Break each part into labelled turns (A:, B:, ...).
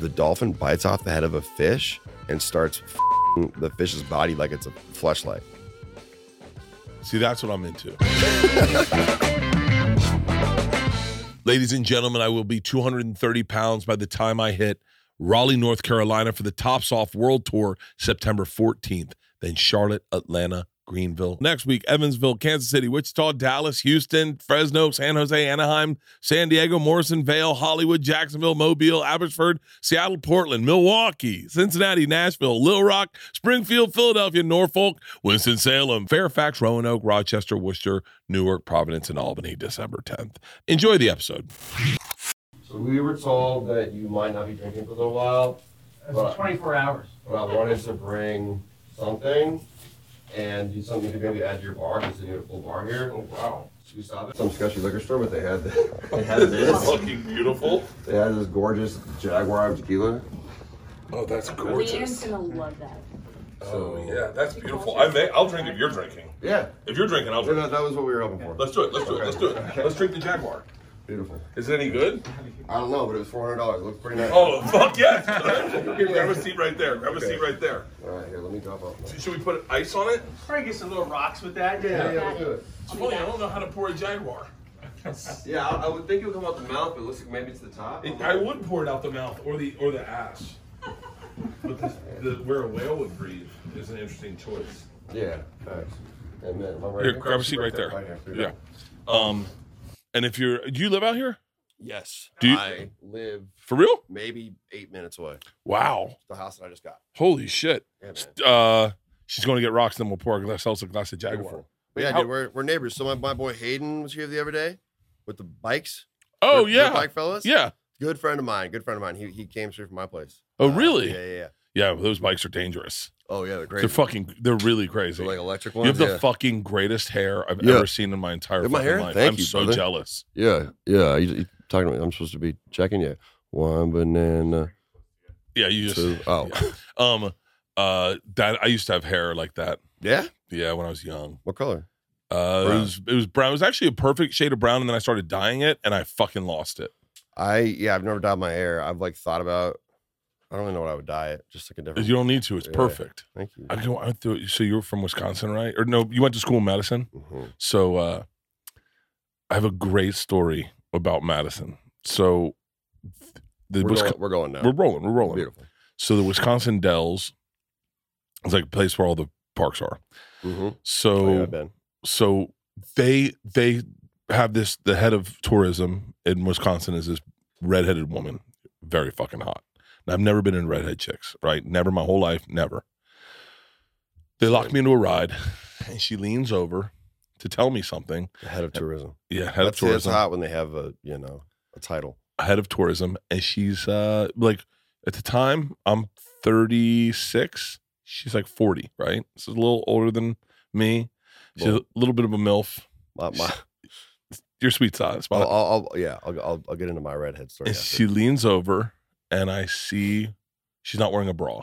A: the dolphin bites off the head of a fish and starts f***ing the fish's body like it's a fleshlight.
B: See, that's what I'm into. Ladies and gentlemen, I will be 230 pounds by the time I hit Raleigh, North Carolina for the Tops Off World Tour September 14th, then Charlotte, Atlanta, Greenville. Next week, Evansville, Kansas City, Wichita, Dallas, Houston, Fresno, San Jose, Anaheim, San Diego, Morrison, Vale, Hollywood, Jacksonville, Mobile, Abbotsford, Seattle, Portland, Milwaukee, Cincinnati, Nashville, Little Rock, Springfield, Philadelphia, Norfolk, Winston-Salem, Fairfax, Roanoke, Rochester, Worcester, Newark, Providence, and Albany, December 10th. Enjoy the episode.
C: So we were told that you might not be drinking for a little while,
D: It's 24 hours.
C: but I wanted to bring something and do something to maybe add to your bar, because you have a full bar here. Oh, wow. Should we stop at some sketchy liquor store, but they had, they had this.
B: Looking beautiful.
C: They had this gorgeous Jaguar tequila.
B: Oh, that's Oh,
E: Liam's gonna love that.
C: So,
B: Yeah, that's beautiful. I may, I'll drink if you're drinking.
C: yeah.
B: If you're drinking, I'll
C: So
B: drink.
C: that, that was what we were hoping for.
B: Let's do it. Let's do it. Let's do it. Let's drink the Jaguar.
C: Beautiful.
B: Is it any good?
C: I don't know, but it was $400. It looked pretty nice.
B: Oh, fuck yes. Grab a seat right there. Grab a seat right there.
C: All right, here, let me drop off. my-
B: Should we put ice on it?
D: Probably get some little rocks with that.
C: Yeah, yeah, we'll do it.
B: Fully, Oh, I don't know how to pour a Jaguar.
C: Yeah, I, I would think it would come out the mouth, but it looks like maybe it's the top.
B: It, I would pour it out the mouth or the or the ass. But this, the, where a whale would breathe is an interesting choice.
C: Yeah, thanks. And then, am I right
B: Here, grab a seat right there. Yeah. Um, and if you're, do you live out here
A: Yes.
B: Do you-
A: I live
B: for real?
A: maybe eight minutes away.
B: Wow.
A: The house that I just got.
B: Holy shit.
A: Yeah, man.
B: Uh, she's going to get rocks, then we'll pour ourselves a glass of Jaguar.
A: Beautiful. But yeah,
B: How-
A: dude, we're, we're neighbors. So my, my boy Hayden was here the other day with the bikes. Dirt-
B: Oh
A: dirt
B: yeah,
A: bike fellas.
B: yeah,
A: good friend of mine. Good friend of mine. He he came straight from my place.
B: Oh, really?
A: Uh, Yeah, yeah, yeah.
B: yeah. well, Those bikes are dangerous.
A: Oh yeah, they're crazy.
B: They're fucking. They're really crazy.
A: They're like electric
B: you
A: ones.
B: have the
A: yeah.
B: fucking greatest hair I've
A: Yeah.
B: ever seen in my entire
A: Is my
B: fucking
A: hair?
B: life.
A: Thank
B: I'm
A: you,
B: so
A: brother.
B: jealous.
A: yeah, yeah. You, you talking to me? I'm supposed to be checking you. One banana.
B: Yeah, you just.
A: Two. Oh,
B: yeah. Um, uh, that I used to have hair like that.
A: yeah.
B: Yeah, when I was young.
A: What color?
B: Uh, it
A: Brown.
B: was it was brown. It was actually a perfect shade of brown, and then I started dyeing it, and I fucking lost it.
A: I yeah. I've never dyed my hair. I've like thought about. I don't really know what I would dye it. Just like a different.
B: You don't need to. It's
A: Yeah.
B: perfect.
A: Thank you.
B: I go. I went through, so you're from Wisconsin, right? Or no, you went to school in Madison.
A: Mhm.
B: So uh, I have a great story about Madison. So the
A: We're,
B: Wisco-
A: going, we're going now.
B: we're rolling, we're rolling.
A: Beautiful.
B: So the Wisconsin Dells is like a place where all the parks are.
A: Mm-hmm.
B: So
A: Oh, yeah, Ben.
B: so they they have this the head of tourism in Wisconsin is this redheaded woman, very fucking hot. And I've never been in redhead chicks, right? Never my whole life, never. They locked me into a ride, and she leans over to tell me something.
A: The head of tourism.
B: Yeah, head
A: That's
B: of
A: it's
B: tourism.
A: hot when they have a you know a title.
B: head of tourism and she's uh like at the time I'm 36 she's like 40 right so a little older than me she's
A: Well-
B: a little bit of a milf
A: My, my,
B: your sweet spot
A: I'll,
B: spot.
A: I'll, I'll, yeah, I'll, I'll, I'll get into my redhead story.
B: and
A: after.
B: she leans over and I see she's not wearing a bra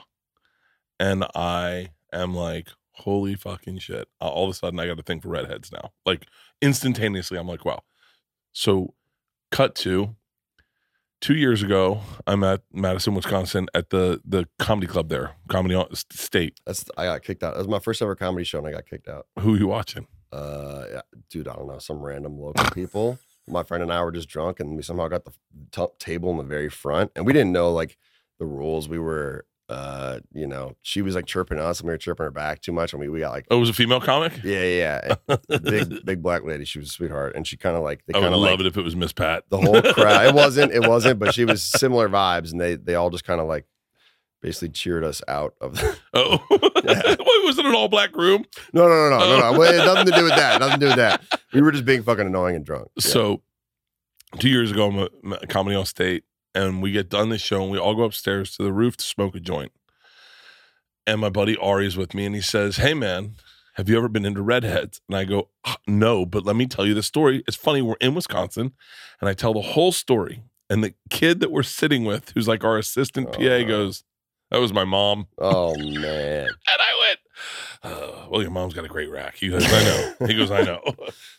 B: and I am like holy fucking shit Uh, all of a sudden I got a thing for redheads now like instantaneously I'm like wow so cut to two years ago i'm at madison wisconsin at the the comedy club there comedy on- S- state
A: That's I got kicked out. That was my first ever comedy show, and I got kicked out.
B: who you watching
A: Uh, yeah, dude, I don't know, some random local people. My friend and I were just drunk, and we somehow got the top table in the very front, and we didn't know like the rules. We were, uh, you know, she was like chirping us, and we were chirping her back too much, and we we got like,
B: oh it was a female comic
A: yeah, yeah, yeah. big big black lady. She was a sweetheart, and she kind of like they
B: i would
A: kind of like
B: love it if it was miss pat
A: the whole crowd. It wasn't. It wasn't. But she was similar vibes, and they they all just kind of like basically cheered us out of. The,
B: oh Wait, was it an all-black room
A: no, no, no, no, no,
B: Oh.
A: no. Well, it had nothing to do with that. Nothing to do with that. We were just being fucking annoying and drunk. Yeah.
B: so two years ago i'm at Ma- comedy on state and we get done this show and we all go upstairs to the roof to smoke a joint and my buddy Ari is with me, and he says, "Hey, man, have you ever been into redheads?" And I go, "Ah, "No, but let me tell you the story. It's funny. We're in Wisconsin, and I tell the whole story. And the kid that we're sitting with, who's like our assistant PA,
A: Oh.
B: goes, "That was my mom."
A: Oh man.
B: And I went, oh, "Well, your mom's got a great rack." He goes, "I know." He goes, "I know."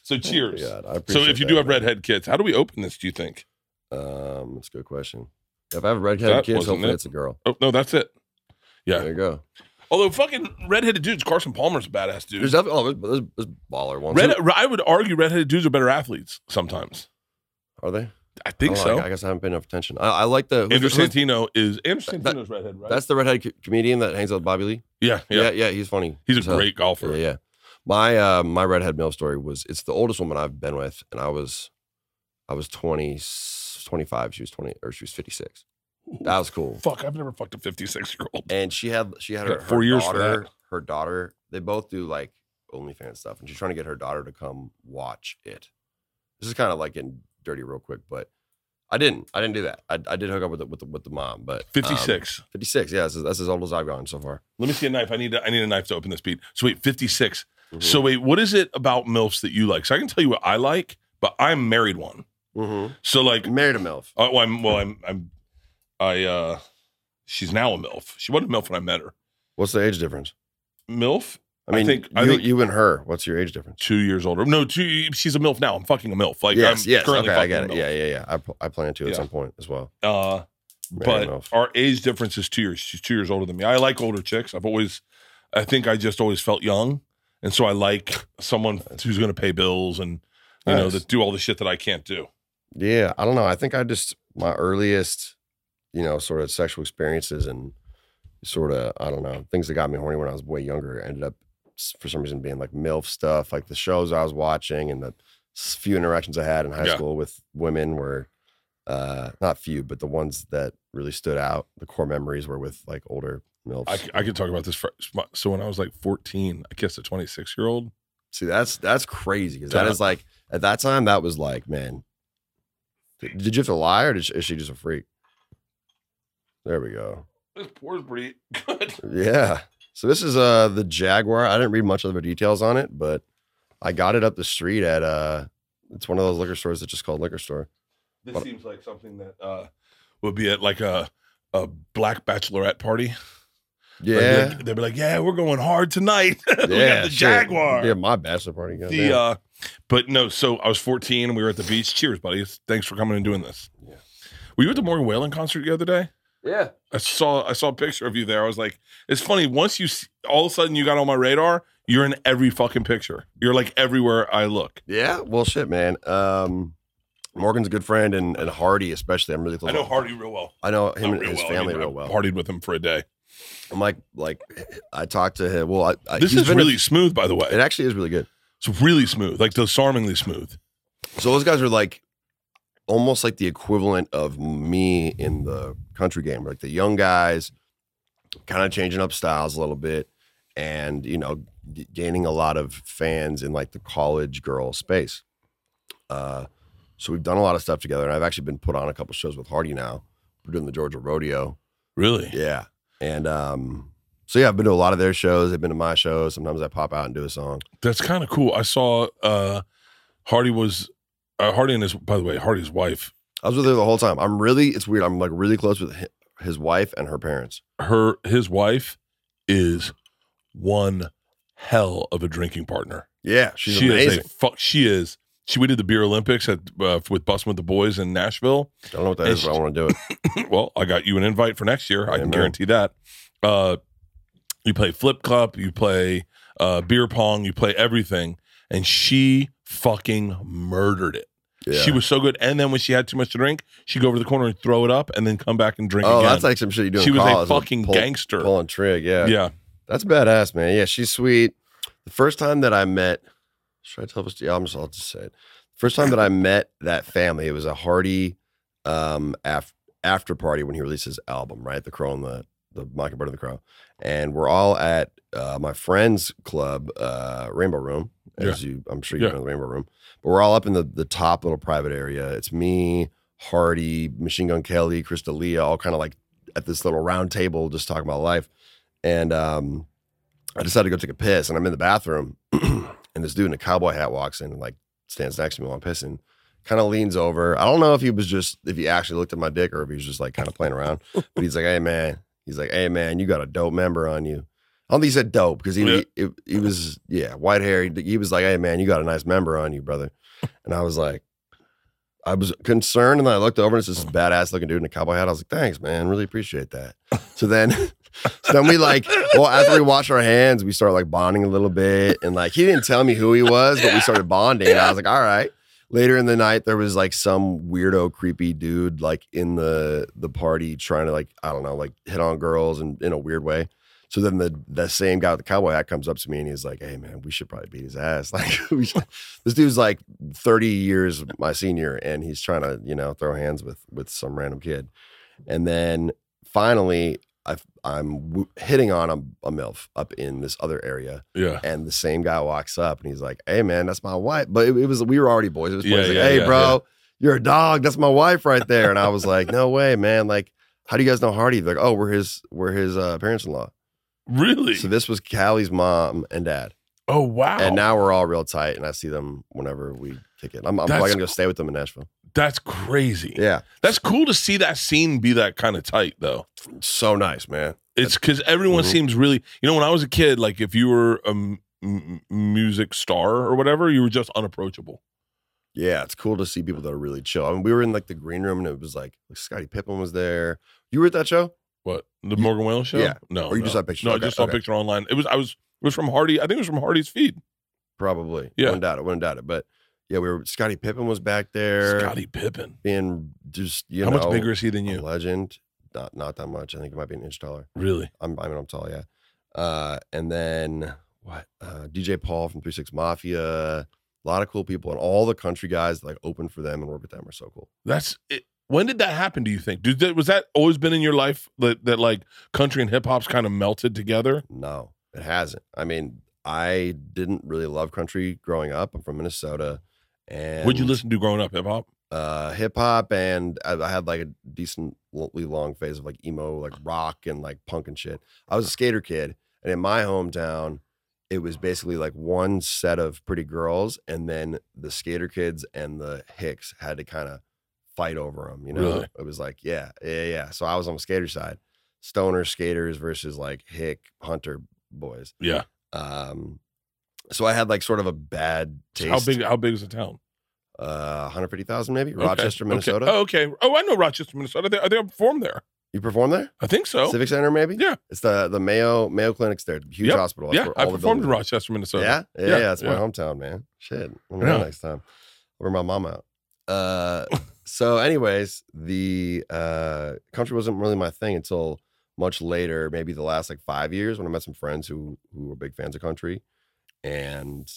B: so cheers.
A: Oh, God, I
B: so
A: appreciate
B: if you
A: that,
B: do have
A: man.
B: redhead kids, how do we open this? Do you think?
A: um, that's a good question. If I have a redheaded
B: That
A: kid,
B: wasn't
A: hopefully
B: it.
A: it's a girl.
B: Oh no, that's it. Yeah.
A: There you go.
B: Although fucking redheaded dudes, Carson Palmer's a badass dude.
A: There's definitely oh, there's, there's, there's baller ones.
B: Red, I would argue redheaded dudes are better athletes sometimes.
A: Are they?
B: I think
A: Oh,
B: so.
A: I, I guess I haven't paid enough attention. I, I like the who's the-
B: Andrew
A: who's-
B: Santino is Andrew
A: That- that-
B: Santino's redhead, right?
A: That's the redhead co- comedian that hangs out with Bobby Lee.
B: yeah, yeah,
A: Yeah, yeah, he's funny.
B: He's a
A: as hell.
B: great golfer.
A: Yeah, yeah. My uh, my redhead male story was it's the oldest woman I've been with, and I was I was 20, 25. She was twenty or she was fifty six. That was cool.
B: Fuck, I've never fucked a 56 year old.
A: And she had she had
B: Got
A: her, her
B: four years for
A: daughter. Her daughter. They both do like OnlyFans stuff, and she's trying to get her daughter to come watch it. This is kind of like getting dirty real quick, but I didn't. I didn't do that. I, I did hook up with the, with the, with the mom, but um,
B: 56.
A: 56. Yeah, that's, that's as old as I've gone so far.
B: Let me see a knife. I need a, I need a knife to open this beat. So wait, 56.
A: Mm-hmm.
B: So wait, what is it about MILFs that you like? So I can tell you what I like, but I'm married one.
A: Mm-hmm.
B: So like
A: Married a MILF.
B: Oh, well, I'm well. I'm I'm I. uh She's now a milf. She wasn't a milf when I met her.
A: What's the age difference?
B: Milf,
A: I
B: I
A: mean,
B: think-
A: you,
B: I think-
A: you and her. What's your age difference?
B: two years older. No, two. She's a milf now. I'm fucking a milf. Like
A: yes,
B: I'm
A: yes.
B: currently
A: Okay, I get
B: fucking
A: it.
B: a
A: Yeah,
B: milf.
A: yeah, yeah. I, pl- I plan to at
B: Yeah.
A: some point as well.
B: Uh,
A: Married
B: but
A: MILF.
B: our age difference is two years. She's two years older than me. I like older chicks. I've always, I think I just always felt young, and so I like someone who's going to pay bills and you know
A: Nice.
B: that do all the shit that I can't do.
A: Yeah, I don't know. I think I just my earliest, you know, sort of sexual experiences and sort of I don't know things that got me horny when I was way younger ended up s- for some reason being like milf stuff, like the shows I was watching and the s- few interactions I had in high
B: Yeah.
A: school with women were uh not few, but the ones that really stood out. The core memories were with like older milfs.
B: I, c- I could talk about this. For, so when I was like 14, I kissed a 26 year old.
A: See, that's that's crazy because that
B: Time.
A: is like at that time that was like, man, did, did you have to lie or did she, is she just a freak? There we go.
B: This poor breed. Good.
A: Yeah. So this is uh the Jaguar. I didn't read much of the details on it, but I got it up the street at uh it's one of those liquor stores that's just called liquor store.
B: This
A: But-
B: seems like something that uh, would be at like a a black bachelorette party. Like,
A: Yeah.
B: they'd, they'd be like, "Yeah, we're going hard tonight. we
A: yeah,
B: got the
A: shit.
B: Jaguar."
A: Yeah, my bachelor party. goddamn.
B: The uh, but no. So I was 14 and we were at the beach. Cheers, buddy. Thanks for coming and doing this. Yeah. Were you at the Morgan Whalen concert the other day?
A: yeah.
B: I saw I saw a picture of you there. I was like, it's funny. Once you see, all of a sudden you got on my radar. You're in every fucking picture. You're like everywhere I look.
A: Yeah. Well shit, man. Um Morgan's a good friend and, and Hardy especially. I'm really close.
B: I know
A: with-
B: Hardy real well.
A: I know him
B: Not
A: and
B: real
A: his
B: well. I
A: family
B: mean,
A: real
B: I
A: well.
B: Partied with him for a day.
A: I'm like, like I talked to him. Well, I, I, Uh,
B: This
A: he's
B: is
A: been-
B: really smooth, by the way.
A: it actually is really good.
B: It's really smooth, like disarmingly smooth.
A: So those guys are like almost like the equivalent of me in the country game, like the young guys, kind of changing up styles a little bit, and you know, g- gaining a lot of fans in like the college girl space. Uh, so we've done a lot of stuff together, and I've actually been put on a couple shows with Hardy now. We're doing the Georgia Rodeo,
B: Really?
A: Yeah. And um, so yeah, I've been to a lot of their shows. They've been to my shows. Sometimes I pop out and do a song.
B: That's kind of cool. I saw uh Hardy was uh, Hardy and his by the way, Hardy's wife,
A: I was with her the whole time. I'm really, it's weird. I'm like really close with hi- his wife and her parents.
B: her his wife is one hell of a drinking partner.
A: Yeah, she's
B: she
A: amazing.
B: is a fuck she is. She we did the beer Olympics at uh, with busting with the boys in Nashville.
A: I don't know what that is, but I want to do it.
B: well, I got you an invite for next year. I can
A: Amen.
B: guarantee that. Uh, you play flip cup, you play uh, beer pong, you play everything, and she fucking murdered it.
A: Yeah.
B: She was so good. And then when she had too much to drink, she'd go over to the corner and throw it up, and then come back and drink.
A: oh,
B: again.
A: that's like some shit you do. in
B: she was a
A: college, like
B: fucking
A: pull-
B: gangster.
A: pulling trig. Yeah.
B: yeah,
A: that's badass, man. Yeah, she's sweet. The first time that I met, should I tell this? Yeah, I'm just, I'll just say it. First time that I met that family, it was a Hardy um, af- after party when he released his album, right? The Crow and the the Mockingbird and the Crow, and we're all at uh, my friend's club, uh, Rainbow Room, as you, I'm sure you
B: Yeah.
A: know the Rainbow Room. But we're all up in the the top little private area. It's me, Hardy, Machine Gun Kelly, Krista Leah, all kind of like at this little round table just talking about life. And um, I decided to go take a piss, and I'm in the bathroom, and this dude in a cowboy hat walks in and like stands next to me while I'm pissing. Kind of leans over. I don't know if he was just if he actually looked at my dick or if he was just like kind of playing around. But he's like, "Hey man," he's like, "Hey man, you got a dope member on you." I don't think he said dope because he,
B: Yeah.
A: he he was yeah white hair. He, he was like, "Hey man, you got a nice member on you, brother," and I was like, I was concerned, and then I looked over, and it's this badass looking dude in a cowboy hat. I was like, "Thanks, man, really appreciate that." So then, so then we like, well, after we wash our hands, we start like bonding a little bit, and like he didn't tell me who he was, but we started bonding. And I was like, "All right." Later in the night, there was like some weirdo, creepy dude like in the the party trying to like I don't know, like hit on girls and in a weird way. So then the the same guy with the cowboy hat comes up to me and he's like, "Hey man, we should probably beat his ass." Like we should, this dude's like 30 years my senior and he's trying to, you know, throw hands with with some random kid. And then finally I I'm w- hitting on a, a MILF up in this other area
B: Yeah.
A: and the same guy walks up and he's like, "Hey man, that's my wife." But it, it was we were already boys. It was
B: Yeah,
A: boys. He's
B: yeah,
A: like, "Hey
B: yeah,
A: bro, you're a dog. That's my wife right there." And I was like, "No way, man! Like, how do you guys know Hardy?" They're like, "Oh, we're his we're his uh, parents-in-law."
B: Really?
A: So this was Callie's mom and dad,
B: oh wow.
A: and now we're all real tight, and I see them whenever we kick it. I'm, I'm
B: That's
A: probably gonna go stay with them in Nashville.
B: That's crazy.
A: Yeah,
B: That's cool to see that scene be that kind of tight though.
A: so nice, man.
B: It's because everyone
A: Mhm.
B: seems really. You know, when I was a kid, like if you were a m- m- music star or whatever, you were just unapproachable.
A: Yeah, it's cool to see people that are really chill. I mean, we were in like the green room, and it was like, Scottie Pippen was there. You were at that show?
B: What the Morgan Whalen show?
A: yeah.
B: No.
A: Or you just
B: no.
A: saw a picture?
B: No,
A: Okay,
B: I just saw
A: okay.
B: a picture online. It was I was it was from Hardy. I think it was from Hardy's feed.
A: Probably.
B: Yeah.
A: Wouldn't doubt it. Wouldn't doubt it. But yeah, we were Scottie Pippen was back there.
B: Scottie Pippen.
A: being just you
B: How
A: know
B: much bigger is he than
A: a
B: you?
A: legend. Not not that much. I think it might be an inch taller.
B: Really?
A: I'm I mean I'm tall, yeah. Uh and then what? Uh DJ Paul from Three Six Mafia. A lot of cool people and all the country guys that like open for them and work with them are so cool.
B: That's it. When did that happen? Do you think? Did that, was that always been in your life that that like country and hip hop's kind of melted together?
A: No, it hasn't. I mean, I didn't really love country growing up. I'm from Minnesota. And
B: Would you listen to growing up hip hop?
A: uh hip hop and I, I had like a decently long phase of like emo, like rock and like punk and shit. I was a skater kid, and in my hometown, it was basically like one set of pretty girls, and then the skater kids and the hicks had to kind of fight over them. You know,
B: Really?
A: it was like yeah, yeah, yeah. So I was on the skater side, stoner skaters versus like hick hunter boys.
B: Yeah.
A: Um, so I had like sort of a bad taste.
B: How big? How big is the town?
A: Uh, 150,000 maybe.
B: Okay.
A: Rochester,
B: Okay.
A: Minnesota.
B: Oh, okay. Oh, I know Rochester, Minnesota. I think I, think I performed there.
A: You perform there?
B: I think so.
A: Civic Center, maybe.
B: Oh. Yeah.
A: it's the the Mayo Mayo Clinic's there, huge
B: Yep.
A: hospital. That's
B: yeah,
A: where
B: I
A: all the
B: performed in
A: buildings-
B: Rochester, Minnesota.
A: Yeah, yeah,
B: Yeah,
A: yeah, that's my
B: yeah.
A: hometown, man. Shit, I'm
B: Yeah.
A: going next time. Where my mom out. Uh, so, anyways, the uh, country wasn't really my thing until much later, maybe the last like five years, when I met some friends who who were big fans of country, and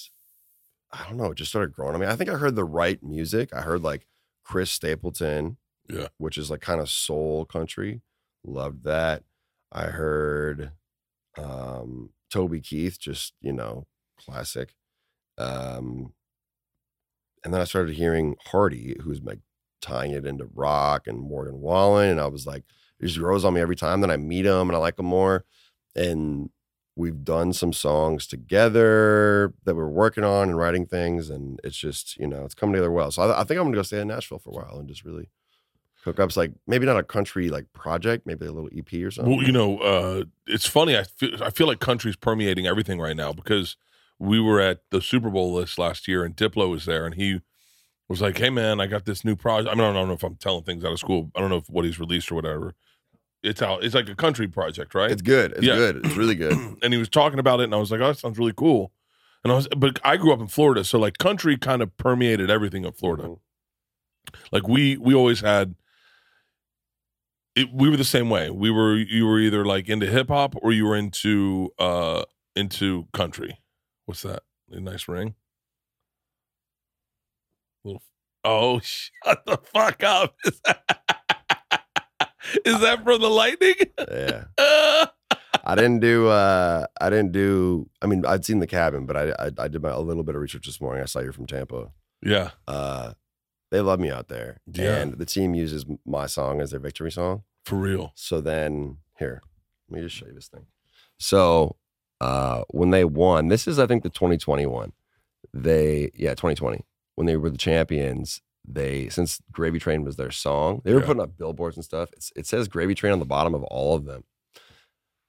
A: I don't know, it just started growing on me. I think I heard the right music. I heard like Chris Stapleton,
B: Yeah.
A: which is like kind of soul country. Loved that. I heard um Toby Keith, just you know, classic. Um and then I started hearing Hardy, who's like tying it into rock and Morgan Wallen, and I was like, it just grows on me every time. Then I meet him and I like him more. And we've done some songs together that we're working on and writing things, and it's just you know, it's coming together well. So I, I think I'm gonna go stay in Nashville for a while and just really cook up. It's like maybe not a country like project, maybe a little EP or something.
B: Well, you know, uh, it's funny. I feel, I feel like country's permeating everything right now because we were at the Super Bowl list last year and Diplo was there and he was like, hey, man, I got this new project. I mean, I don't know if I'm telling things out of school. I don't know if what he's released or whatever. It's out. It's like a country project, right?
A: It's good. It's
B: Yeah.
A: good. It's really good.
B: and he was talking about it and I was like, oh, that sounds really cool. And I was, but I grew up in Florida. So like country kind of permeated everything in Florida. like we we always had it, we were the same way we were you were either like into hip-hop or you were into uh into country what's that a nice ring little oh shut the fuck up is that, is that from the lightning
A: Yeah.
B: Uh,
A: I didn't do. uh I didn't do. I mean, I'd seen the cabin, but I I, I did my, a little bit of research this morning. I saw you're from Tampa.
B: yeah
A: Uh, they love me out there,
B: Yeah.
A: and the team uses my song as their victory song.
B: for real
A: So then here, let me just show you this thing. So uh when they won, this is I think the 2021. They yeah 2020 when they were the champions. They since Gravy Train was their song, they were
B: Yeah.
A: putting up billboards and stuff. It's, it says Gravy Train on the bottom of all of them.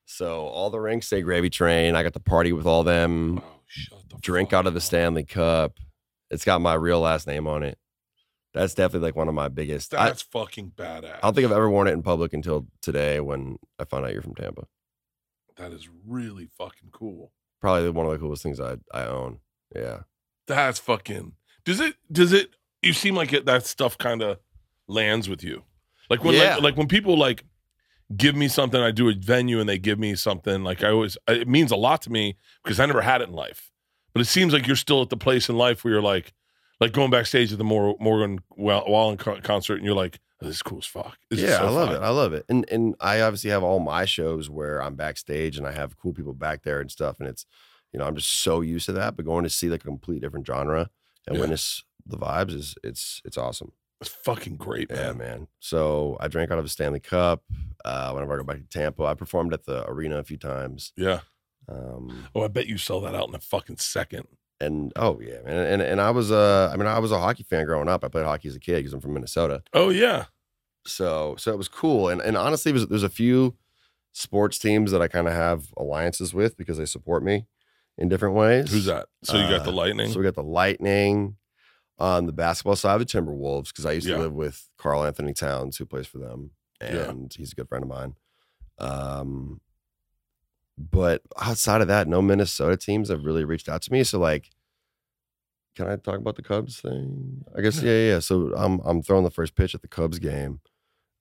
A: So all the rinks say Gravy Train. I got to party with all them.
B: oh, shut the
A: Drink out of the Stanley Cup. It's got my real last name on it. That's definitely like one of my biggest. I, I
B: That's fucking badass.
A: don't think I've ever worn it in public until today when I found out you're from Tampa.
B: that is really fucking cool.
A: Probably one of the coolest things I I own. Yeah.
B: That's fucking. Does it? Does it? You seem like it, that stuff kind of lands with you. Like when,
A: Yeah.
B: like, like when people like give me something, I do a venue and they give me something. Like I always, it means a lot to me because I never had it in life. But it seems like you're still at the place in life where you're like, like going backstage at the Mor- Morgan Wa- Wallen con- concert, and you're like, oh, "This is cool as fuck." This is
A: yeah,
B: so
A: I love
B: fun."
A: it. I love it. And and I obviously have all my shows where I'm backstage and I have cool people back there and stuff. And it's, you know, I'm just so used to that. But going to see like a complete different genre and
B: Yeah.
A: witness the vibes is it's it's awesome.
B: It's fucking great,
A: Yeah,
B: man.
A: man. So I drank out of a Stanley Cup. Uh, whenever I go back to Tampa, I performed at the arena a few times.
B: Yeah.
A: Um,
B: Oh, I bet you sell that out in a fucking second.
A: and oh yeah, man. And and I was uh, I mean, I was a hockey fan growing up. I played hockey as a kid because I'm from Minnesota.
B: Oh yeah.
A: so so it was cool and and honestly it was there's a few sports teams that i kind of have alliances with because they support me in different ways
B: Who's that? So you got the
A: Uh,
B: lightning.
A: so we got the lightning on the basketball side the timberwolves because i used
B: Yeah.
A: to live with carl anthony towns who plays for them
B: Yeah.
A: and he's a good friend of mine um but outside of that no minnesota teams have really reached out to me so like can I talk about the Cubs thing? I guess yeah, yeah. yeah. So I'm I'm throwing the first pitch at the Cubs game,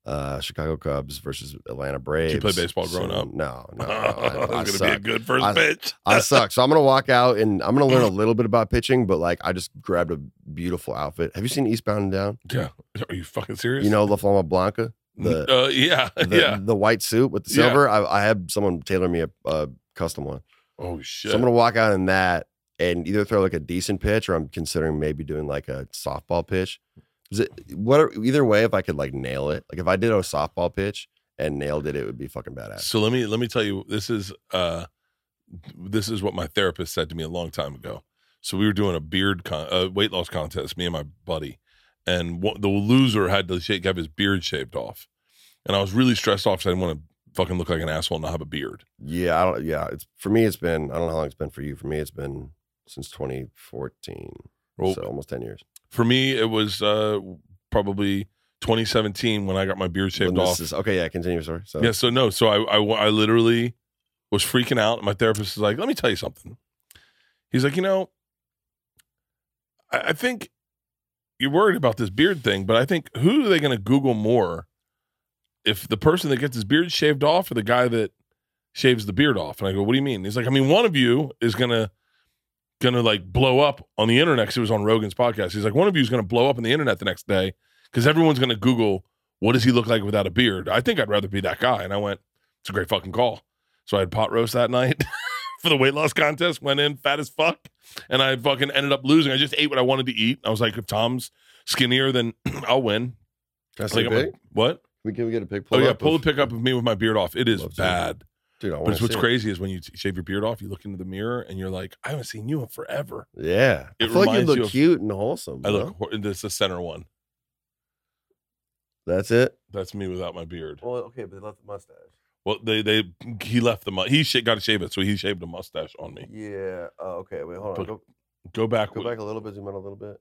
A: uh, Chicago Cubs versus Atlanta Braves.
B: you play baseball growing
A: soon.
B: up?
A: No, no, no,
B: That's
A: I, I
B: gonna be a
A: suck.
B: good first
A: I-
B: pitch.
A: I suck. So I'm gonna walk out and I'm gonna learn a little bit about pitching, but like I just grabbed a beautiful outfit. Have you seen Eastbound and Down?
B: yeah. Are you fucking serious?
A: You know La Flama Blanca, the
B: uh, yeah,
A: the,
B: yeah.
A: the white suit with the
B: Yeah.
A: silver. I, I had someone tailor me a, a custom one.
B: Oh shit.
A: So I'm gonna walk out in that and either throw like a decent pitch, or I'm considering maybe doing like a softball pitch. Is it what? Either way, if I could like nail it, like if I did a softball pitch and nailed it, it would be fucking badass.
B: So let me let me tell you this is uh this is what my therapist said to me a long time ago. So we were doing a beard con- uh, weight loss contest, me and my buddy, and wha- the loser had to shake, have his beard shaved off, and I was really stressed off. 'cause I didn't want to fucking look like an asshole and not have a beard.
A: Yeah, I don't. Yeah, it's for me. It's been I don't know how long it's been for you. For me, it's been since 2014,
B: Well,
A: so almost 10 years.
B: for me, it was uh probably 2017 when I got my beard
A: When
B: shaved
A: this
B: off.
A: is- okay, yeah, continue. Sorry. So
B: Yeah, so no, so I, I, I literally was freaking out. My therapist is like, let me tell you something. He's like, you know, I, I think you're worried about this beard thing, but I think who are they going to Google more if the person that gets his beard shaved off or the guy that shaves the beard off? And I go, what do you mean? He's like, I mean, one of you is going to going to like blow up on the internet because it was on Rogan's podcast. He's like, one of you is going to blow up on the internet the next day because everyone's going to Google what does he look like without a beard? I think I'd rather be that guy. And I went, it's a great fucking call. So I had pot roast that night for the weight loss contest, went in fat as fuck, and I fucking ended up losing. I just ate what I wanted to eat. I was like, if Tom's skinnier, then I'll win.
A: can I
B: I
A: see a
B: think I'm a-
A: pic?
B: what?
A: We can we get a pic?
B: oh, yeah,
A: up
B: pull
A: of-
B: the pickup of me with my beard off. It is
A: Love to.
B: bad.
A: dude. I
B: But
A: want
B: it's
A: to
B: what's
A: see it.
B: crazy is when you t- shave your beard off, you look into the mirror and you're like, I haven't seen you in forever.
A: Yeah, I
B: It
A: feel like you
B: reminds
A: look
B: you of-
A: cute and wholesome.
B: I look,
A: bro.
B: hor- this is the center one.
A: That's it.
B: That's me without my beard.
C: Well, okay, but they left the mustache.
B: Well, they, they, he left the, mu- he sh- got to shave it. So he shaved a mustache on me.
C: Yeah. Oh, okay. Wait, hold on.
B: But-
C: Go,
B: Go back.
C: go
B: with-
C: back a little bit. Zoom out a little bit.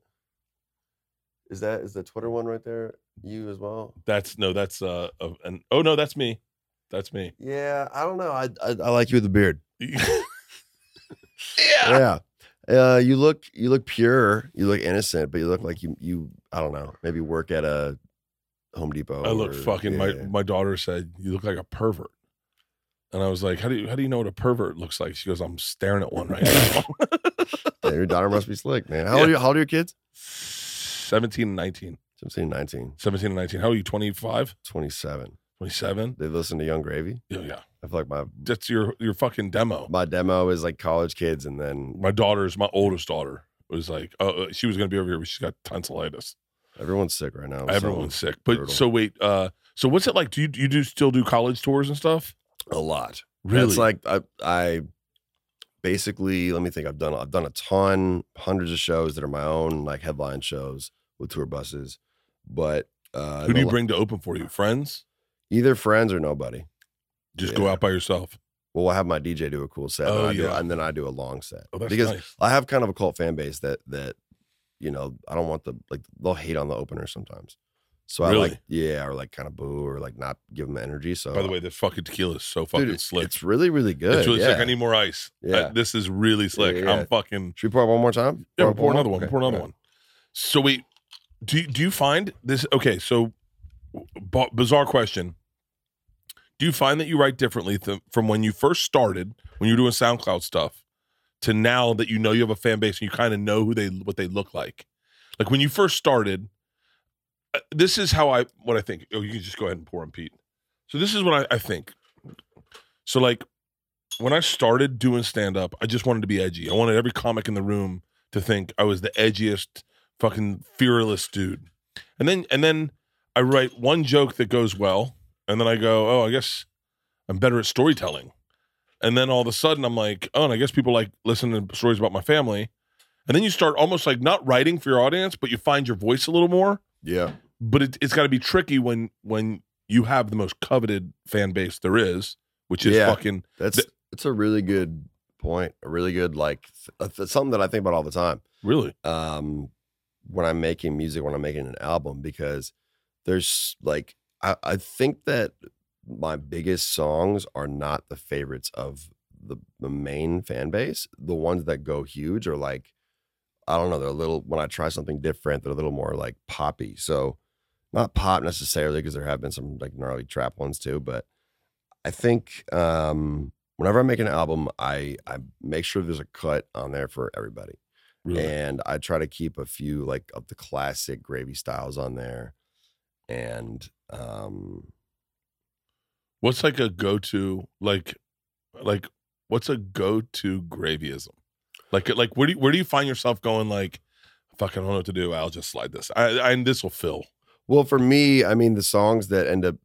C: Is that is the Twitter one right there? You as well?
B: That's no, that's uh, a, an oh no, that's me, that's me.
C: Yeah. I don't know. I,
A: I, I like you with the beard.
B: yeah,
A: yeah. Uh, you look you look pure, you look innocent, but you look like you you I don't know, maybe work at a Home Depot.
B: I look
A: or-
B: fucking. My
A: yeah.
B: my daughter said you look like a pervert, and I was like, how do you how do you know what a pervert looks like? She goes, I'm staring at one right now.
A: Yeah, your daughter must be slick, man. How old are you, how old are your kids?
B: 17 and 19.
A: 17, 19,
B: 17 and 19. How are you? 25?
A: 27.
B: 27?
A: They listen to Young Gravy.
B: Yeah, yeah.
A: I feel like my
B: That's your your fucking demo.
A: my demo is like college kids and then
B: My daughter's my oldest daughter was like, oh, uh, she was gonna be over here, but she's got tonsillitis.
A: everyone's sick right now. so-
B: Everyone's sick. But
A: brutal.
B: so wait, uh, so what's it like? Do you you do still do college tours and stuff?
A: a lot.
B: Really?
A: It's like I I basically let me think. I've done I've done a ton, hundreds of shows that are my own, like headline shows with tour buses. But uh
B: Who do
A: the
B: you
A: la-
B: bring to open for you? Friends?
A: either friends or nobody.
B: Just go
A: Yeah.
B: out by yourself.
A: Well, I have my DJ do a cool set,
B: Oh,
A: and, I do,
B: yeah.
A: and then I do a long set
B: Oh, that's
A: because
B: nice.
A: I have kind of a cult fan base that that you know, I don't want the like they'll hate on the opener sometimes. So I
B: Really?
A: like yeah, or like kind of boo or like not give them the energy. So
B: By the way, this fucking tequila is so
A: uh, Dude,
B: fucking
A: it's-
B: slick.
A: It's really, really good.
B: it's really
A: yeah.
B: slick. I need more ice. I-
A: Yeah.
B: this is really slick.
A: yeah, yeah.
B: I'm fucking.
A: Should we pour it one more time?
B: Yeah,
A: Pour-
B: we'll pour
A: more?
B: another one.
A: Okay,
B: Pour another
A: all right.
B: one. So wait, do you- do you find this? Okay, so b- bizarre question. Do you find that you write differently th- from when you first started, when you were doing SoundCloud stuff, to now that you know you have a fan base and you kind of know who they what they look like? Like when you first started, uh, this is how I what I think. Oh, you can just go ahead and pour them, Pete. So this is what I, I think. So like when I started doing stand up, I just wanted to be edgy. I wanted every comic in the room to think I was the edgiest, fucking fearless dude. And then and then I write one joke that goes well, and then I go, oh, I guess I'm better at storytelling. And then all of a sudden I'm like, oh, and I guess people like listening to stories about my family. And then you start almost like not writing for your audience, but you find your voice a little more.
A: Yeah.
B: But it, it's got to be tricky when when you have the most coveted fan base there is, which is
A: Yeah.
B: fucking
A: That's
B: Th-
A: it's a really good point. A really good like th- uh, th- something that I think about all the time.
B: really
A: Um when I'm making music, when I'm making an album, because there's like I, I think that my biggest songs are not the favorites of the, the main fan base. The ones that go huge are like, I don't know, they're a little, when I try something different, they're a little more like poppy. So, not pop necessarily, because there have been some like gnarly trap ones too, but I think um, whenever I make an album, I, I make sure there's a cut on there for everybody
B: really.
A: and I try to keep a few like of the classic gravy styles on there, and um,
B: What's like a go to like like what's a go to gravyism? Like like where do you, where do you find yourself going like fuck I don't know what to do. I'll just slide this. I I this will fill.
A: well, for me, I mean the songs that end up,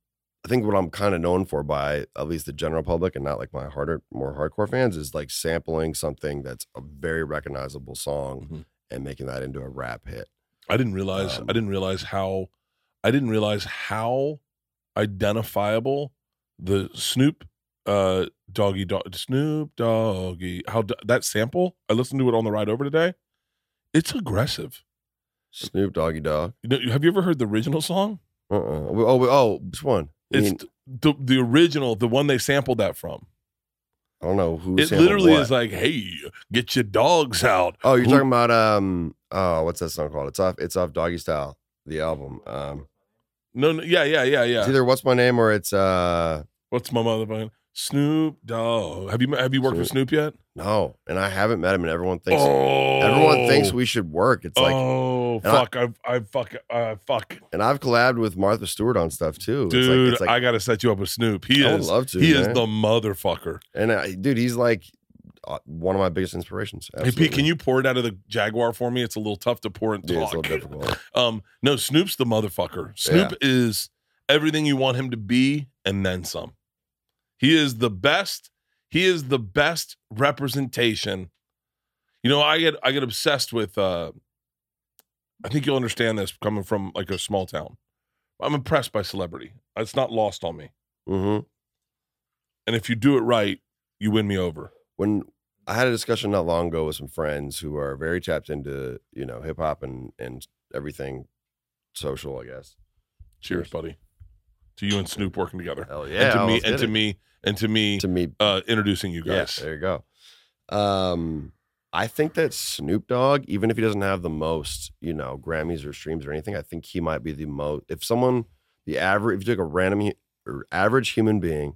A: I think what I'm kind of known for by at least the general public and not like my harder, more hardcore fans is like sampling something that's a very recognizable song
B: Mhm.
A: and making that into a rap hit.
B: I didn't realize
A: Um,
B: I didn't realize how I didn't realize how identifiable the Snoop uh doggy dog Snoop doggy how d- that sample I listened to it on the ride over today. It's aggressive.
A: Snoop Doggy Dog.
B: You know, have you ever heard the original song?
A: Uh uh Oh we- oh which one? I,
B: It's
A: mean,
B: th- the the original, the one they sampled that from.
A: I don't know who.
B: It
A: sampled
B: literally
A: what.
B: is like, hey, get your dogs out.
A: Oh, you're
B: Who-
A: talking about um oh what's that song called? It's off it's off Doggy Style, the album. Um
B: No, no, yeah, yeah, yeah, yeah.
A: it's either What's My Name or it's uh
B: What's my motherfucking Snoop Dogg? Have you have you worked with Snoop yet?
A: no, and I haven't met him and everyone thinks
B: oh,
A: everyone thinks we should work. It's like
B: oh
A: and I-
B: fuck, I, I fuck, uh, fuck,
A: and I've collabed with Martha Stewart on stuff too. It's like-
B: dude,
A: it's like,
B: I gotta set you up with Snoop. He
A: I would
B: is,
A: love to,
B: he is
A: man.
B: the motherfucker.
A: and I, dude, he's like uh, one of my biggest inspirations.
B: Hey Pete, can you pour it out of the Jaguar for me? It's a little tough to pour and
A: Dude,
B: talk.
A: it's a little difficult.
B: Um, no, Snoop's the motherfucker. Snoop is everything you want him to be and then some. He is the best. He is the best representation. You know, I get I get obsessed with uh I think you'll understand this coming from like a small town. I'm impressed by celebrity. It's not lost on me.
A: hmm
B: And if you do it right, you win me over.
A: when I had a discussion not long ago with some friends who are very tapped into, you know, hip hop and and everything social, I guess.
B: Cheers, buddy. To you and Snoop working together.
A: Hell
B: and to
A: I
B: me
A: almost
B: and
A: did
B: to
A: it.
B: me and to me
A: to me
B: uh introducing you
A: Yeah,
B: guys.
A: there you go. Um, I think that Snoop Dogg, even if he doesn't have the most, you know, Grammys or streams or anything, I think he might be the most. If someone, the average, if you took a random hu- or average human being,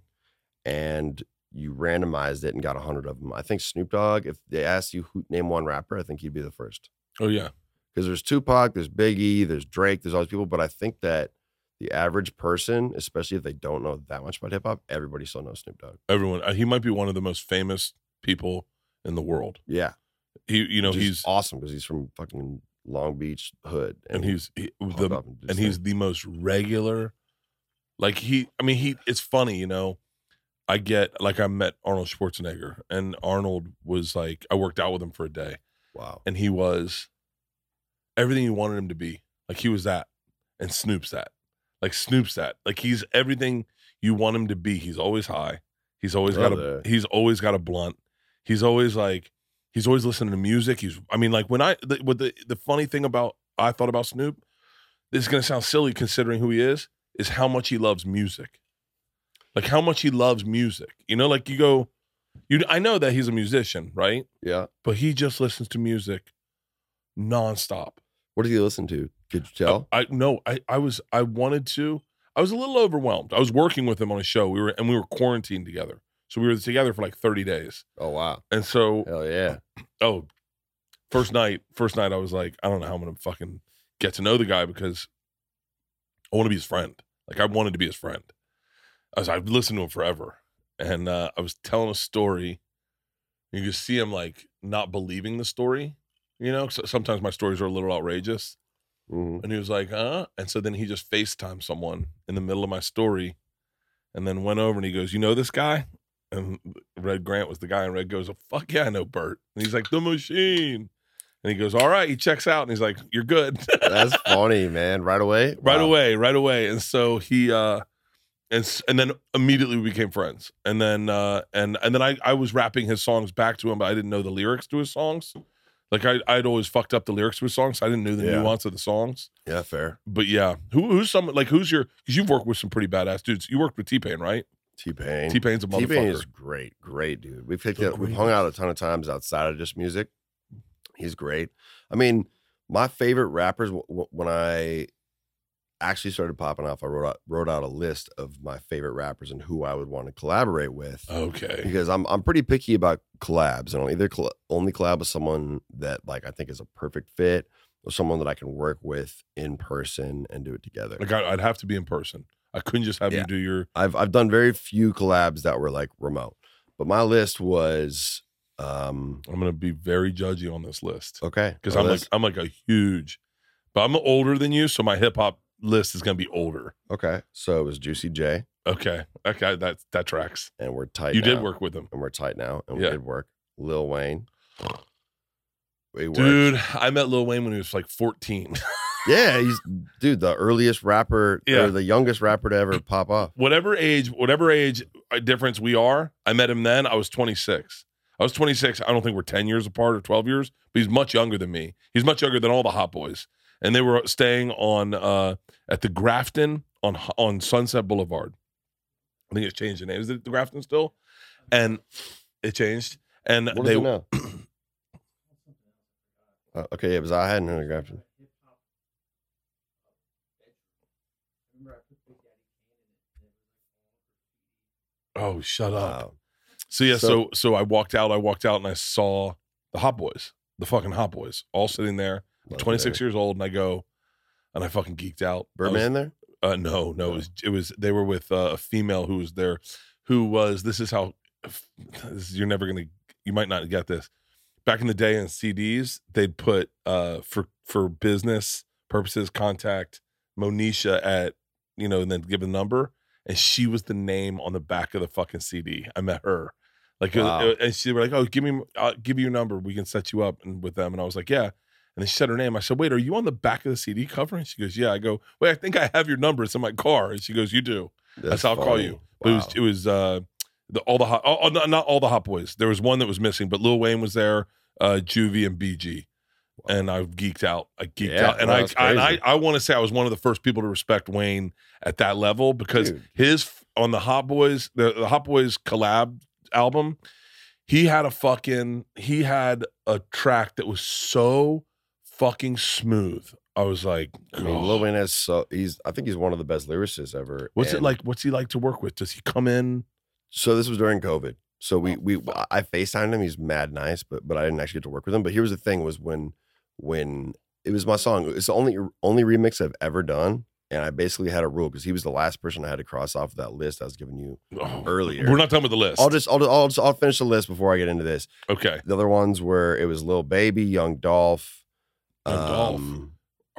A: and you randomized it and got hundred of them, I think Snoop Dogg. If they asked you who name one rapper, I think he'd be the first.
B: Oh yeah.
A: Because there's Tupac, there's Biggie, there's Drake, there's all these people, but I think that the average person, especially if they don't know that much about hip hop, everybody still knows Snoop Dogg.
B: everyone uh, he might be one of the most famous people in the world
A: Yeah.
B: he you know
A: which is
B: he's
A: awesome because he's from fucking Long Beach hood,
B: and he's he,
A: pumped
B: the,
A: up and, did
B: and
A: his
B: he's
A: thing.
B: the most regular like he i mean he it's funny you know i get like i met arnold schwarzenegger and arnold was like i worked out with him for a day
A: wow.
B: and he was everything you wanted him to be. Like he was that, and Snoop's that. Like Snoop's that. Like he's everything you want him to be. He's always high. He's always got
A: Love
B: a.
A: that.
B: He's always got a blunt. He's always like. He's always listening to music. He's, I mean, like when I, the, what the the funny thing about I thought about Snoop, this is gonna sound silly considering who he is, is how much he loves music, like how much he loves music. You know, like you go, you, I know that he's a musician, right?
A: Yeah.
B: But he just listens to music nonstop.
A: What did you listen to? Could you tell?
B: I no, I I was I wanted to. I was a little overwhelmed. I was working with him on a show. We were and we were quarantined together, so we were together for like thirty days.
A: Oh wow.
B: And so,
A: Hell yeah.
B: oh, first night, first night, I was like, I don't know how I'm gonna fucking get to know the guy because I want to be his friend. Like I wanted to be his friend. I was I've listened to him forever, and uh, I was telling a story. You could see him like not believing the story. You know, 'cause sometimes my stories are a little outrageous.
A: Mhm.
B: And he was like, huh? And so then he just FaceTimed someone in the middle of my story and then went over and he goes, You know this guy? And Red Grant was the guy, and Red goes, oh, Fuck yeah, I know Bert. And he's like, The machine. And he goes, All right. He checks out and he's like, You're good.
A: That's funny, man. Right away.
B: right
A: Wow.
B: away, right away. And so he uh and s- and then immediately we became friends. And then uh and and then I I was rapping his songs back to him, but I didn't know the lyrics to his songs. Like I I'd always fucked up the lyrics to his songs. So I didn't know the
A: Yeah.
B: nuance of the songs
A: Yeah, fair.
B: but yeah, who who's some like who's your? Because you've worked with some pretty badass dudes. You worked with T Pain, right?
A: T Pain.
B: T Pain's a
A: T Pain Mm. is
B: motherfucker.
A: great, great dude. We've picked
B: The
A: up, we've hung out a ton of times outside of just music. He's great. I mean, my favorite rappers. wh- wh- When I actually started popping off, I wrote out, wrote out a list of my favorite rappers and who I would want to collaborate with.
B: Okay,
A: Because I'm I'm pretty picky about collabs, and I'll either coll- only collab with someone that like I think is a perfect fit, or someone that I can work with in person and do it together.
B: like I, I'd have to be in person. I couldn't just have
A: Yeah.
B: you do your.
A: I've I've done very few collabs that were like remote, but my list was um
B: I'm gonna be very judgy on this list
A: okay
B: because
A: my
B: I'm like
A: list-
B: I'm like a huge, but I'm older than you, so my hip hop list is gonna be older.
A: okay. So it was Juicy J,
B: Okay, okay, that that tracks.
A: and we're tight.
B: You did
A: now,
B: work with him,
A: and we're tight now, and
B: Yeah.
A: we did work. Lil Wayne, we worked.
B: dude. I met Lil Wayne when he was like 14.
A: Yeah, he's dude the earliest rapper
B: Yeah.
A: or the youngest rapper to ever pop off.
B: whatever age, whatever age uh, difference we are, I met him then. I was 26. I was 26. I don't think we're 10 years apart or 12 years, but he's much younger than me. He's much younger than all the hot boys. And they were staying on uh, at the Grafton on on Sunset Boulevard. I think it's changed the name. Is it the Grafton still? And it changed. And
A: What
B: they
A: do you know? Uh, okay, yeah, it was I hadn't heard of Grafton.
B: oh shut up.
A: Wow.
B: So yeah, so,
A: Ah, So-
B: so I walked out. I walked out and I saw the hot boys, the fucking hot boys, all sitting there. 26 years old and I go and I fucking geeked out. I was-
A: Birdman there?
B: uh, no, no, it was it was they were with uh, a female who was there who was this is how this is, you're never going to you might not get this. Back in the day in CDs, they'd put uh for for business purposes contact Monisha at you know and then give a number and she was the name on the back of the fucking CD. I met her. Like it was-
A: Wow.
B: it- and she were like, "Oh, give me I'll give you your number. We can set you up and with them." And I was like, "Yeah." And then she said her name. I said, "Wait, are you on the back of the CD cover?" And she goes, "Yeah." I go, "Wait, I think I have your number. It's in my car." And she goes, "You do." That's how I'll call
A: funny.
B: you. But it was it was uh the all the hot oh, oh, not, not all the hot boys. There was one that was missing, but Lil Wayne was there, uh Juvie and BG. And I geeked out. I geeked
A: Yeah,
B: out. And
A: no,
B: I,
A: that's
B: I and I
A: crazy.
B: I want to say I was one of the first people to respect Wayne at that level because
A: Dude.
B: his on the Hot Boys, the, the Hot Boys collab album, he had a fucking he had a track that was so fucking smooth. I was like,
A: I mean, Lil Wayne has so he's I think he's one of the best lyricists ever.
B: what's it
A: and-
B: like? What's he like to work with? Does he come in?
A: So this was during COVID. So
B: Oh,
A: we we I FaceTimed him. He's mad nice, but but I didn't actually get to work with him. But here's the thing: was when when it was my song. It's the only only remix I've ever done, and I basically had a rule because he was the last person I had to cross off that list I was giving you
B: Oh,
A: earlier.
B: We're not done with the list.
A: I'll just I'll I'll, I'll finish the list before I get into this.
B: okay.
A: The other ones were it was Lil Baby, Young Dolph, um,
B: Young Dolph.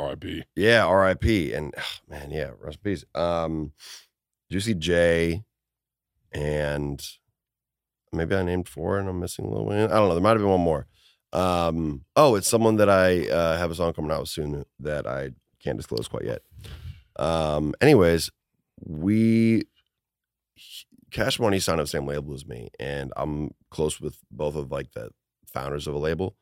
B: R.I.B.
A: Yeah, R.I.P. And ah, man, yeah, rest in peace. Um, Juicy J, and maybe I named four, and I'm missing Lil Wayne. I don't know. There might have been one more. Um, oh, it's someone that I uh, have a song coming out soon that I can't disclose quite yet. Um, anyways, we Cash Money signed up same label as me, and I'm close with both of like the founders of a label.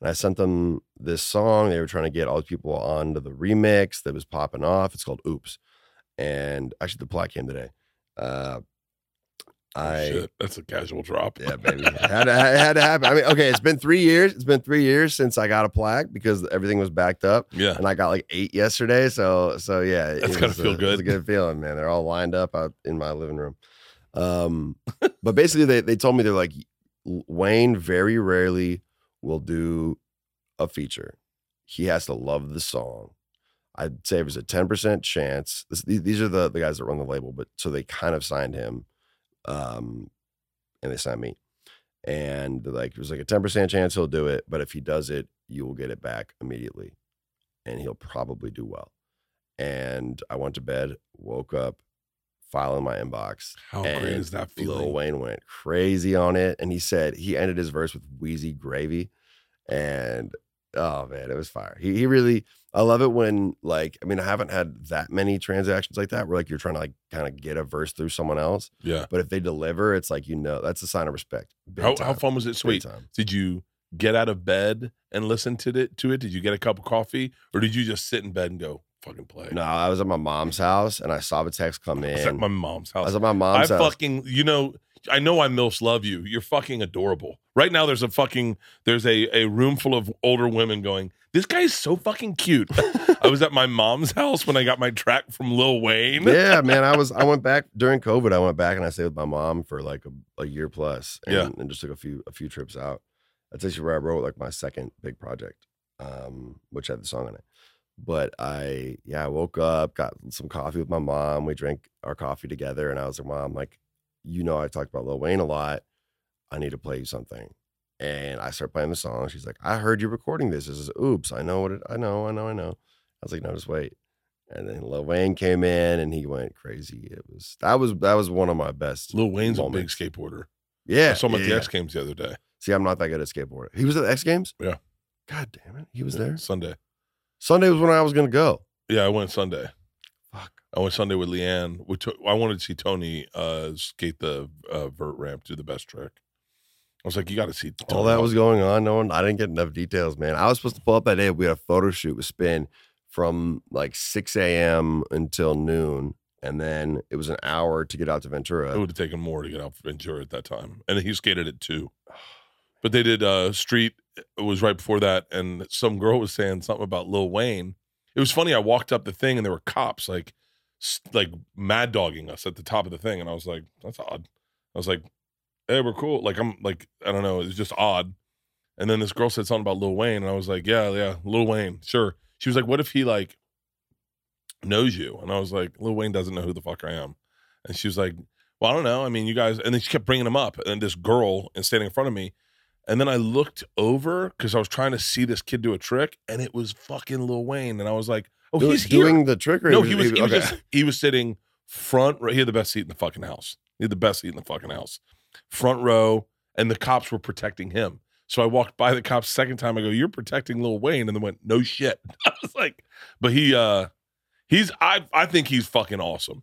A: And I sent them this song. They were trying to get all these people onto the remix that was popping off. It's called Oops. And actually, the plot came today. Uh, I
B: Shit, that's a casual drop.
A: yeah, baby. had, to, had had to happen. I mean, okay, it's been three years. It's been three years since I got a plaque because everything was backed up,
B: Yeah.
A: and I got like eight yesterday. So, so yeah, it
B: That's gotta
A: was
B: feel
A: a- it was a
B: good.
A: good feeling, man. They're all lined up out in my living room. Um, but basically, they they told me they're like Wayne very rarely will do a feature. He has to love the song. I'd say it was a ten percent chance. This, these these are the the guys that run the label, but so they kind of signed him. Um, and they signed me. And they're like it was like a ten percent chance he'll do it, but if he does it, you will get it back immediately, and he'll probably do well. And I went to bed, woke up, file in my inbox.
B: How great
A: and
B: Oh, is that
A: Lil
B: feeling?
A: Wayne went crazy on it, and he said he ended his verse with "Wheezy Gravy," and oh man, it was fire. He he really. I love it when like I mean I haven't had that many transactions like that where like you're trying to like kind of get a verse through someone else.
B: Yeah.
A: But if they deliver, it's like you know that's a sign of respect. Big
B: How, how
A: time.
B: fun was it?
A: Big
B: Sweet.
A: time.
B: Did you get out of bed and listen to it? To it? Did you get a cup of coffee, or did you just sit in bed and go fucking play?
A: No, I was at my mom's house and I saw the text come
B: I
A: in.
B: was at my mom's
A: I
B: house.
A: was at my
B: I
A: mom's house.
B: fucking, you know, I know I milfs love you. You're fucking adorable. Right now, there's a fucking, there's a a room full of older women going. This guy is so fucking cute. I was at my mom's house when I got my track from Lil Wayne.
A: yeah, man. I was. I went back during COVID. I went back and I stayed with my mom for like a, a year plus, and,
B: Yeah.
A: and just took a few a few trips out. That's actually where I wrote like my second big project, um, which had the song on it. But I, yeah, I woke up, got some coffee with my mom. We drank our coffee together, and I was like, "Mom, like, you know, I talked about Lil Wayne a lot. I need to play you something." And I start playing the song. She's like, "I heard you recording this. This is oops. I know what it. I know. I know. I know." I was like, "No, just wait." And then Lil Wayne came in and he went crazy. It was that was that was one of my best.
B: Lil Wayne's a big
A: Moments.
B: skateboarder.
A: Yeah,
B: I saw him at
A: yeah,
B: the
A: yeah.
B: X Games the other day.
A: See, I'm not that good at skateboarding. He was at the X Games.
B: Yeah.
A: God damn it, he was there.
B: Sunday.
A: Sunday was when I was gonna go.
B: Yeah, I went Sunday.
A: Fuck.
B: I went Sunday with Leanne. We took, I wanted to see Tony uh, skate the uh, vert ramp, do the best trick. I was like, you got to see. Tony
A: All that
B: Hawk."
A: was going on. No one. I didn't get enough details, man. I was supposed to pull up that day. We had a photo shoot with Spin from like 6 a.m. until noon, and then it was an hour to get out to Ventura.
B: It would have taken more to get out Ventura at that time, and he skated at two. But they did uh, street. It was right before that, and some girl was saying something about Lil Wayne. It was funny. I walked up the thing, and there were cops like, s- like mad dogging us at the top of the thing, and I was like, "That's odd." I was like, "Hey, we're cool." Like I'm like I don't know. It's just odd. And then this girl said something about Lil Wayne, and I was like, "Yeah, yeah, Lil Wayne, sure." She was like, "What if he like knows you?" And I was like, "Lil Wayne doesn't know who the fuck I am." And she was like, well, I don't know. I mean, you guys, and then she kept bringing them up, and this girl and standing in front of me, and then I looked over because I was trying to see this kid do a trick, and it was fucking Lil Wayne, and I was like, oh,
A: Do-
B: he's here.
A: doing the trick. Or
B: no, he was, he was
A: okay.
B: just, he was sitting front row. He had the best seat in the fucking house. He had the best seat in the fucking house, front row, and the cops were protecting him. So I walked by the cops second time. I go, "You're protecting Lil Wayne," and then went, "No shit." I was like, "But he, uh he's I, I think he's fucking awesome.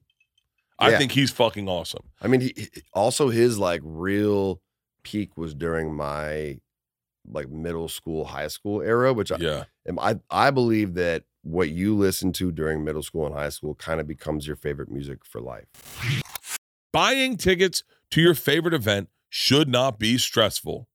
B: I
A: Yeah.
B: think he's fucking awesome."
A: I mean, he, he- also his like real peak was during my like middle school, high school era, which I
B: Yeah.
A: am- I I believe that what you listen to during middle school and high school kind of becomes your favorite music for life.
B: Buying tickets to your favorite event should not be stressful.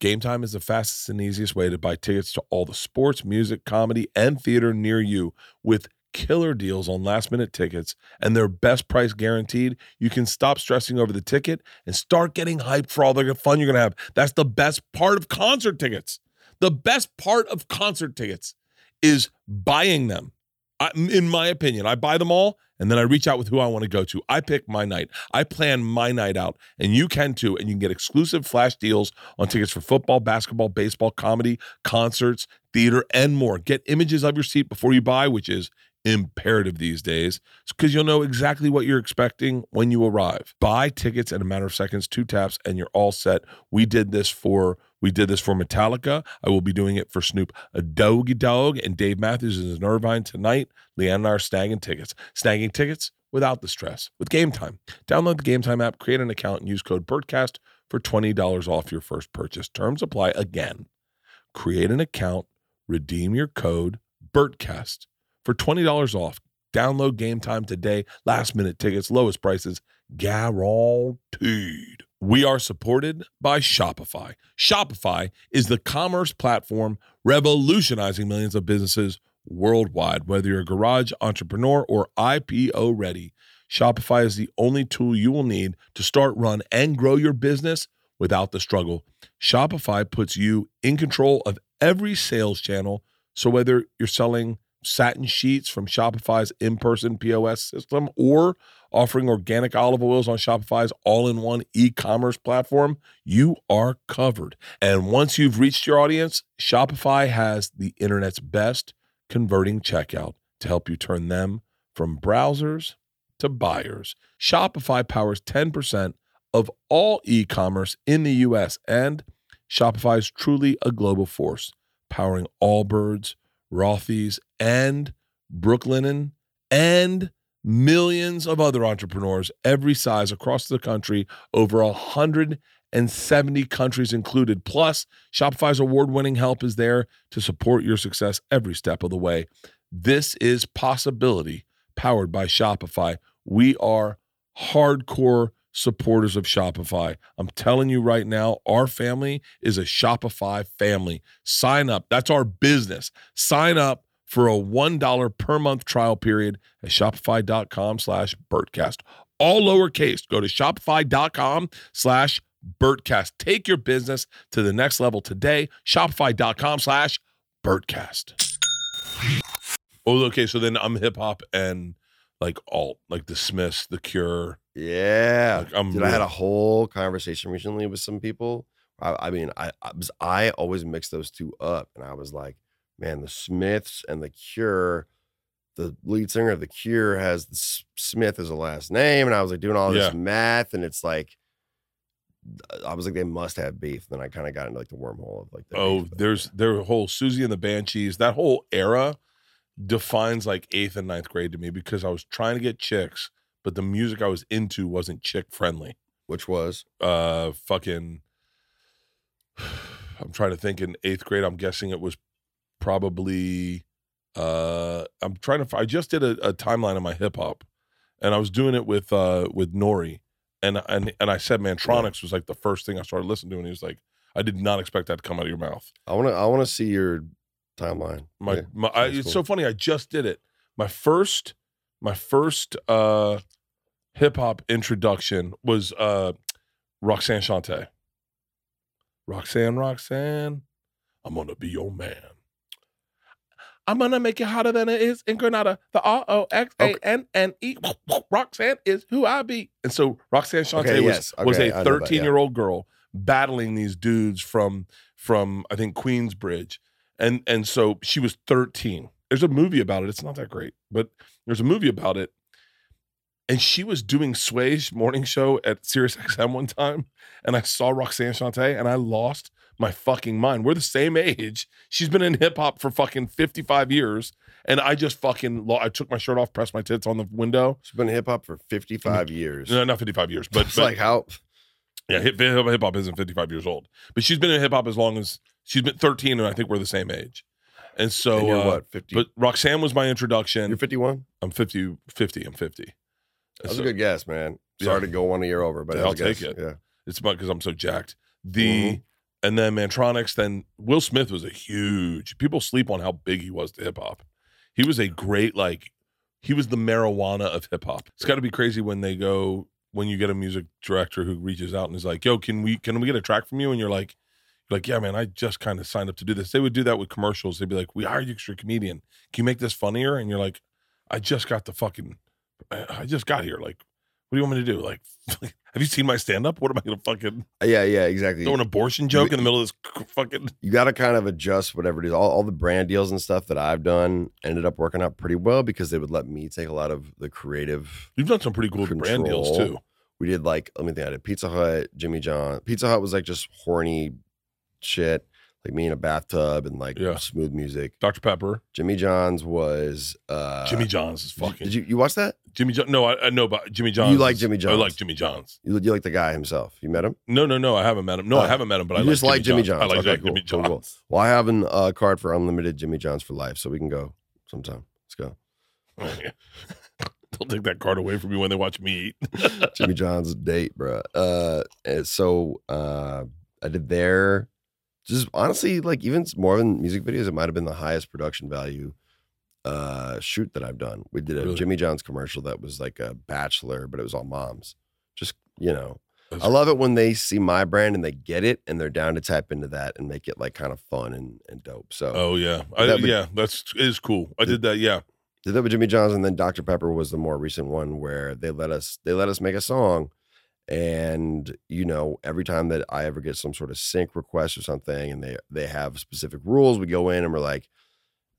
B: Game time is the fastest and easiest way to buy tickets to all the sports, music, comedy, and theater near you with killer deals on last minute tickets and their best price guaranteed. You can stop stressing over the ticket and start getting hyped for all the fun you're going to have. That's the best part of concert tickets. The best part of concert tickets is buying them. I, in my opinion, I buy them all and then I reach out with who I want to go to. I pick my night. I plan my night out, and you can too. And you can get exclusive flash deals on tickets for football, basketball, baseball, comedy, concerts, theater, and more. Get images of your seat before you buy, which is imperative these days because you'll know exactly what you're expecting when you arrive. Buy tickets in a matter of seconds, two taps, and you're all set. We did this for we did this for Metallica. I will be doing it for Snoop Doggy Dog and Dave Matthews is in Irvine tonight. Leanne and I are snagging tickets. Snagging tickets without the stress with Game Time. Download the Game Time app, create an account, and use code BIRDCAST for $20 off your first purchase. Terms apply again. Create an account, redeem your code BERTCAST for $20 off. Download game time today. Last minute tickets, lowest prices guaranteed. We are supported by Shopify. Shopify is the commerce platform revolutionizing millions of businesses worldwide. Whether you're a garage entrepreneur or IPO ready, Shopify is the only tool you will need to start, run, and grow your business without the struggle. Shopify puts you in control of every sales channel. So whether you're selling satin sheets from Shopify's in person POS system or offering organic olive oils on Shopify's all in one e commerce platform, you are covered. And once you've reached your audience, Shopify has the internet's best converting checkout to help you turn them from browsers to buyers. Shopify powers 10% of all e commerce in the US, and Shopify is truly a global force, powering Allbirds, Rothy's, and Brooklinen, and millions of other entrepreneurs every size across the country, over 170 countries included. Plus, Shopify's award winning help is there to support your success every step of the way. This is possibility powered by Shopify. We are hardcore supporters of Shopify. I'm telling you right now, our family is a Shopify family. Sign up. That's our business. Sign up for a $1 per month trial period at shopify.com slash BurtCast. All lowercase. Go to shopify.com slash BurtCast. Take your business to the next level today. Shopify.com slash BurtCast. Oh, okay. So then I'm hip hop and like alt, like the Smiths, the Cure.
A: Yeah.
B: Like, I'm
A: Dude, I had
B: real-
A: a whole conversation recently with some people. I, I mean, I I, was, I always mix those two up, and I was like, man, the Smiths and the Cure. The lead singer of the Cure has the S- Smith as a last name, and I was like doing all this
B: Yeah.
A: math, and it's like, I was like, they must have beef. And then I kind of got into like the wormhole of like, the
B: oh,
A: beef, but-
B: there's their whole Susie and the Banshees. That whole era defines like eighth and ninth grade to me because I was trying to get chicks, but the music I was into wasn't chick friendly.
A: which was
B: Uh, fucking. I'm trying to think. In eighth grade, I'm guessing it was probably. Uh, I'm trying to. fi- I just did a, a timeline of my hip hop, and I was doing it with uh with Nori, and and and I said Mantronics was like the first thing I started listening to, and he was like, I did not expect that to come out of your mouth.
A: I want to I want to see your timeline.
B: my,
A: Yeah.
B: my I,
A: that's
B: it's
A: cool.
B: so funny i just did it my first my first uh hip-hop introduction was uh roxanne shante roxanne roxanne i'm gonna be your man I'm gonna make it hotter than it is in Granada. The R O X A N N E. Roxanne is who I be. And so Roxanne Shante
A: Okay,
B: was,
A: yes.
B: was
A: Okay,
B: a
A: I know that, yeah.
B: 13 year old girl battling these dudes from from I think Queensbridge, and and so she was 13. There's a movie about it. It's not that great, but there's a movie about it. And she was doing Sway's morning show at Sirius XM one time, and I saw Roxanne Shante, and I lost my fucking mind. We're the same age. She's been in hip hop for fucking 55 years, and I just fucking lo- I took my shirt off, pressed my tits on the window.
A: She's been in hip hop for 55 years.
B: No, not 55 years, but,
A: it's
B: but
A: like how
B: yeah, hip hip hop isn't 55 years old, but she's been in hip hop as long as she's been 13, and I think we're the same age. And so,
A: and you're
B: uh,
A: what 50
B: but Roxanne was my introduction.
A: you're 51?
B: I'm 50, 50. I'm 50.
A: That's
B: So
A: a good guess, man.
B: Yeah.
A: Sorry to go one year over, but
B: Yeah,
A: that was a
B: I'll take
A: guess.
B: it.
A: Yeah.
B: It's about because I'm so jacked. The and then Mantronics. Then Will Smith was a huge. People sleep on how big he was to hip hop. He was a great like. He was the marijuana of hip hop. It's got to be crazy when they go when you get a music director who reaches out and is like, "Yo, can we can we get a track from you?" And you're like, like, yeah, man, I just kind of signed up to do this. They would do that with commercials. They'd be like, we hired you because you're a comedian. Can you make this funnier? And you're like, I just got the fucking, I I just got here. Like, what do you want me to do? Like, have you seen my stand up? What am I going to fucking
A: Uh, Yeah, yeah, exactly.
B: throw an abortion joke in the middle of this c- fucking?
A: you got to kind of adjust whatever it is. All, all the brand deals and stuff that I've done ended up working out pretty well because they would let me take a lot of the creative.
B: You've done some pretty cool brand deals too.
A: Control. We did like, let me think, I did Pizza Hut, Jimmy John. Pizza Hut was like just horny shit. like me in a bathtub and like
B: Yeah.
A: smooth music.
B: Dr. Pepper.
A: Jimmy John's was uh
B: Jimmy John's is fucking.
A: Did you you watch that?
B: Jimmy John. No, I, I know about Jimmy John's.
A: like
B: is-
A: Jimmy
B: I
A: John's.
B: like Jimmy John's.
A: You, you like the guy himself? You met him?
B: No, no, no. I haven't met him. No, I
A: Oh.
B: haven't met him, but I
A: you just like Jimmy John's.
B: I like
A: Okay,
B: Jack-
A: cool,
B: Jimmy
A: cool,
B: John's.
A: cool. Well, I have an uh, card for unlimited Jimmy John's for life, so we can go sometime. Let's go.
B: Oh, yeah. They'll take that card away from me when they watch me eat.
A: Jimmy John's date, bro. Uh, and so uh, I did there. Just honestly, like even s- more than music videos, it might have been the highest production value uh shoot that I've done. We did a
B: Really?
A: Jimmy John's commercial that was like a bachelor, but it was all moms. Just you know,
B: That's
A: I love it when they see my brand and they get it and they're down to tap into that and make it like kind of fun and, and dope. So
B: Oh yeah, I,
A: That would-
B: yeah. That's is cool. I did that. Yeah,
A: did that with Jimmy John's, and then Dr Pepper was the more recent one where they let us they let us make a song, and you know every time that I ever get some sort of sync request or something, and they they have specific rules, we go in and we're like,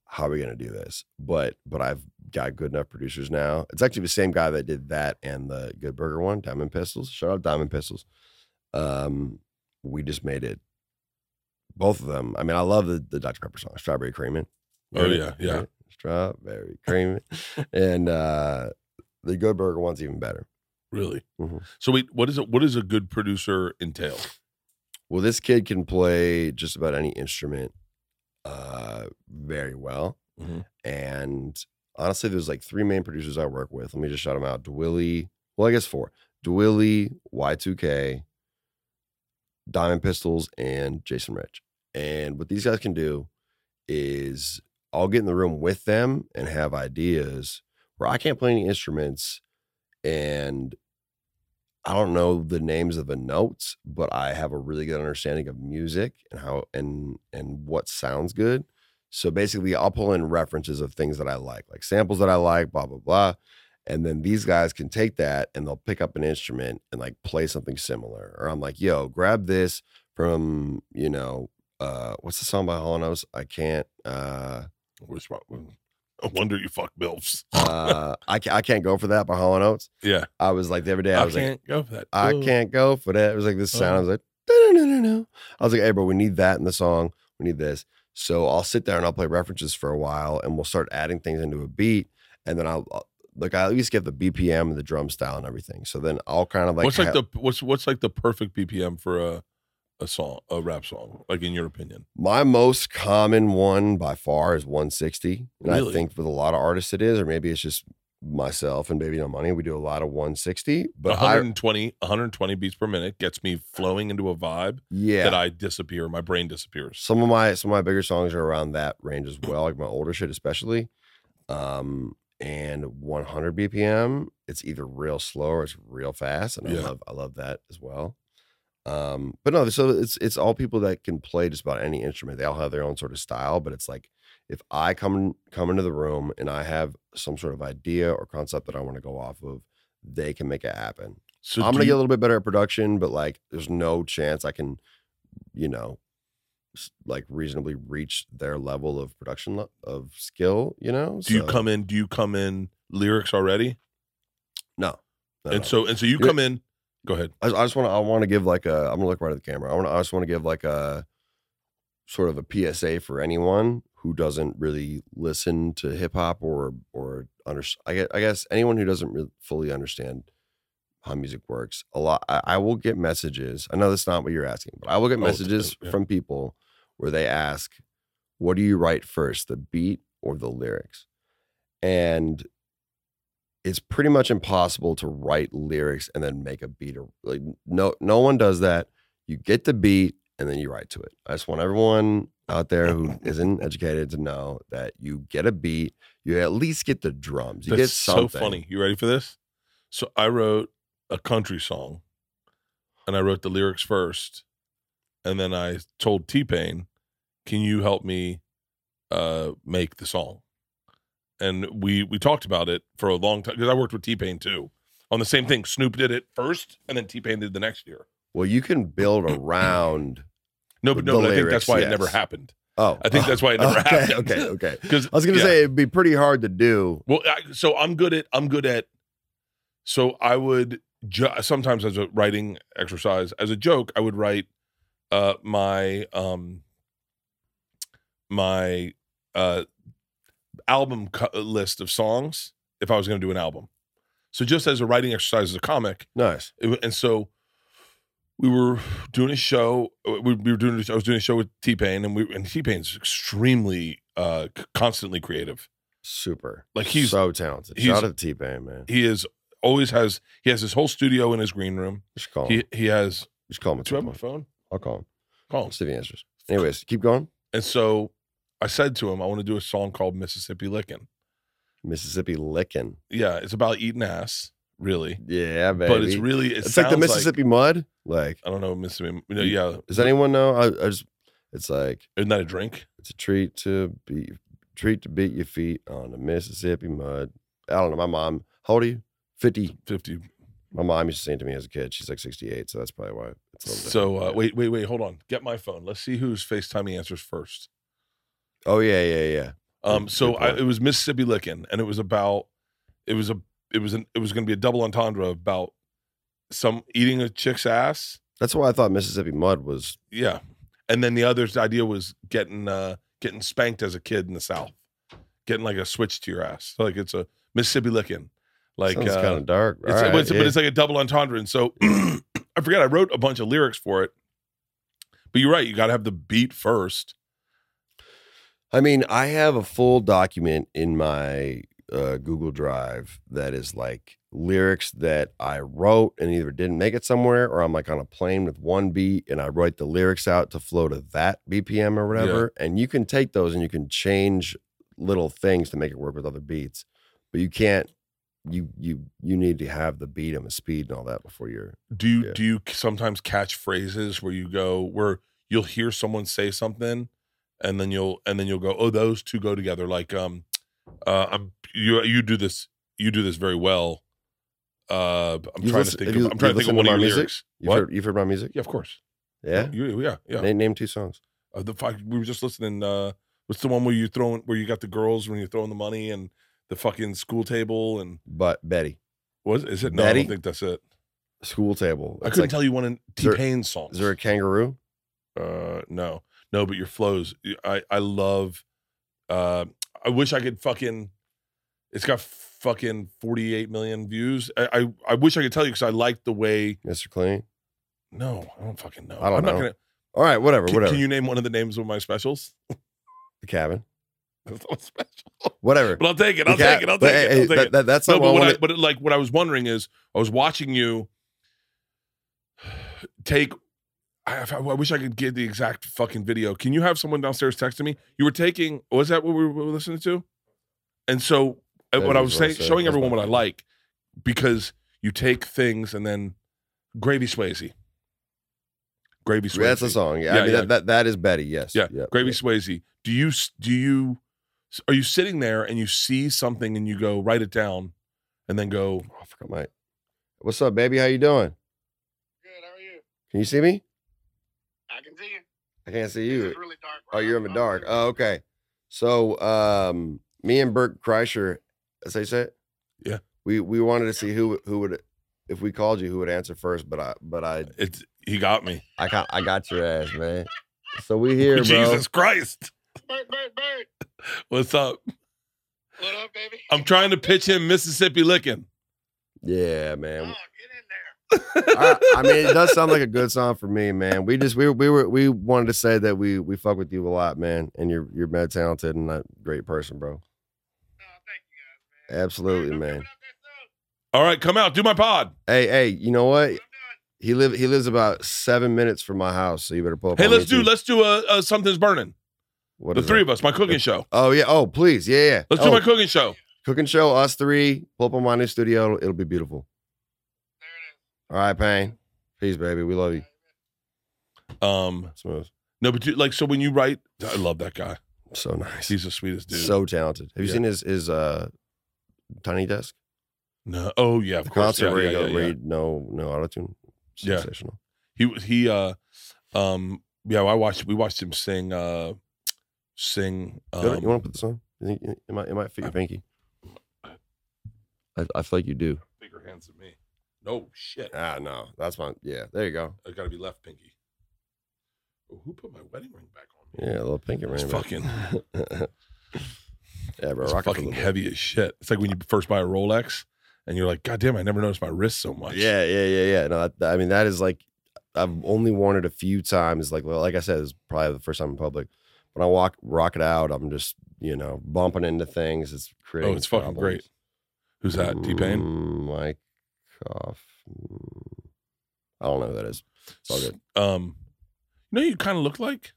A: how are we gonna do this? But but I've got good enough producers now. It's actually the same guy that did that and the Good Burger one, Diamond Pistols. Shout out Diamond Pistols. Um, we just made it. Both of them. I mean, I love the, the Dr Pepper song, Strawberry Creamin'.
B: Oh, yeah, yeah.
A: Strawberry cream, and uh, the Good Burger one's even better.
B: really.
A: Mhm.
B: So wait, what is it? What does a good producer entail?
A: Well, this kid can play just about any instrument uh, very well.
B: Mhm.
A: And honestly, there's like three main producers I work with. Let me just shout them out. Dwilly, well, I guess four. Dwilly, Y2K, Diamond Pistols, and Jason Rich. And what these guys can do is I'll get in the room with them and have ideas where I can't play any instruments and I don't know the names of the notes, but I have a really good understanding of music and how and and what sounds good. So basically, I'll pull in references of things that I like, like samples that I like, blah blah blah, and then these guys can take that and they'll pick up an instrument and like play something similar. Or I'm like, yo, grab this from you know uh what's the song by Holonos? I can't. uh
B: Where's my-
A: mm.
B: I wonder you fuck milfs.
A: uh I can't, I can't go for that by Hall and Oates.
B: Yeah,
A: I was like the other day, I,
B: I,
A: was like,
B: can't go for that.
A: I
B: Ooh.
A: can't go for that. It was like this
B: Oh.
A: sound. I was like, no, no, no, no. I was like, hey, bro, we need that in the song. We need this. So I'll sit there and I'll play references for a while, and we'll start adding things into a beat, and then I'll uh, like I at least get the BPM and the drum style and everything. So then I'll kind of like
B: what's like
A: ha-
B: the what's what's like the perfect BPM for a a song a rap song? Like in your opinion?
A: My most common one by far is 160. And I
B: Really?
A: think with a lot of artists it is, or maybe it's just myself and Baby No Money. We do a lot of 160. But I
B: 120 120 beats per minute gets me flowing into a vibe
A: yeah.
B: that I disappear. My brain disappears.
A: some of my some of my bigger songs are around that range as well, like my older shit especially. Um and 100 BPM, it's either real slow or it's real fast, and I
B: Yeah.
A: love I love that as well. Um, but no, so it's it's all people that can play just about any instrument. They all have their own sort of style, but it's like if I come come into the room and I have some sort of idea or concept that I want to go off of, they can make it happen.
B: So
A: I'm
B: do
A: gonna
B: you-
A: get a little bit better at production, but like, there's no chance I can, you know, s- like reasonably reach their level of production lo- of skill. You know,
B: do you
A: So-
B: come in? Do you come in lyrics already?
A: No, no,
B: and
A: no.
B: so and so you
A: You're-
B: come in. Go ahead.
A: I, I just want to. I want to give like a. I'm gonna look right at the camera. I want. I just want to give like a sort of a PSA for anyone who doesn't really listen to hip hop or or under. I guess, I guess anyone who doesn't really fully understand how music works. A lot. I, I will get messages. I know that's not what you're asking, but I will get
B: Oh, it's-
A: messages
B: yeah.
A: from people where they ask, "What do you write first, the beat or the lyrics?" And it's pretty much impossible to write lyrics and then make a beat or like no no one does that you get the beat and then you write to it i just want everyone out there who isn't educated to know that you get a beat you at least get the drums you get
B: That's
A: something
B: so funny. You ready for this? So I wrote a country song, and I wrote the lyrics first, and then I told T Pain, "Can you help me uh, make the song?" And we we talked about it for a long time because I worked with T Pain too on the same thing. Snoop did it first, and then T Pain did the next year.
A: well you can build around
B: No, but
A: The-
B: no, but
A: the
B: I think
A: lyrics,
B: that's why it
A: yes.
B: never happened.
A: oh
B: I think that's why it never
A: okay,
B: happened.
A: okay okay
B: Because
A: i was gonna say it'd be pretty hard to do
B: Well, I, so I'm good at I'm good at. So I would ju- sometimes as a writing exercise as a joke, I would write uh my um my uh, album co- list of songs if I was going to do an album. So just as a writing exercise as a comic,
A: Nice.
B: it wa- and so we were doing a show. uh, We, we were doing. I was doing a show with T Pain, and we and T Pain's extremely, uh, c- constantly creative.
A: Super.
B: Like, he's-
A: so talented.
B: he's-
A: Shout out to T Pain, man.
B: He is always has. He has his whole studio in his green room.
A: You should call him.
B: He he has.
A: you should call him. at
B: Do I have
A: some
B: my
A: point.
B: phone?
A: I'll call him.
B: Call him.
A: Let's see if he answers. Anyways, keep going.
B: And so I said to him, I want to do a song called Mississippi Lickin'.
A: Mississippi licking.
B: Yeah, it's about eating ass, really.
A: Yeah, baby.
B: But it's really it
A: it's
B: sounds
A: like the Mississippi mud. Like,
B: I don't know Mississippi. You know, yeah,
A: does anyone know? I, I just, it's like
B: isn't that a drink?
A: It's a treat to be treat to beat your feet on the Mississippi mud. I don't know. My mom, how old are you? Fifty.
B: Fifty.
A: My mom used to sing it to me as a kid. She's like sixty-eight, so that's probably why. It's a little
B: So uh,
A: different.
B: wait, wait, wait. Hold on. Get my phone. Let's see whose FaceTime he answers first.
A: Oh yeah, yeah, yeah.
B: Um,
A: Good-
B: so
A: good
B: I,
A: point.
B: it was Mississippi Lickin', and it was about it was a it was an it was going to be a double entendre about some eating a chick's ass,
A: That's why I thought Mississippi mud was.
B: yeah, and then the other's idea was getting uh getting spanked as a kid in the South, getting like a switch to your ass, like it's a Mississippi Lickin', like
A: Like
B: uh,
A: kind of dark.
B: it's,
A: All
B: but, it's,
A: right,
B: but
A: yeah.
B: it's like a double entendre, and so I forget I wrote a bunch of lyrics for it, but you're right, you got to have the beat first.
A: I mean, I have a full document in my uh, Google Drive that is like lyrics that I wrote and either didn't make it somewhere or I'm like on a plane with one beat and I write the lyrics out to flow to that BPM or whatever. And you can take those and you can change little things to make it work with other beats, but you can't. You you you need to have the beat and the speed and all that before you're
B: do you
A: Yeah.
B: do you sometimes catch phrases where you go where you'll hear someone say something and then you'll and then you'll go oh those two go together like um uh I'm you you do this you do this very well uh I'm
A: You've
B: trying
A: listen-
B: to think
A: have
B: of,
A: you-
B: I'm trying to
A: you've
B: think of
A: listened
B: one
A: to
B: of your
A: my music?
B: lyrics
A: you've heard you've heard my music
B: yeah of course
A: yeah,
B: you, yeah yeah
A: Name, name two songs
B: uh, the fuck we were just listening uh what's the one where you throwing where you got the girls when you're throwing the money and the fucking school table and
A: but Betty
B: was is it no I
A: Betty?
B: don't think that's it
A: school table
B: I
A: It's
B: couldn't
A: like-
B: tell you one in
A: Is there-
B: T-Pain songs
A: is there a kangaroo
B: Uh, no, no, but your flows. y- I I love. Uh, I wish I could fucking. It's got fucking forty eight million views. I, I I wish I could tell you because I like the way.
A: Mr. Clean
B: No, I don't fucking know.
A: I don't
B: am
A: know.
B: Not gonna,
A: All right, whatever,
B: can,
A: whatever.
B: can you name one of the names of my specials?
A: the cabin,
B: That's all special.
A: whatever.
B: But I'll take it. I'll
A: The ca-
B: take it. I'll
A: but
B: take it.
A: hey,
B: I'll take
A: that-
B: it.
A: that- that's
B: No,
A: not
B: but
A: what
B: what
A: I
B: I,
A: wanted.
B: but like what I was wondering is I was watching you take. I, I wish I could get the exact fucking video. Can you have someone downstairs texting me? You were taking. Was that what we were listening to? And so uh,
A: That
B: what I
A: is
B: was
A: what I
B: saying,
A: said.
B: showing
A: That's
B: everyone
A: my
B: what I
A: favorite.
B: like, because you take things and then gravy Swayze, gravy Swayze.
A: That's a song. Yeah, I
B: Yeah,
A: mean
B: yeah.
A: That, that that is Betty. Yes.
B: Yeah,
A: Yep,
B: Gravy
A: yep.
B: Swayze. Do you s- do you s- are you sitting there and you see something and you go write it down, and then go
A: Oh, I forgot my. What's up, baby? How you doing?
F: Good. How are you?
A: Can you see me?
F: I can see you.
A: I can't see
F: This
A: you.
F: is really dark.
A: Oh,
F: where
A: you're in
F: I'm
A: the
F: from.
A: dark. Oh, okay. So, um, me and Bert Kreischer, as I say it.
B: Yeah.
A: We we wanted to see who who would if we called you who would answer first, but I but I
B: it's he got me.
A: I got I got your ass, man. So we here, bro.
B: Jesus Christ,
F: Bert, Bert, Bert.
B: what's up?
F: What up, baby?
B: I'm trying to pitch him Mississippi licking.
A: Yeah,
F: Oh,
A: man.
F: get in there.
A: I, I mean, it does sound like a good song for me, man. We just we we were we wanted to say that we we fuck with you a lot, man, and you're you're mad talented and a great person, bro.
F: Oh, thank you guys, man.
A: Absolutely,
F: Bert, I'm
A: man.
F: coming out there soon.
B: All right, come out, do my pod.
A: Hey, hey, you know what?
F: I'm done.
A: He live he lives about seven minutes from my house, so you better pull up.
B: Hey,
A: on
B: let's
A: me,
B: do
A: too.
B: let's do a, a something's burning.
A: What
B: the
A: is
B: three
A: it?
B: of us, my cooking
A: Let's-
B: show.
A: Oh yeah. Oh please, yeah, yeah.
B: Let's
A: oh,
B: do my cooking show.
A: cooking show. Us three. Pull up on my new studio. It'll, it'll be beautiful.
F: There it is.
A: All right, Payne. Peace, baby. We love you.
B: Um,
A: Smooth.
B: no, but do, like so when you write, I love that guy.
A: So nice.
B: He's the sweetest dude.
A: so talented. Have you
B: Yeah.
A: seen his his uh tiny desk?
B: no, oh yeah, of
A: the
B: course.
A: concert
B: Yeah,
A: where
B: yeah,
A: you go
B: yeah, yeah.
A: read no no autotune.
B: Yeah.
A: Sensational.
B: he was he uh um yeah i watched we watched him sing uh sing
A: You wanna-
B: um,
A: you want to put this on? You think it might it might fit your pinky? I, I feel like you do.
B: bigger hands than me no shit
A: Ah no, that's fine. Yeah, there you go.
B: i gotta be left pinky Who put my wedding ring back on?
A: Yeah, a little pinky
B: It's
A: ring. but-
B: fucking,
A: yeah, bro. rock it
B: it's
A: for a
B: fucking
A: little bit.
B: heavy as shit. It's like when you first buy a Rolex and you're like, God damn, I never noticed my wrist so much.
A: Yeah, yeah, yeah, yeah. No, that- I mean that is like I've only worn it a few times. Like well, like I said, it's probably the first time in public. When I walk rock it out, I'm just you know bumping into things. It's creating.
B: Oh, it's fucking great.
A: problems.
B: Who's that? T Pain?
A: Mm, Mike Cough. mm. I don't know who that is. It's all good.
B: Um, you know, who you kind of look like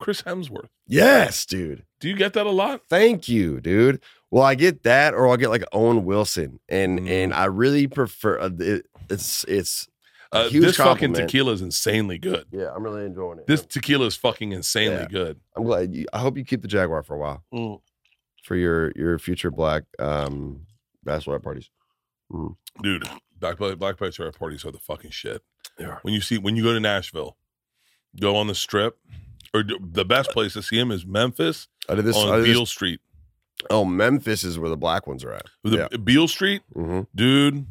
B: Chris Hemsworth.
A: Yes, dude.
B: Do you get that a lot?
A: Thank you, dude. Well, I get that, or I'll get like Owen Wilson, and
B: Mm.
A: and I really prefer uh, it, it's it's
B: Uh,
A: Huge
B: this fucking
A: compliment.
B: tequila is insanely good.
A: yeah. I'm really enjoying it.
B: This tequila is fucking insanely
A: Yeah.
B: good.
A: I'm glad. You, I hope you keep the Jaguar for a while.
B: Mm.
A: for your your future black um bachelorette parties.
B: Dude, Black Pe- Black Bachelorette parties are the fucking shit.
A: They are.
B: When you see when you go to Nashville, go on the strip, or d- the best place to see them is Memphis
A: I did this. I
B: on
A: did this-
B: Beale Street.
A: oh, Memphis is where the black ones are at.
B: The Beale Street,
A: hmm
B: dude.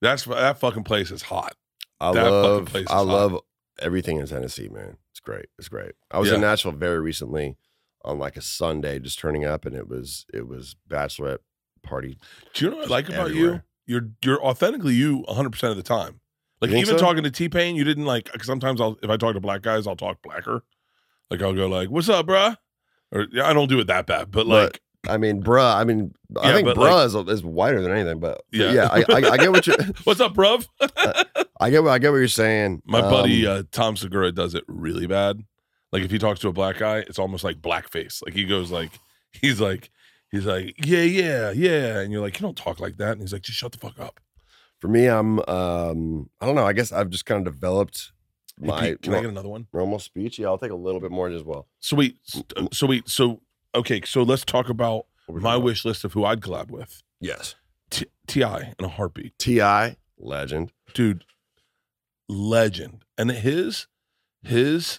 B: That's that fucking place is hot.
A: I
B: That fucking
A: love.
B: place is
A: I
B: hot.
A: love everything in Tennessee, man. It's great. It's great. I was in
B: Yeah.
A: Nashville very recently on like a Sunday, just turning up, and it was it was bachelorette party.
B: Do you know what I like about
A: Everywhere.
B: you? You're you're authentically you 100 percent of the time. Like
A: You think
B: even
A: so?
B: talking to T Pain, you didn't like. Cause sometimes I'll if I talk to black guys, I'll talk blacker. Like I'll go like, "What's up, bruh?" Or yeah, I don't do it that bad, but
A: But-
B: like,
A: I mean, bruh. I mean, I
B: Yeah,
A: think
B: but,
A: bruh is, is whiter than anything, but
B: Yeah.
A: yeah, I, I, I get what you.
B: "What's up, bruv?"
A: I get what I get what you're saying.
B: My buddy
A: Um,
B: uh, Tom Segura does it really bad. Like if he talks to a black guy, it's almost like blackface. Like he goes like he's like he's like yeah yeah yeah, and you're like you don't talk like that, and he's like just shut the fuck up.
A: for me, I'm. um I don't know. I guess I've just kind of developed
B: Hey,
A: my.
B: Pete, can I
A: my-
B: get another one?
A: normal speech. Yeah, I'll take a little bit more as well.
B: So wait, s- uh, so wait, so okay, so let's talk about
A: What we're
B: my
A: talking about.
B: wish list of who I'd collab with.
A: Yes.
B: T- Ti in a heartbeat,
A: Ti legend.
B: dude, legend, and his his.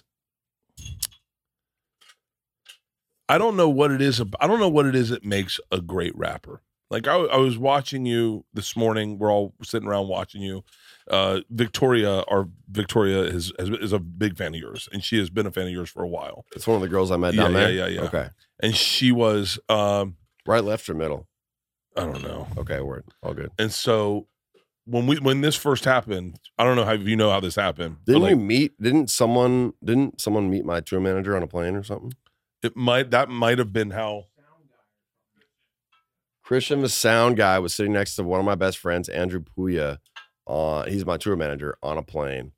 B: I don't know what it is. ab- I don't know what it is that makes a great rapper. Like I, I was watching you this morning. We're all sitting around watching you. Uh, Victoria, our Victoria is is a big fan of yours, and she has been a fan of yours for a while.
A: It's one of the girls I met
B: Yeah,
A: down there.
B: yeah, yeah, yeah.
A: Okay.
B: And she was, um,
A: Right, left, or middle.
B: I don't know,
A: Okay, word. All good.
B: And so when we when this first happened, I don't know how if you know how this happened, but
A: Didn't
B: like
A: you meet? Didn't someone? Didn't someone meet my tour manager on a plane or something?
B: it might that might have been how
A: Christian, the sound guy, was sitting next to one of my best friends, Andrew Puya. Uh, he's my tour manager on a plane.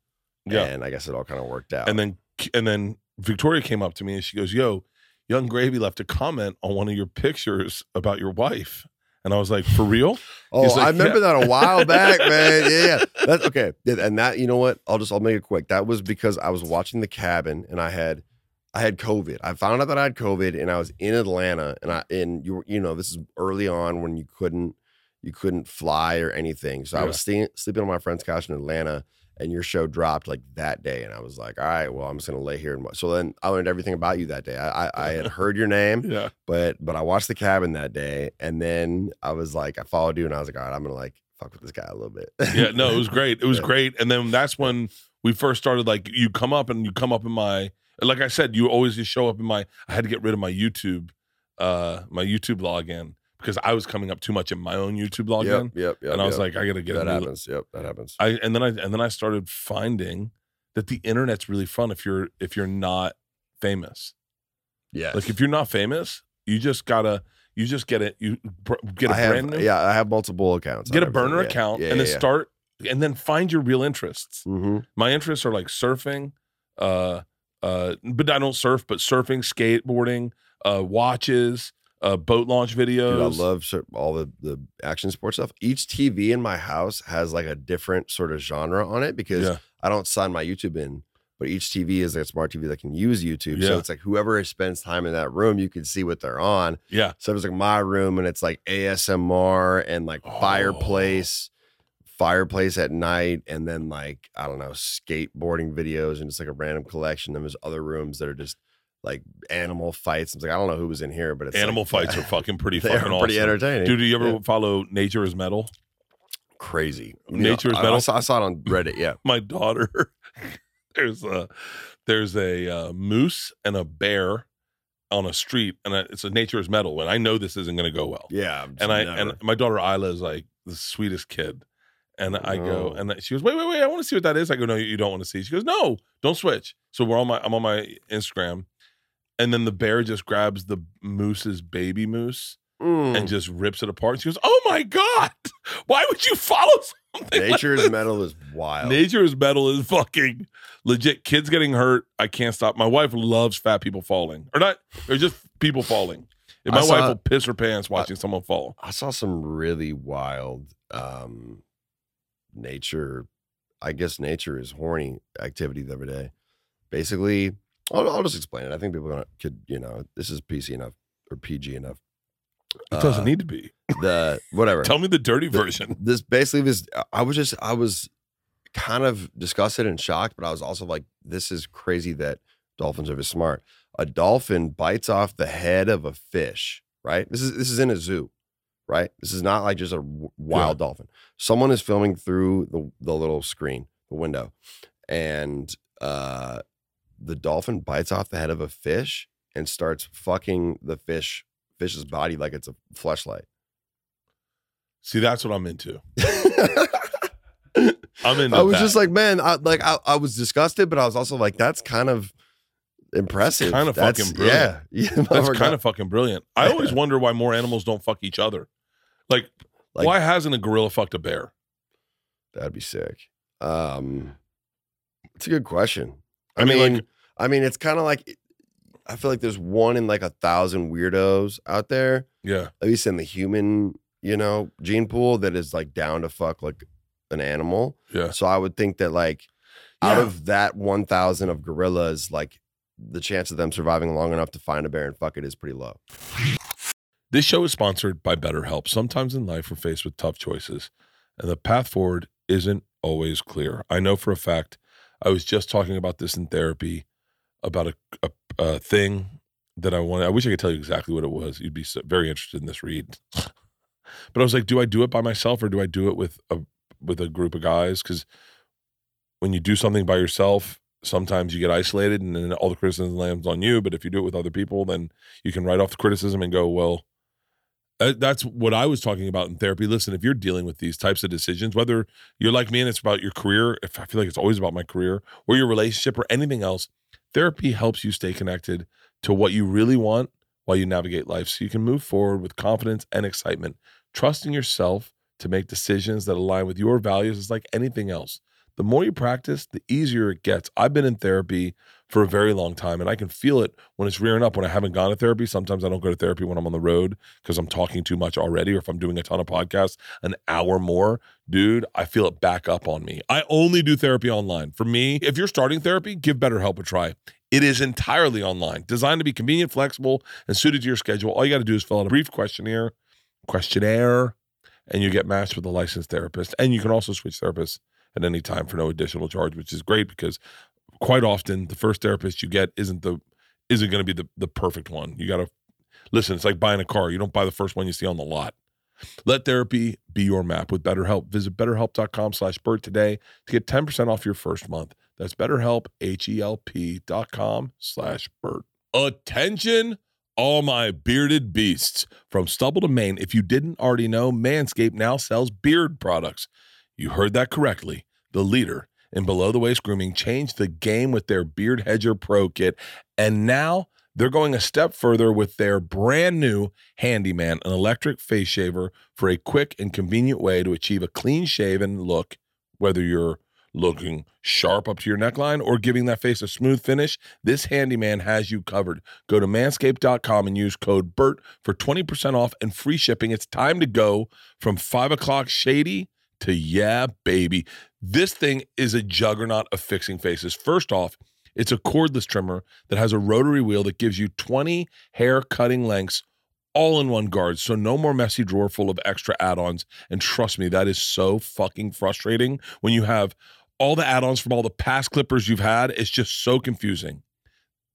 B: yeah.
A: And I guess it all kind of worked out.
B: And then and then Victoria came up to me and she goes, "Yo, Young Gravy left a comment on one of your pictures about your wife." And I was like, "For real?"
A: oh,
B: he's like,
A: I remember
B: yeah.
A: that a while back, man. Yeah, yeah. That's okay. Yeah, And that, you know what? I'll just I'll make it quick. That was because I was watching the cabin and I had I had COVID. I found out that I had COVID and I was in Atlanta and I and you were, you know, this is early on when you couldn't you couldn't fly or anything. So I was staying, sleeping on my friend's couch in Atlanta and your show dropped like that day and I was like, "All right, well, I'm just going to lay here and watch." So then I learned everything about you that day. I I, I had heard your name
B: Yeah.
A: but but I watched the cabin that day, and then I was like, I followed you, and I was like, all right, I'm gonna like fuck with this guy a little bit.
B: Yeah, no, it was great. It was
A: Yeah.
B: great. And then that's when we first started like you come up and you come up in my like I said, you always just show up in my I had to get rid of my YouTube uh my YouTube login because I was coming up too much in my own YouTube login.
A: yep, yep, yep.
B: and I was
A: yep.
B: like, I gotta get a
A: that
B: new-
A: happens. Yep, that happens.
B: I and then I and then I started finding that the internet's really fun if you're if you're not famous.
A: yes.
B: Like if you're not famous, you just gotta you just get it. You pr- get a
A: I have,
B: brand new,
A: yeah, I have multiple accounts. on
B: get a
A: everything,
B: burner
A: yeah.
B: account,
A: yeah,
B: and
A: yeah,
B: then
A: yeah.
B: start and then find your real interests.
A: Mhm.
B: My interests are like surfing, uh, uh, but I don't surf, but surfing, skateboarding, uh, watches, uh, boat launch videos.
A: Dude, I love cer- all the the action sports stuff. Each TV in my house has like a different sort of genre on it because
B: Yeah.
A: I don't sign my YouTube in, but each TV is a smart TV that can use YouTube.
B: Yeah.
A: So it's like whoever spends time in that room, you can see what they're on.
B: yeah,
A: So there's like my room and it's like ASMR and like
B: Oh.
A: fireplace, fireplace at night, and then like I don't know, skateboarding videos and just like a random collection. Then there's other rooms that are just like animal fights. I'm like, I don't know who was in here, but it's like-
B: animal fights are fucking pretty
A: they
B: fucking
A: are
B: awesome.
A: pretty entertaining.
B: Dude, do you ever
A: Yeah.
B: follow Nature is Metal?
A: crazy.
B: Nature is
A: I- I,
B: metal.
A: saw, I saw it on Reddit. Yeah.
B: My daughter there's a there's a uh, moose and a bear on a street, and I, it's a nature's metal. And I know this isn't going to go well.
A: Yeah.
B: and I and my daughter Isla is like the sweetest kid, and I go
A: Oh.
B: and she goes, wait, wait, wait, I want to see what that is. I go, no, you don't want to see. She goes, no, don't switch. So we're on my I'm on my Instagram, and then the bear just grabs the moose's baby moose
A: Hmm. Mm.
B: and just rips it apart. She goes, "Oh my god, why would you follow something?" like
A: nature's
B: this?"
A: metal is wild.
B: Nature's metal is fucking legit. Kids getting hurt. I can't stop. My wife loves fat people falling, or not, or just people falling. And
A: I
B: my wife
A: saw-
B: will piss her pants watching someone fall.
A: I saw some really wild um nature I guess nature is horny activity the other day. Basically, I'll, I'll just explain it. I think people gonna- could, you know, this is PC enough or PG enough.
B: It doesn't
A: Uh,
B: need to be.
A: The whatever.
B: Tell me the dirty version.
A: this basically was I was just I was kind of disgusted and shocked, but I was also like, this is crazy that dolphins are this smart. A dolphin bites off the head of a fish, right? This is this is in a zoo, right? This is not like just a w- wild dolphin. Someone is filming through the the little screen, the window, and uh the dolphin bites off the head of a fish and starts fucking the fish fish's body like it's a fleshlight.
B: See, that's what I'm into. I'm into.
A: I was
B: that.
A: just like, man, I like I, I was disgusted, but I was also like, that's kind of impressive.
B: kind of
A: That's-
B: fucking brilliant.
A: Yeah, yeah
B: that's
A: we're
B: kind
A: not-
B: of fucking brilliant. I always wonder why more animals don't fuck each other. Like,
A: Like-
B: why hasn't a gorilla fucked a bear?
A: that'd be sick. Um, it's a good question. I,
B: I mean,
A: mean,
B: like-
A: I mean, it's kind of like I feel like there's one in like a thousand weirdos out there,
B: Yeah.
A: at least in the human, you know, gene pool that is like down to fuck like an animal.
B: Yeah.
A: So I would think that like out
B: Yeah.
A: of that one thousand of gorillas, like the chance of them surviving long enough to find a bear and fuck it is pretty low.
B: This show is sponsored by BetterHelp. Sometimes in life, we're faced with tough choices, and the path forward isn't always clear. I know for a fact, I was just talking about this in therapy about a, a, a thing that I wanted. I wish I could tell you exactly what it was. You'd be so, very interested in this read. but I was like, do I do it by myself or do I do it with a with a group of guys? Because when you do something by yourself, sometimes you get isolated and then all the criticism lands on you. But if you do it with other people, then you can write off the criticism and go, well, uh, that's what I was talking about in therapy. Listen, if you're dealing with these types of decisions, whether you're like me and it's about your career, if I feel like it's always about my career or your relationship or anything else, therapy helps you stay connected to what you really want while you navigate life so you can move forward with confidence and excitement. Trusting yourself to make decisions that align with your values is like anything else. The more you practice, the easier it gets. I've been in therapy for a very long time and I can feel it when it's rearing up. When I haven't gone to therapy, sometimes I don't go to therapy when I'm on the road because I'm talking too much already, or if I'm doing a ton of podcasts, an hour more, dude, I feel it back up on me. I only do therapy online. For me, if you're starting therapy, give BetterHelp a try. It is entirely online, designed to be convenient, flexible, and suited to your schedule. All you got to do is fill out a brief questionnaire, questionnaire, and you get matched with a licensed therapist. And you can also switch therapists at any time for no additional charge, which is great because quite often the first therapist you get isn't the isn't going to be the, the perfect one. You got to Listen, it's like buying a car. You don't buy the first one you see on the lot. Let therapy be your map with BetterHelp. Visit betterhelp.com slash bird today to get 10% off your first month. That's betterhelp, H-E-L-P dot com slash bird. Attention, all my bearded beasts. From stubble to mane, if you didn't already know, Manscaped now sells beard products. You heard that correctly. The leader in below the waist grooming changed the game with their Beard Hedger Pro Kit. And now they're going a step further with their brand new Handyman, an electric face shaver for a quick and convenient way to achieve a clean shaven look, whether you're looking sharp up to your neckline or giving that face a smooth finish this handyman has you covered go to manscaped.com and use code bert for 20% off and free shipping it's time to go from 5 o'clock shady to yeah baby this thing is a juggernaut of fixing faces first off it's a cordless trimmer that has a rotary wheel that gives you 20 hair cutting lengths all in one guard. So no more messy drawer full of extra add-ons. And trust me, that is so fucking frustrating when you have all the add-ons from all the past clippers you've had. It's just so confusing.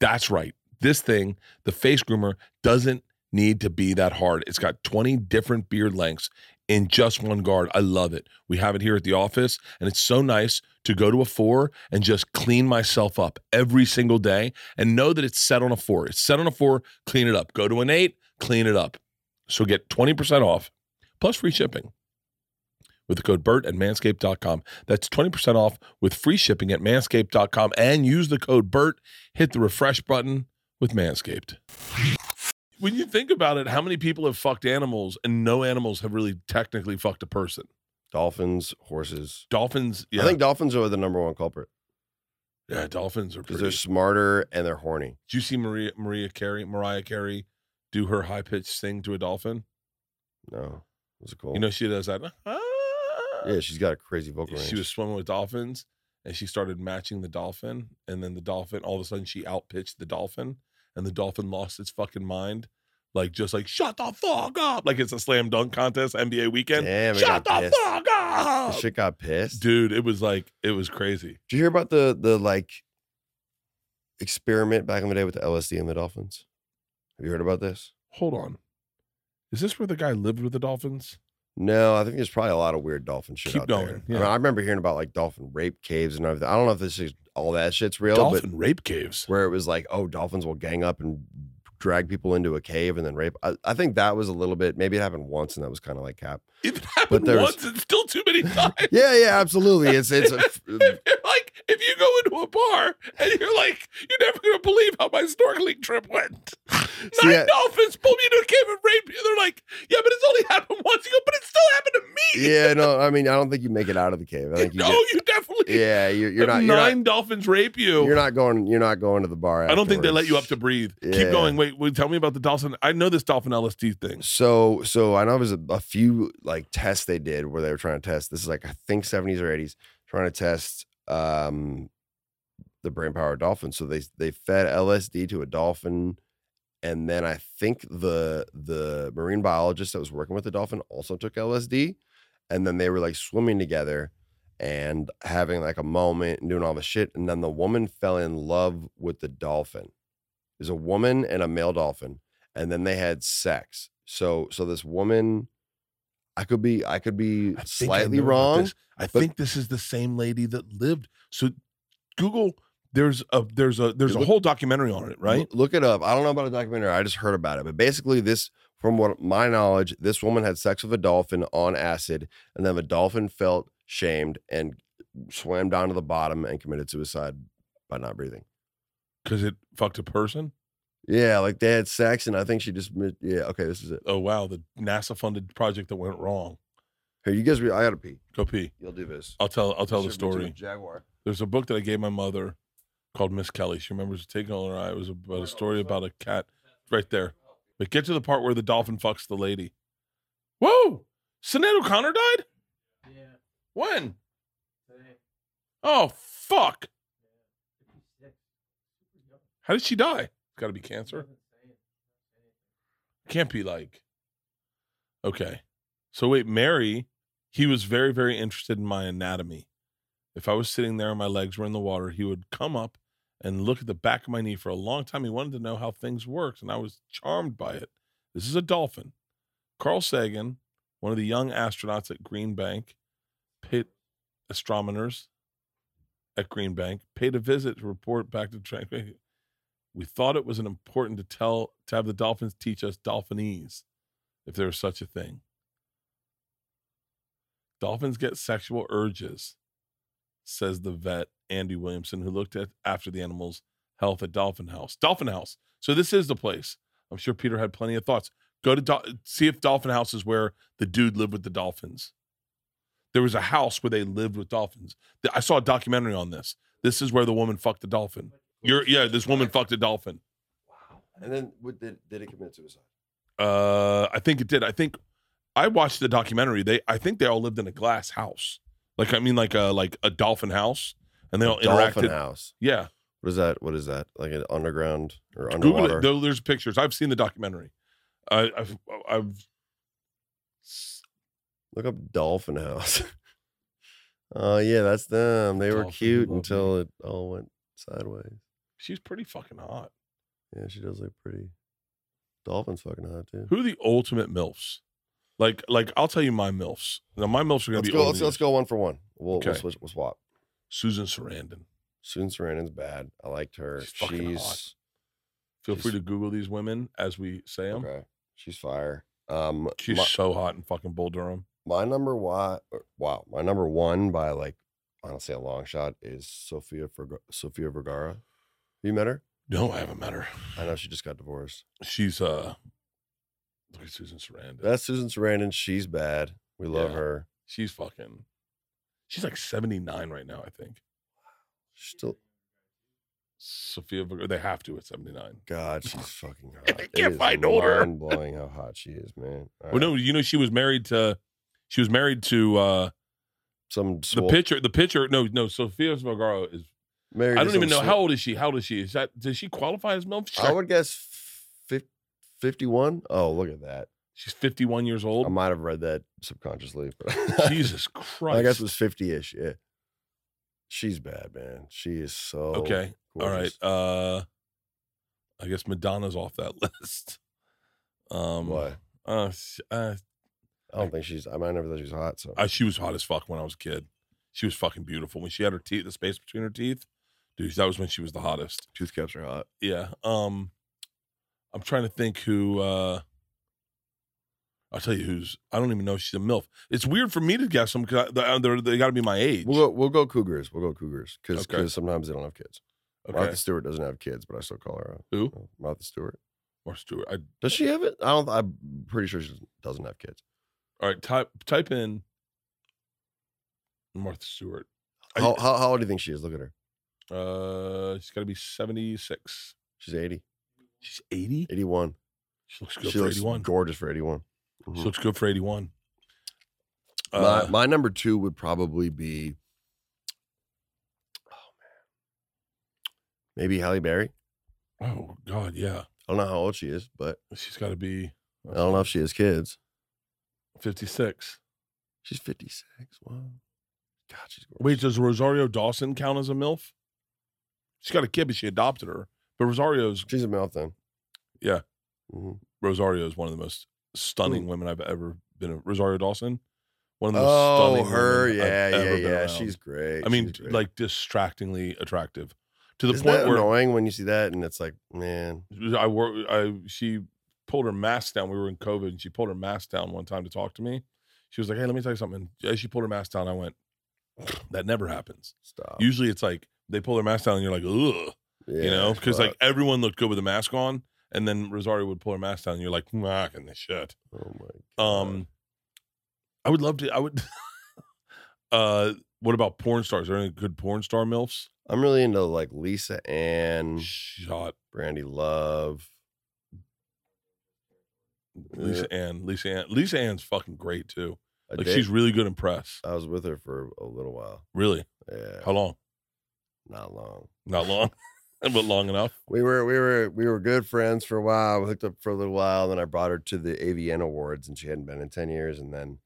B: That's right. This thing, the face groomer, doesn't need to be that hard. It's got 20 different beard lengths. in just one guard. I love it. We have it here at the office, and it's so nice to go to a four and just clean myself up every single day and know that it's set on a four. It's set on a four, clean it up. Go to an eight, clean it up. So get 20% off plus free shipping with the code BERT at manscaped.com. That's 20% off with free shipping at manscaped.com and use the code BERT. Hit the refresh button with Manscaped. When you think about it, how many people have fucked animals and no animals have really technically fucked a person?
A: Dolphins, horses.
B: Dolphins, yeah,
A: I think dolphins are the number one culprit
B: yeah dolphins are
A: because
B: pretty.
A: they're smarter and they're horny.
B: Did you see Maria Maria Carey Mariah Carey do her high pitched thing to a dolphin?
A: No, was it cool?
B: You know she does that. "Ah."
A: yeah, she's got a crazy vocal range.
B: she was swimming with dolphins and she started matching the dolphin and then the dolphin all of a sudden she outpitched the dolphin and the dolphin lost its fucking mind. Like just like shut the fuck up. Like it's a slam dunk contest NBA weekend.
A: Damn, it
B: shut
A: got
B: the
A: pissed.
B: fuck
A: The
B: up.
A: shit got pissed.
B: Dude, it was like it was crazy.
A: Did you hear about the the like experiment back in the day with the LSD and the dolphins? Have you heard about this?
B: Hold on. Is this where the guy lived with the dolphins?
A: No, I think there's probably a lot of weird dolphin shit
B: Keep
A: out there.
B: going,
A: I, mean,
B: yeah.
A: I remember hearing about like dolphin rape caves and everything. I don't know if this is all that shit's real,
B: Dolphin
A: but
B: rape caves.
A: where it was like, oh, dolphins will gang up and drag people into a cave and then rape. I, I think that was a little bit. Maybe it happened once, and that was kind of like cap.
B: If it happened
A: there's-
B: once, it's still too many times.
A: Yeah, yeah, absolutely. It's it's a,
B: if you're like, if you go into a bar and you're like, you're never gonna believe how my snorkeling trip went. Nine
A: I-
B: dolphins pulled me into a cave and raped me. They're like, yeah, but it's only happened once. You go, but it still happened to me.
A: yeah. No, I mean, I don't think you make it out of the cave. I think you.
B: no,
A: get-
B: you definitely.
A: yeah, you're, you're not.
B: 9
A: You're not,
B: dolphins rape you.
A: you're not going. You're not going to the bar.
B: I don't think they let you up
A: afterwards.
B: to breathe.
A: Yeah.
B: Keep going. Wait, wait, tell me about the dolphin. I know this dolphin LSD thing.
A: So, so I know there's a, a few like tests they did where they were trying to test. This is like I think 70s or 80s, trying to test um the brain power of dolphins. So they they fed LSD to a dolphin, and then I think the the marine biologist that was working with the dolphin also took LSD, and then they were like swimming together and having like a moment and doing all the shit, and then the woman fell in love with the dolphin. There's a woman and a male dolphin and then they had sex. So so this woman, I could be I could be
B: I think I
A: slightly
B: know about
A: wrong.
B: this. I
A: but-
B: think this is the same lady that lived. So Google, there's a there's a there's
A: It
B: a
A: look-
B: whole documentary on it, right?
A: L- Look it up. I don't know about a documentary. I just heard about it. But basically, this from what my knowledge, this woman had sex with a dolphin on acid, and then the dolphin felt shamed and swam down to the bottom and committed suicide by not breathing.
B: Because it fucked a person.
A: Yeah, like they had sex, and I think she just mi- yeah. Okay, this is it.
B: oh wow, the NASA funded project that went wrong.
A: Here, you guys. Re- I gotta pee.
B: Go pee.
A: You'll do this.
B: I'll tell I'll tell the
A: Should be doing
B: story.
A: Jaguar.
B: There's a book that I gave my mother called Miss Kelly. She remembers the tinkle in her eye. It was about a story about a cat right there. But get to the part where the dolphin fucks the lady. Whoa! Sinead O'Connor died?
D: Yeah.
B: When?
D: Today.
B: Oh fuck.
D: Yeah. Super young.
B: How did she die? It's gotta be cancer.
D: Doesn't say it.
B: Can't be like Okay. So wait, Mary, he was very, very interested in my anatomy. If I was sitting there and my legs were in the water, he would come up and look at the back of my knee for a long time. He wanted to know how things worked, and I was charmed by it. This is a dolphin. Carl Sagan, one of the young astronauts at Green Bank, paid astronomers at Green Bank, paid a visit to report back to Tranquil. We thought it was an important to tell to have the dolphins teach us dolphinese, if there was such a thing. Dolphins get sexual urges, says the vet Andy Williamson, who looked at after the animals' health at Dolphin House. Dolphin House. So this is the place. I'm sure Peter had plenty of thoughts. Go to Dol- see if Dolphin House is where the dude lived with the dolphins. There was a house where they lived with dolphins. Th- I saw a documentary on this. This is where the woman fucked a dolphin. You're, yeah, this woman fucked a dolphin.
A: And then what did, did it commit suicide?
B: Uh, I think it did. I think I watched the documentary. They, I think they all lived in a glass house. Like I mean, like a like a dolphin house, and they all
A: Dolphin
B: interacted.
A: house.
B: Yeah,
A: What is that? What is that? Like an underground or
B: Google
A: underwater?
B: it. There- There's pictures. I've seen the documentary. I, I've, I've.
A: Look up dolphin house. Oh yeah, that's them. They were
B: Dolphin
A: cute
B: lovely.
A: until it all went sideways.
B: She's pretty fucking hot.
A: Yeah, she does look pretty. Dolphin's fucking hot too.
B: Who are the ultimate milfs? Like, like I'll tell you my milfs. Now my milfs are gonna
A: Let's
B: be
A: go.
B: older
A: Let's,
B: than
A: let's go one for one. We'll, we'll
B: Okay.
A: switch. We'll swap.
B: Susan Sarandon.
A: Susan Sarandon's bad. I liked her.
B: She's
A: She's,
B: fucking hot. Feel
A: She's-
B: free to Google these women as we say them.
A: okay. She's fire. Um,
B: She's
A: my,
B: so hot in fucking Bull Durham.
A: my number one. er, Wow, my number one by like I don't say a long shot is Sophia Verg- Sophia Vergara. Have you met her?
B: No, I haven't met her.
A: I know she just got divorced.
B: She's uh, like Susan Sarandon.
A: That's Susan Sarandon. She's bad. We love
B: Yeah.
A: her.
B: she's fucking. She's like seventy nine right now, I think.
A: She's still
B: Sophia Vergara. They have to at seventy nine.
A: God. She's fucking
B: They
A: hot.
B: can't find older.
A: Blowing how hot she is, man. All
B: Well,
A: right.
B: no, you know she was married to. She was married to uh
A: some
B: the
A: swole-
B: pitcher. The pitcher. No, no. Sophia Vergara is.
A: married
B: I
A: to
B: don't even know
A: some
B: how old is she. How old is she? Is that does she qualify as milf? She's,
A: swole- I would guess fif- fifty-one. Oh, look at that.
B: she's fifty one years
A: I
B: old.
A: might have read that subconsciously, but
B: Jesus Christ.
A: I guess it was 50 ish. Yeah. She's bad, man. She is so.
B: okay. All right.
A: gorgeous.
B: Uh, I guess Madonna's off that list. Um,
A: Why?
B: Uh, s- uh,
A: I don't think she's, I mean, I never thought she was hot. So
B: I, she was hot as fuck when I was a kid. She was fucking beautiful when she had her teeth, the space between her teeth. Dude, that was when she was the hottest.
A: tooth caps are hot.
B: Yeah. Um, I'm trying to think who. uh I'll tell you who's. I don't even know if she's a milf. It's weird for me to guess them because they, uh, they got to be my age.
A: We'll go, we'll go Cougars. We'll go Cougars because
B: Okay.
A: sometimes they don't have kids.
B: okay.
A: Martha Stewart doesn't have kids, but I still call her out.
B: Who?
A: Martha Stewart.
B: Or Stewart. I,
A: Does she have it? I don't, I'm pretty sure she doesn't have kids.
B: all right. Type type in Martha Stewart. I-
A: How, how, how old do you think she is? Look at her.
B: Uh, she's got to be 76.
A: She's 80,
B: She's 80.
A: 81.
B: She looks good
A: she
B: for
A: looks
B: 81.
A: gorgeous for 81.
B: She
A: Mhm.
B: looks good for 81.
A: my,
B: Uh,
A: my number two would probably be, oh man, maybe Halle Berry.
B: oh God, yeah.
A: I don't know how old she is, but
B: She's got to be
A: I don't know if she has kids.
B: 56.
A: She's 56. Wow. God, she's gorgeous.
B: Wait, does Rosario Dawson count as a milf? She's got a kid, but she adopted her. But Rosario's
A: she's a mouth then.
B: Yeah.
A: Mhm.
B: Rosario is one of the most stunning women I've ever been. a- Rosario Dawson, one of the most
A: Oh,
B: stunning.
A: her.
B: women I've
A: Yeah, yeah,
B: ever been
A: yeah.
B: around.
A: She's great.
B: I mean,
A: she's great.
B: like distractingly attractive, to the
A: Isn't
B: point
A: that
B: where
A: annoying when you see that and it's like, man,
B: I work. I she pulled her mask down. We were in COVID, and she pulled her mask down one time to talk to me. She was like, "Hey, let me tell you something." As she pulled her mask down, I went, "That never happens.
A: stop.
B: Usually, it's like they pull their mask down, and you're like, ugh, you know,
A: Yeah,
B: because like
A: fuck.
B: everyone looked good with a mask on, and then Rosario would pull her mask down, and you're like, fucking this shit."
A: oh my God.
B: Um, I would love to. I would. uh, what about porn stars? Are there any good porn star milfs?
A: I'm really into like Lisa Ann,
B: Shot
A: Brandy Love.
B: Lisa Ann. Lisa Ann. Lisa Ann's fucking great too.
A: I
B: Like
A: date-
B: she's really good in press.
A: I was with her for a little while.
B: Really?
A: Yeah,
B: How long?
A: not long.
B: Not long, but long enough.
A: We were we were we were good friends for a while. We hooked up for a little while, then I brought her to the AVN Awards, and she hadn't been in ten years. And then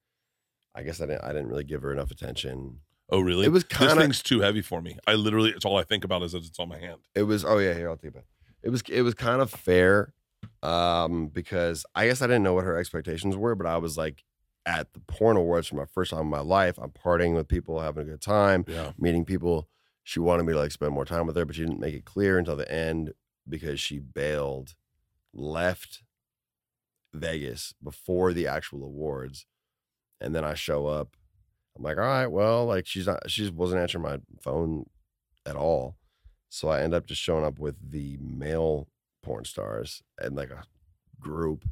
A: I guess I didn't I didn't really give her enough attention.
B: Oh, really?
A: It was
B: this
A: kind of
B: thing's too heavy for me. I literally, it's all I think about is that it's on my hand.
A: it was oh yeah here I'll take it. back. It was it was kind of fair, um, because I guess I didn't know what her expectations were, but I was like at the porn awards for my first time in my life. I'm partying with people, having a good time.
B: Yeah.
A: meeting people. She wanted me to like spend more time with her, but she didn't make it clear until the end because she bailed, left Vegas before the actual awards. And then I show up. I'm like, all right, well, like she's not, she wasn't answering my phone at all. So I end up just showing up with the male porn stars and like a group.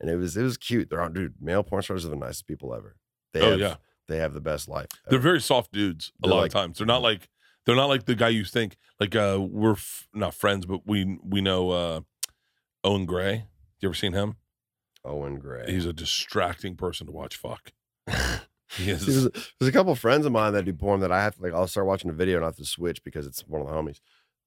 A: And it was, it was cute. They're all, dude, male porn stars are the nicest people ever. They
B: Oh,
A: have,
B: yeah.
A: They have the best life.
B: They're
A: ever.
B: very soft dudes. A
A: They're
B: lot
A: like- Mm.
B: of times, they're not like they're not like the guy you think. Like uh, we're f- not friends, but we we know uh, Owen Gray. You ever seen him?
A: Owen Gray.
B: He's a distracting person to watch. Fuck. he is.
A: There's, there's a couple friends of mine that do porn that I have to like. I'll start watching a video and I have to switch because it's one of the homies.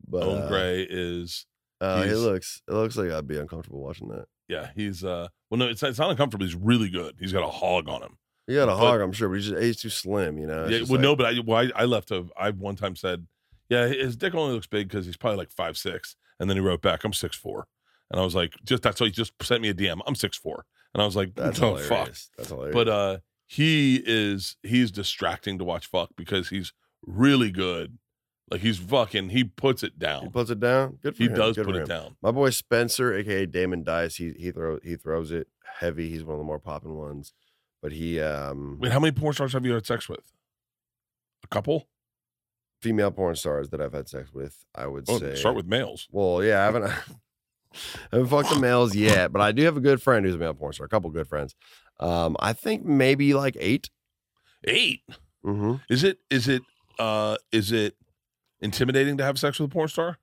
A: But
B: Owen
A: uh,
B: Gray is
A: uh, it
B: He's-
A: looks it looks like I'd be uncomfortable watching that.
B: yeah. He's uh well no, it's it's not uncomfortable. He's really good. He's got a hog on him.
A: He got a
B: But-
A: hog, I'm sure, but he's just he's too slim, you know. It's
B: Yeah,
A: just
B: well,
A: like-
B: no, but I, well, I, I left a. I one time said, yeah, his dick only looks big because he's probably like five six, and then he wrote back, I'm six four, And I was like, just that's why he just sent me a DM. I'm six four. And I was like,
A: That's
B: oh
A: hilarious.
B: fuck.
A: That's hilarious.
B: But uh he is he's distracting to watch fuck because he's really good. Like he's fucking he puts it
A: he
B: down.
A: puts it down. Good for
B: um,
A: him.
B: He does
A: Good
B: put
A: for
B: it
A: him.
B: down.
A: My boy Spencer, aka Damon Dice, he he throws he throws it heavy. He's one of the more popping ones. But he um
B: Wait, how many porn stars have you had sex with? A couple?
A: female porn stars that I've had sex with, I would
B: Oh,
A: say
B: start with males.
A: Well, yeah, I haven't I haven't fucked the males yet, but I do have a good friend who's a male porn star, a couple good friends. Um, I think maybe like 8
B: Eight.
A: Mm-hmm.
B: Is it is it uh is it intimidating to have sex with a porn star?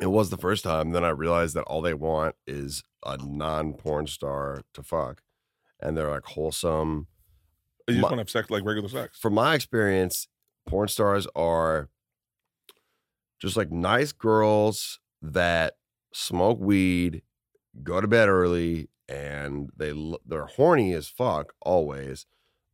A: It was the first time. Then I realized that all they want is a non porn star to fuck. And they're like wholesome.
B: Or You just
A: My-
B: want to have sex like regular sex.
A: From my experience, porn stars are just like nice girls that smoke weed, go to bed early, and they l- they're horny as fuck always,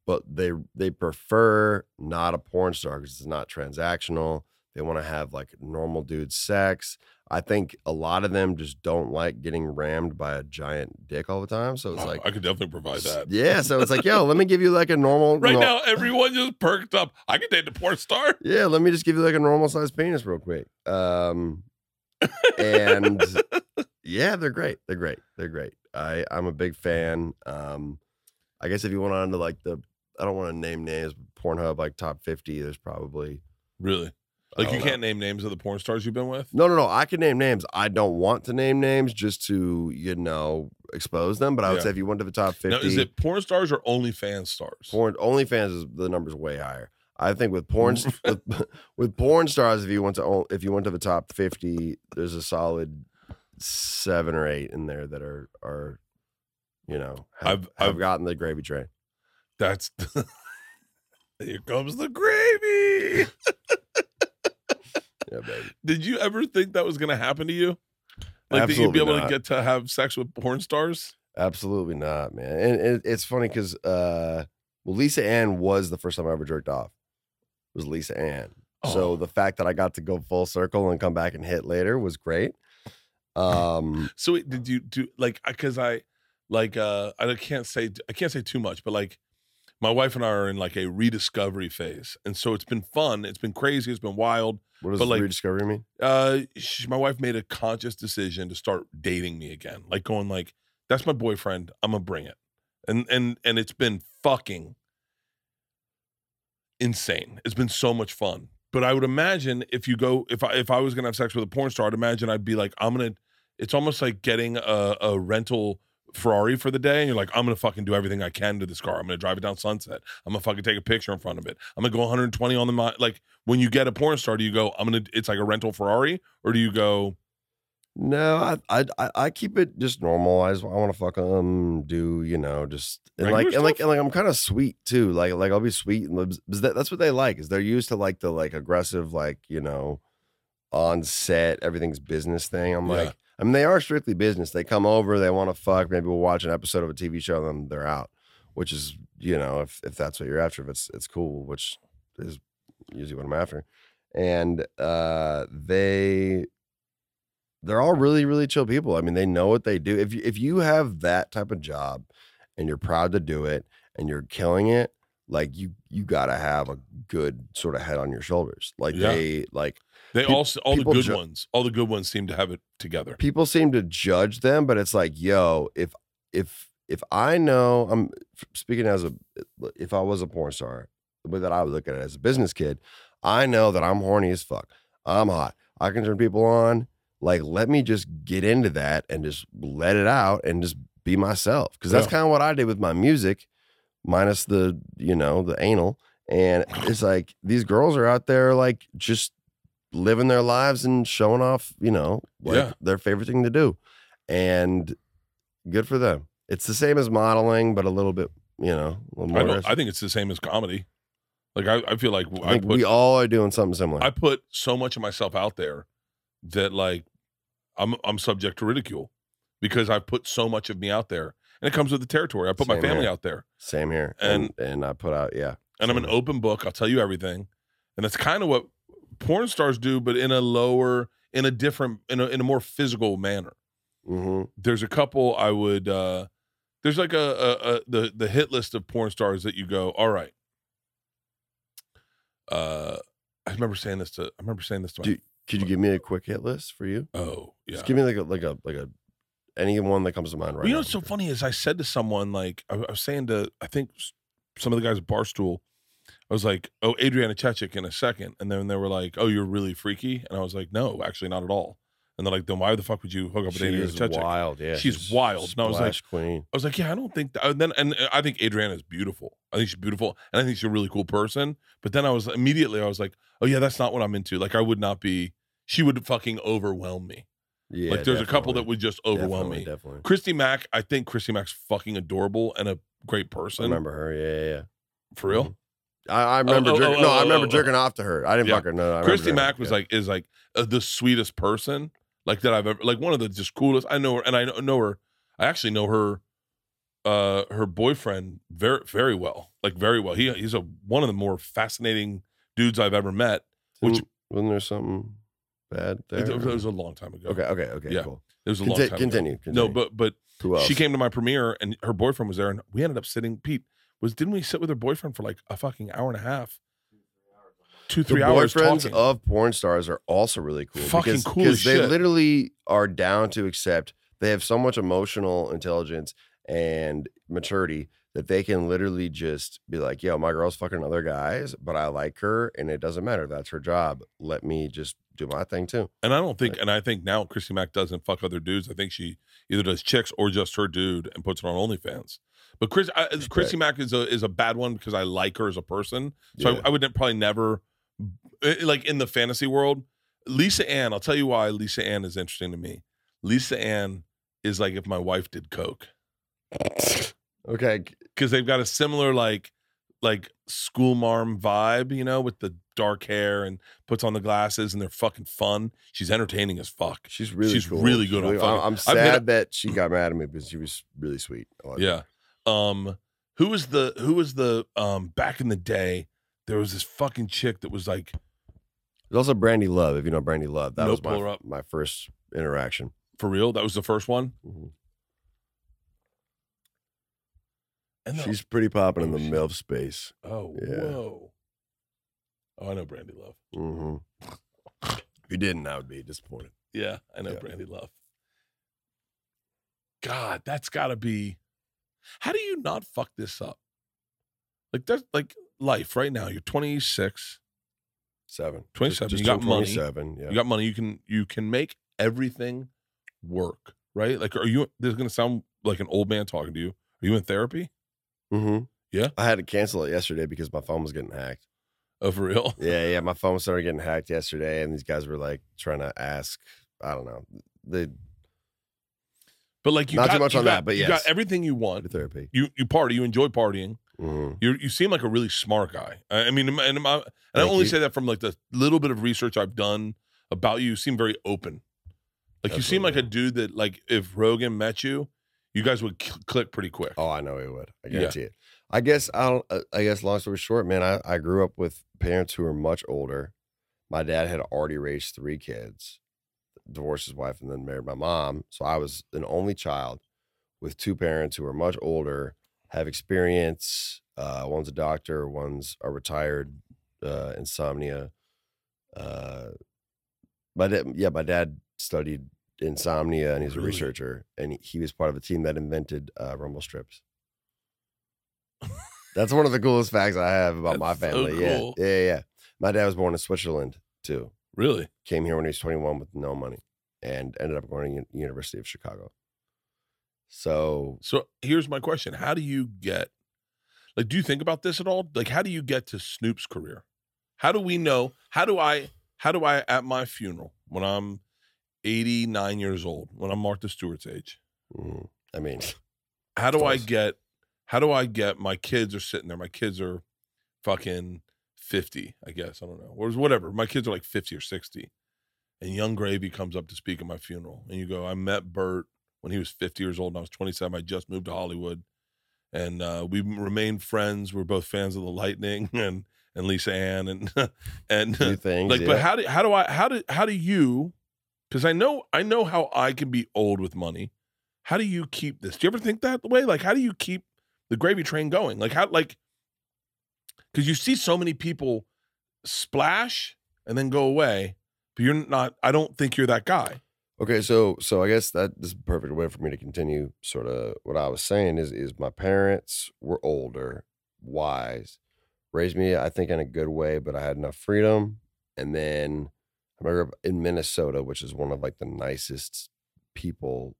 A: but they they prefer not a porn star because it's not transactional. They want to have like normal dude sex. I think a lot of them just don't like getting rammed by a giant dick all the time. So it's
B: Oh,
A: like,
B: I could definitely provide that.
A: yeah. So it's like, yo, let me give you like a normal
B: Right
A: no-
B: now, everyone just perked up. I could date the porn star.
A: Yeah, let me just give you like a normal sized penis real quick. Um, and yeah, they're great. They're great. They're great. I I'm a big fan. Um, I guess if you went on to like the I don't want to name names, but Pornhub like top fifty. There's probably
B: Really?
A: I
B: Like you
A: don't know.
B: can't name names of the porn stars you've been with?
A: No, no, no. I can name names. I don't want to name names just to you know expose them. But I would
B: Yeah.
A: say if you went to the top fifty,
B: Now, is it porn stars or OnlyFans stars?
A: porn OnlyFans is the numbers way higher. I think with porn
B: Mm-hmm.
A: with, with porn stars, if you went to on- if you went to the top fifty, there's a solid seven or eight in there that are are, you know, have,
B: I've-
A: have
B: I've-
A: gotten the gravy train.
B: That's here comes the gravy.
A: Yeah, baby.
B: Did you ever think that was going to happen to you? Like that you'd be
A: Absolutely
B: able to
A: not.
B: get to have sex with porn stars?
A: Absolutely not, man. And it, it's funny because uh, well, Lisa Ann was the first time I ever jerked off. Was Lisa Ann. So
B: Oh.
A: the fact that I got to go full circle and come back and hit later was great. Um,
B: So wait, did you do like because I like uh I can't say I can't say too much, but like my wife and I are in like a rediscovery phase, and so it's been fun, it's been crazy, it's been wild.
A: what does
B: But, like,
A: rediscovery mean?
B: Uh, she, my wife made a conscious decision to start dating me again, like going like that's my boyfriend, I'm gonna bring it, and and and it's been fucking insane. It's been so much fun. But I would imagine if you go if I if I was gonna have sex with a porn star, I'd imagine I'd be like, I'm gonna it's almost like getting a, a rental Ferrari for the day, and you're like, I'm gonna fucking do everything I can to this car. I'm gonna drive it down sunset. I'm gonna fucking take a picture in front of it. I'm gonna go 120 on the mi-. like. When you get a porn star, do you go, I'm gonna? It's like a rental Ferrari, or do you go?
A: No, I I I- I keep it just normal. I just I want to fuck them, do you know, just and
B: Regular
A: like and like
B: stuff?
A: and like I'm kind of sweet too. Like like I'll be sweet and libs- 'cause that, that's what they like is they're used to like the like aggressive like you know, on set everything's business thing. I'm
B: Yeah.
A: like I mean they are strictly business. They come over, they want to fuck. Maybe we'll watch an episode of a TV show, then they're out. Which is you know if if that's what you're after, if it's it's cool, which is usually what I'm after. And uh they they're all really really chill people. I mean, they know what they do. If you, if you have that type of job and you're proud to do it and you're killing it, like you you got to have a good sort of head on your shoulders. Like
B: Yeah.
A: they like
B: They
A: Pe-
B: all s- all the
A: people
B: good
A: ju-
B: ones, all the good ones seem to have it together.
A: people seem to judge them, but it's like, yo, if if if I know I'm speaking as a if I was a porn star, the way that I would look at it as a business kid, I know that I'm horny as fuck. I'm hot. I can turn people on. Like, let me just get into that and just let it out and just be myself. Cause that's
B: Yeah.
A: kind of what I did with my music, minus the, you know, the anal. And it's like these girls are out there like just living their lives and showing off, you know, like
B: Yeah.
A: their favorite thing to do. And good for them. It's the same as modeling, but a little bit, you know, a little more.
B: I don't.
A: risk.
B: I think it's the same as comedy. Like I, I feel like
A: I
B: I
A: think
B: put
A: we all are doing something similar.
B: I put so much of myself out there that like I'm I'm subject to ridicule because I've put so much of me out there, and it comes with the territory. I put my
A: Same
B: family
A: here.
B: out there,
A: Same here. And, and I put out, yeah.
B: and I'm an
A: Same.
B: open book. I'll tell you everything, and that's kind of what porn stars do, but in a lower, in a different, in a in a more physical manner.
A: hmm
B: there's a couple I would uh there's like a, a, a the the hit list of porn stars that you go, all right. Uh I remember saying this to I remember saying this to my
A: Do- Could you give me a quick hit list for you?
B: oh yeah.
A: Just give me like a like a like a any one that comes to mind right
B: Well, you know
A: now.
B: what's so funny is I said to someone like I, I was saying to I think s- some of the guys at Barstool, I was like, "Oh, Adriana Chechik in a second. and then they were like, "Oh, you're really freaky," and I was like, "No, actually, not at all." And they're like, "Then why the fuck would you hook up with
A: She
B: Adriana
A: is
B: Chechik?"
A: wild, yeah.
B: She's wild. No, I was like-
A: Splash queen.
B: I was like, yeah, I don't think. That. And then, and uh, I think Adriana is beautiful. I think she's beautiful, and I think she's a really cool person. But then I was immediately, I was like, oh yeah, that's not what I'm into. Like, I would not be. She would fucking overwhelm me.
A: Yeah,
B: like, there's a couple that
A: definitely.
B: would just overwhelm
A: Definitely,
B: me.
A: Definitely.
B: Christy Mack, I think Christy Mack's fucking adorable and a great
A: I
B: person.
A: remember her. Yeah, yeah. yeah.
B: For real,
A: Mhm. I, I remember.
B: oh,
A: jerking,
B: oh,
A: no, I
B: oh,
A: remember
B: oh, oh.
A: jerking off to her. I didn't
B: Yeah.
A: fucking know. I remember
B: Christy
A: jerking
B: Mack
A: off,
B: was
A: yeah.
B: like is like uh, the sweetest person like that I've ever like one of the just coolest. I know her, and I know- know her. I actually know her, uh, her boyfriend very very well, like very well. He he's a one of the more fascinating dudes I've ever met. which-
A: Didn't- wasn't there something bad there?
B: It, it
A: or-
B: was a long time ago.
A: okay, okay, okay.
B: Yeah.
A: Cool.
B: it was a long
A: Conti-
B: time. ago.
A: continue, continue.
B: No, but but
A: Who else?
B: she came to my premiere and her boyfriend was there, and we ended up sitting. Pete was didn't we sit with her boyfriend for like a fucking hour and a half, two
A: The
B: three hours
A: boyfriends
B: talking.
A: of porn stars are also really cool.
B: Fucking
A: because,
B: cool
A: because
B: as
A: they
B: shit.
A: literally are down to accept they have so much emotional intelligence and maturity that they can literally just be like, "Yo, my girl's fucking other guys, but I like her, and it doesn't matter. That's her job. Let me just do my thing too."
B: And I don't think, and I think now Christy Mack doesn't fuck other dudes. I think she either does chicks or just her dude and puts it on OnlyFans. But Chris, I, Christy Mack is a is a bad one because I like her as a person. So
A: Yeah.
B: I, I would ne- probably never, eh, like in the fantasy world, Lisa Ann. I'll tell you why Lisa Ann is interesting to me. Lisa Ann is like if my wife did coke
A: Okay,
B: because they've got a similar like like school marm vibe, you know, with the dark hair and puts on the glasses and they're fucking fun. She's entertaining as fuck.
A: she's really
B: She's
A: cool.
B: really good on
A: I'm,
B: fucking-
A: I'm
B: I've
A: sad
B: met
A: that she got mad at me because she was really sweet. I love her.
B: Yeah. Um who was the who was the um back in the day there was this fucking chick that was like
A: There's also Brandy Love. If you know Brandy Love, that
B: Nope,
A: was
B: pull her
A: my,
B: up.
A: my first interaction.
B: for real that was the first one
A: Mhm.
B: and the-
A: She's pretty popping in
B: Oh,
A: the
B: shit.
A: MILF space.
B: oh
A: yeah.
B: whoa oh I know Brandy Love
A: hmm If you didn't, I would be disappointed.
B: yeah I know
A: Yeah.
B: Brandy Love God that's gotta be how do you not fuck this up like that's like life right now you're 26
A: Seven. Just-
B: 27,
A: Just,
B: you got
A: turned
B: money.
A: 27. Yeah.
B: You got money. You can you can make everything work, right? Like, are you? This is gonna sound like an old man talking to you. Are you in therapy?
A: mm-hmm.
B: Yeah.
A: I had to cancel it yesterday because my phone was getting hacked.
B: Oh, for real?
A: Yeah. Yeah. My phone started getting hacked yesterday, and these guys were like trying to ask, I don't know, the
B: But like, you
A: Not
B: got,
A: too much
B: you
A: on
B: got-
A: that, but
B: you
A: yes.
B: got everything you want.
A: therapy.
B: You you party. You enjoy partying.
A: hmm
B: You you seem like a really smart guy. I I mean, am I- and, am I, and I
A: Thank
B: only
A: you.
B: say that from like the little bit of research I've done about you. You seem very open. Like you seem like a dude that like if Rogan met you, you guys would cl- click pretty quick.
A: Oh, I know he would. I
B: Yeah.
A: guarantee it. I guess I don't. uh, I guess long story short, man, I, I grew up with parents who were much older. My dad had already raised three kids, divorced his wife, and then married my mom. So I was an only child with two parents who were much older, have experience. Uh, one's a doctor, one's a retired uh, insomnia. Uh, my dad, yeah, my dad studied insomnia, and he's a
B: Really?
A: researcher, and he was part of a team that invented uh, rumble strips. That's one of the coolest facts I have about my
B: That's so
A: family.
B: cool.
A: Yeah, yeah, yeah. My dad was born in Switzerland too.
B: Really?
A: Came here when he was 21 with no money, and ended up going to Uni- University of Chicago. So
B: So here's my question: How do you get? Like, do you think about this at all? Like, how do you get to Snoop's career? How do we know? How do I? How do I at my funeral when I'm 89 years old, when I'm Martha Stewart's age?
A: mm, I mean,
B: How do I
A: Close.
B: get? How do I get? My kids are sitting there. My kids are fucking 50, I guess. I don't know. Or whatever. My kids are like 50 or 60. And Young Gravy comes up to speak at my funeral. And you go, I met Bert when he was 50 years old and I was 27. I just moved to Hollywood. And uh, we remained friends. We're both fans of the Lightning and and Lisa Ann and and
A: few things.
B: like,
A: yeah.
B: but how do how do I how do how do you Because I know I know how I can be old with money. How do you keep this? Do you ever think that way? Like, how do you keep the gravy train going? Like how like because you see so many people splash and then go away, but you're not. I don't think you're that guy.
A: Okay, so so I guess that this is a perfect way for me to continue sort of what I was saying is is my parents were older, wise, raised me I think in a good way, but I had enough freedom. And then I remember in Minnesota, which is one of like the nicest people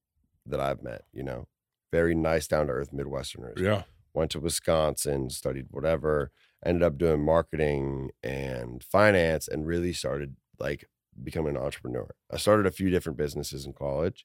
A: that I've met, you know. Very nice down to earth Midwesterners
B: Yeah.
A: went to Wisconsin, studied whatever, ended up doing marketing and finance, and really started like becoming an entrepreneur. I started a few different businesses in college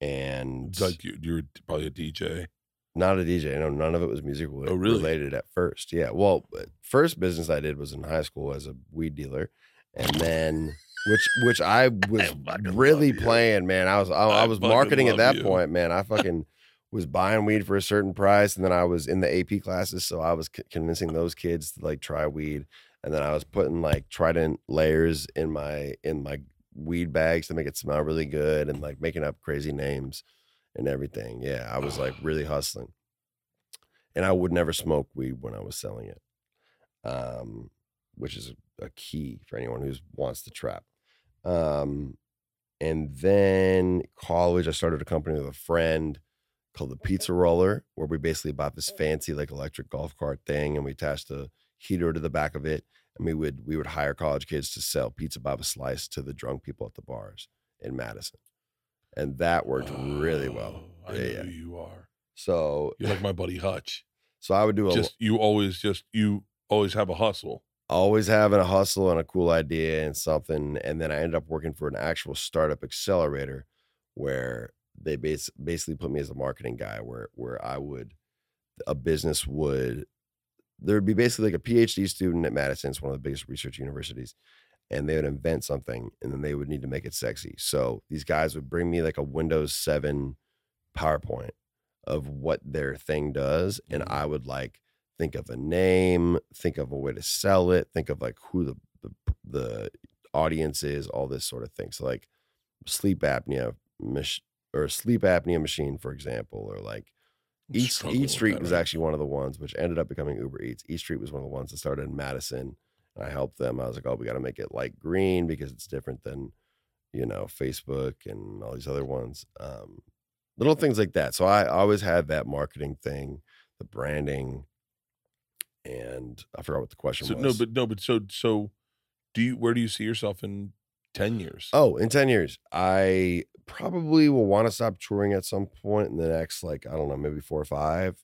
A: and
B: It's like you, you're probably a DJ.
A: not a DJ. No, none of it was musical
B: Oh, really?
A: related at first. Yeah. Well, uh, first business I did was in high school as a weed dealer. And then which which I was
B: fucking love
A: really
B: you.
A: playing, man. I was I, I
B: I
A: was
B: fucking
A: marketing at
B: love
A: that
B: you.
A: point, man. I fucking was buying weed for a certain price, and then I was in the AP classes, so I was c- convincing those kids to like try weed, and then I was putting like Trident layers in my in my weed bags to make it smell really good, and like making up crazy names and everything. Yeah, I was like really hustling, and I would never smoke weed when I was selling it, um, which is a key for anyone who wants to trap. Um, and then college, I started a company with a friend called the Pizza Roller, where we basically bought
B: Oh.
A: this fancy like electric golf cart thing, and we attached a heater to the back of it, and we would we would hire college kids to sell pizza by the slice to the drunk people at the bars in Madison, and that worked really well.
B: Oh, I
A: Yeah,
B: know
A: yeah.
B: who you are.
A: So
B: You're like my buddy Hutch.
A: so I would do a
B: Just you always just you always have a hustle.
A: always having a hustle and a cool idea and something. And then I ended up working for an actual startup accelerator where they bas- basically put me as a marketing guy where where I would a business would there would be basically like a PhD student at Madison, it's one of the biggest research universities, and they would invent something and then they would need to make it sexy. So these guys would bring me like a Windows 7 PowerPoint of what their thing does, and
B: Mhm.
A: I would like think of a name, think of a way to sell it, think of like who the the, the audience is, all this sort of thing. So like sleep apnea mach- or sleep apnea machine, for example, or like
B: I'm
A: Eat,
B: struggling
A: Eat
B: with
A: Street
B: that
A: was
B: right
A: actually one of the ones which ended up becoming Uber Eats. Eat Street was one of the ones that started in Madison, and I helped them. I was like, "Oh, we got to make it light green because it's different than, you know, Facebook and all these other ones." Um, little things like that. So I always had that marketing thing, the branding, and I forgot what the question
B: So
A: was.
B: no, but no, but so so do you where do you see yourself in ten years?
A: Oh, in 10 years. I probably will want to stop touring at some point in the next, like, I don't know, maybe four or five.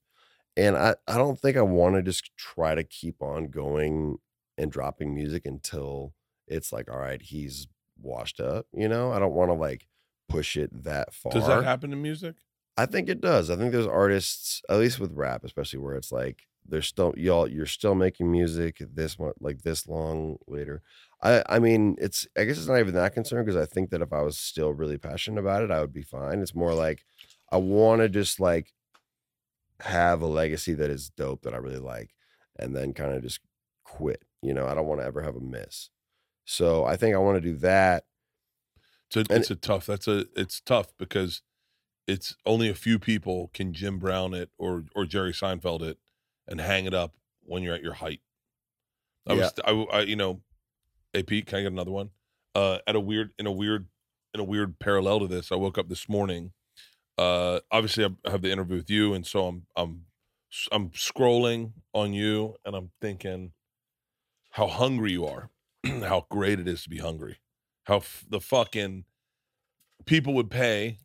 A: And I, I don't think I want to just try to keep on going and dropping music until it's like, all right, he's washed up. You know, I don't want to like push it that far.
B: Does that happen in music?
A: I think it does. I think there's artists, at least with rap, especially where it's like there's still y'all you're still making music this much like this long later. I I mean it's I guess it's not even that concerned because I think that if I was still really passionate about it, I would be fine. It's more like I want to just like have a legacy that is dope that I really like and then kind of just quit. You know, I don't want to ever have a miss. So I think I want to do that.
B: It's a,
A: And-
B: it's a tough. That's a it's tough because it's only a few people can Jim Brown it or or Jerry Seinfeld it and hang it up when you're at your height. I was I, w- I- you know, hey Pete, can I get another one? Uh, at a weird in a weird in a weird parallel to this, I woke up this morning. Uh, obviously I have the interview with you, and so I'm I'm I'm scrolling on you, and I'm thinking how hungry you are, how great it is to be hungry how f- the fucking people would pay.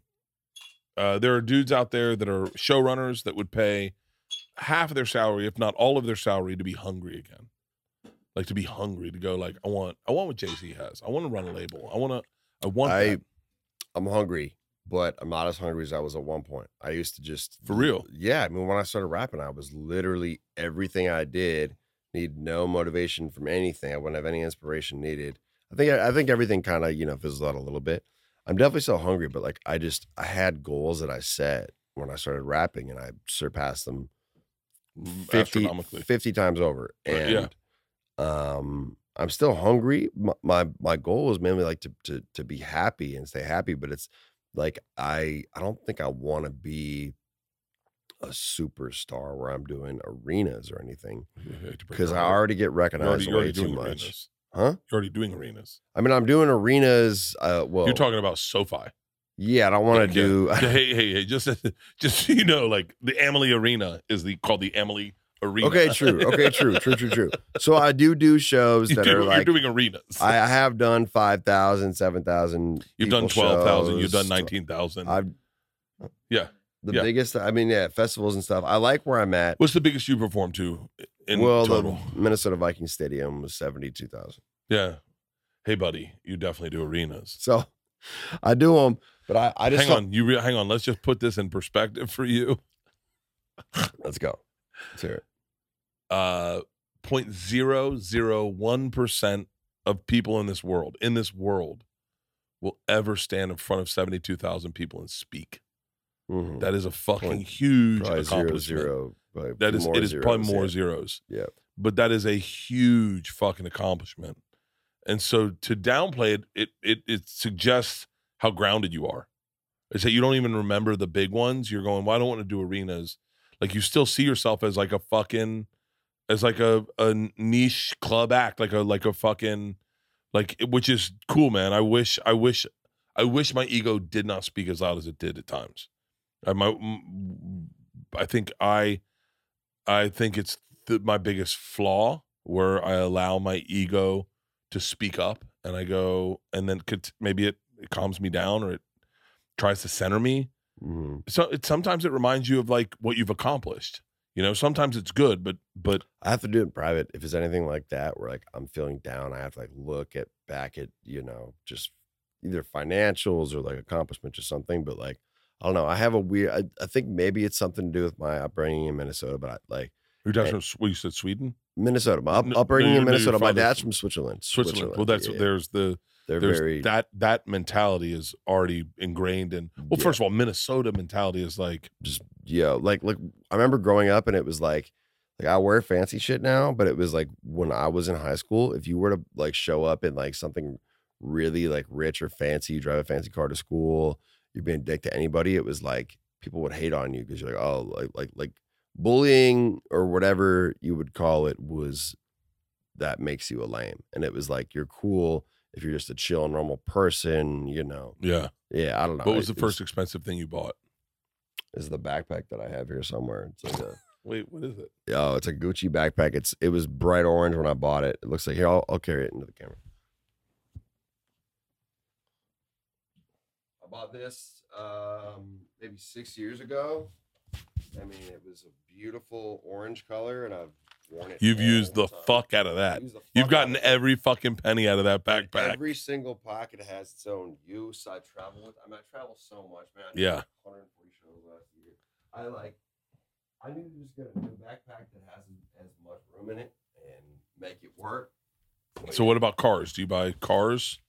B: Uh, there are dudes out there that are showrunners that would pay half of their salary, if not all of their salary, to be hungry again. Like to be hungry, to go like I want, I want what Jay Z has. I want to run a label. I want to, I want
A: I-
B: that.
A: I'm hungry, but I'm not as hungry as I was at one point. I used to just
B: for real.
A: yeah, I mean, when I started rapping, I was literally everything I did need no motivation from anything. I wouldn't have any inspiration needed. I think I think everything kind of you know fizzled out a little bit. I'm definitely still hungry, but like I just I had goals that I set when I started rapping, and I surpassed them 50,
B: Astronomically,
A: 50 times over.
B: Right,
A: And
B: yeah.
A: um, I'm still hungry. My, my my goal is mainly like to to to be happy and stay happy, but it's like I I don't think I want to be a superstar where I'm doing arenas or anything because I already get
B: you're already,
A: recognized
B: you're already
A: way too
B: doing
A: much.
B: arenas.
A: Huh?
B: You're already doing arenas.
A: I mean, I'm doing arenas. Uh, well,
B: You're talking about SoFi.
A: yeah, I don't want
B: Yeah.
A: to do.
B: hey, hey, hey! Just, just so you know, like the Emily Arena is the called the Emily Arena.
A: okay, true. Okay, true. True. True. True. So I do do shows
B: you
A: that are like
B: are doing arenas.
A: I I have done 5,000, 7,000.
B: you've done
A: people
B: twelve thousand. You've
A: shows.
B: done nineteen thousand.
A: I've
B: Yeah,
A: The
B: yeah.
A: biggest, I mean, yeah, festivals and stuff. I like where I'm at.
B: What's the biggest you performed to in
A: well,
B: total?
A: the Minnesota Viking Stadium was 72,000.
B: yeah. Hey, buddy, you definitely do arenas.
A: So I do them, but I, I just
B: hang
A: don't-
B: on, you re- hang on. Let's just put this in perspective for you.
A: Let's go. Let's hear it.
B: Uh, 0.001 percent of people in this world, in this world, will ever stand in front of seventy-two thousand people and speak.
A: Mhm.
B: That is a fucking
A: Point-
B: huge
A: Probably zero,
B: accomplishment.
A: zero. probably
B: That is
A: more
B: it is
A: zeros,
B: probably more
A: yeah.
B: zeros.
A: Yeah.
B: But that is a huge fucking accomplishment. And so to downplay it, it it it suggests how grounded you are. It's that you don't even remember the big ones. You're going, well, I don't want to do arenas. Like you still see yourself as like a fucking as like a, a niche club act, like a like a fucking like which is cool, man. I wish I wish I wish my ego did not speak as loud as it did at times. I my m- I think I I think it's th- my biggest flaw where I allow my ego to speak up and I go and then could, maybe it, it calms me down or it tries to center me.
A: Mhm.
B: So it sometimes it reminds you of like what you've accomplished. You know, sometimes it's good, but but
A: I have to do it in private. If it's anything like that, where like I'm feeling down, I have to like look at back at you know just either financials or like accomplishments or something. But like I don't know, I have a weird. I, I think maybe it's something to do with my upbringing in Minnesota. But I, like
B: you're talking about S- what you said Sweden,
A: Minnesota, my up,
B: No, no,
A: upbringing
B: your-
A: in
B: no, your
A: Minnesota. My
B: father's
A: dad's
B: from
A: from Switzerland.
B: Switzerland. Well, that's
A: yeah.
B: there's the
A: they're
B: there's
A: very
B: that that mentality is already ingrained in. Well,
A: Yeah.
B: first of all, Minnesota mentality is like
A: just yo like like I remember growing up and it was like like I wear fancy shit now, but it was like when I was in high school, if you were to like show up in like something really like rich or fancy, you drive a fancy car to school, you're being a dick to anybody, it was like people would hate on you because you're like, oh, like like like bullying or whatever you would call it was that makes you a lame. And it was like you're cool if you're just a chill, normal person, you know.
B: yeah.
A: Yeah, I don't know.
B: What was
A: It-
B: the first e expensive thing you bought?
A: It's, it's the backpack that I have here somewhere. It's like a
B: Wait, what is it?
A: Oh, it's a Gucci backpack. It's it was bright orange when I bought it. It looks like here. I'll, I'll carry it into the camera. I bought this um, maybe six years ago. I mean, it was a beautiful orange color, and I've worn it.
B: You've
A: all
B: used the
A: time.
B: fuck out of that.
A: Use the
B: You've
A: fuck out of
B: gotten
A: it.
B: every fucking penny out of that backpack.
A: Every single pocket has its own use. I travel with. I mean, I travel so much, man. I did
B: Yeah.
A: 140 shows last year. I like. I need to just get a new backpack that has as much room in it and make it work.
B: so what about cars? Do you buy cars?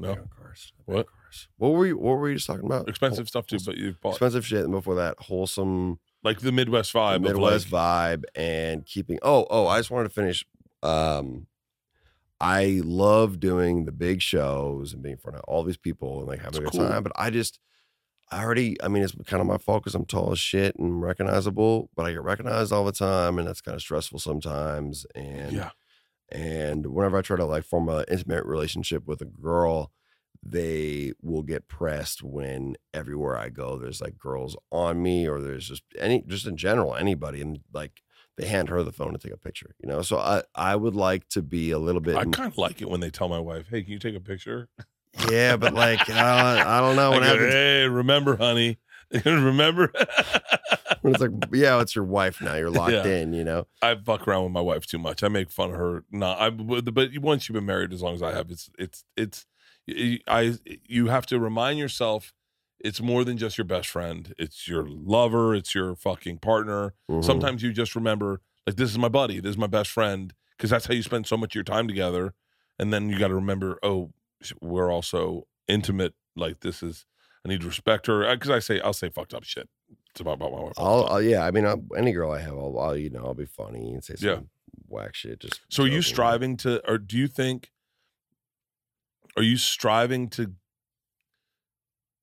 A: No,
B: No?
A: cars.
B: What?
A: Cars. What were you? What were you just talking about?
B: Expensive stuff too,
A: wholesome-
B: but you've bought
A: Uh, expensive shit. And before that, wholesome.
B: like the Midwest vibe.
A: the
B: of,
A: Midwest
B: like,
A: vibe and keeping. Oh, oh, I just wanted to finish. Um, I love doing the big shows and being in front of all these people and like having
B: It's
A: a good
B: cool.
A: time. But I just, I already, I mean, it's kind of my fault because I'm tall as shit and recognizable, but I get recognized all the time, and that's kind of stressful sometimes. And
B: Yeah.
A: and whenever I try to like form an intimate relationship with a girl, they will get pressed when everywhere I go, there's like girls on me, or there's just any, just in general, anybody, and like they hand her the phone to take a picture, you know. So I, I would like to be a little bit,
B: I kind of like it when they tell my wife, "Hey, can you take a picture?"
A: yeah, but like I, I don't know
B: I
A: what
B: go,
A: happens
B: hey, remember, honey? remember?
A: when it's like, yeah, it's your wife now, you're locked
B: Yeah.
A: in, you know.
B: I fuck around with my wife too much. I make fun of her. Nah, I but but once you've been married as long as I have, it's it's it's I you have to remind yourself it's more than just your best friend. It's your lover, it's your fucking partner.
A: Mhm.
B: Sometimes you just remember like this is my buddy, this is my best friend because that's how you spend so much of your time together. And then you got to remember, oh, sh- we're also intimate. Like this is I need to respect her because I say I'll say fucked up shit. It's about, about my wife. all the
A: I'll,
B: time.
A: I'll yeah. I mean, i any girl I have, I'll, I'll you know, I'll be funny and say some
B: Yeah.
A: whack shit. Just
B: So are you
A: over.
B: striving to, or do you think, are you striving to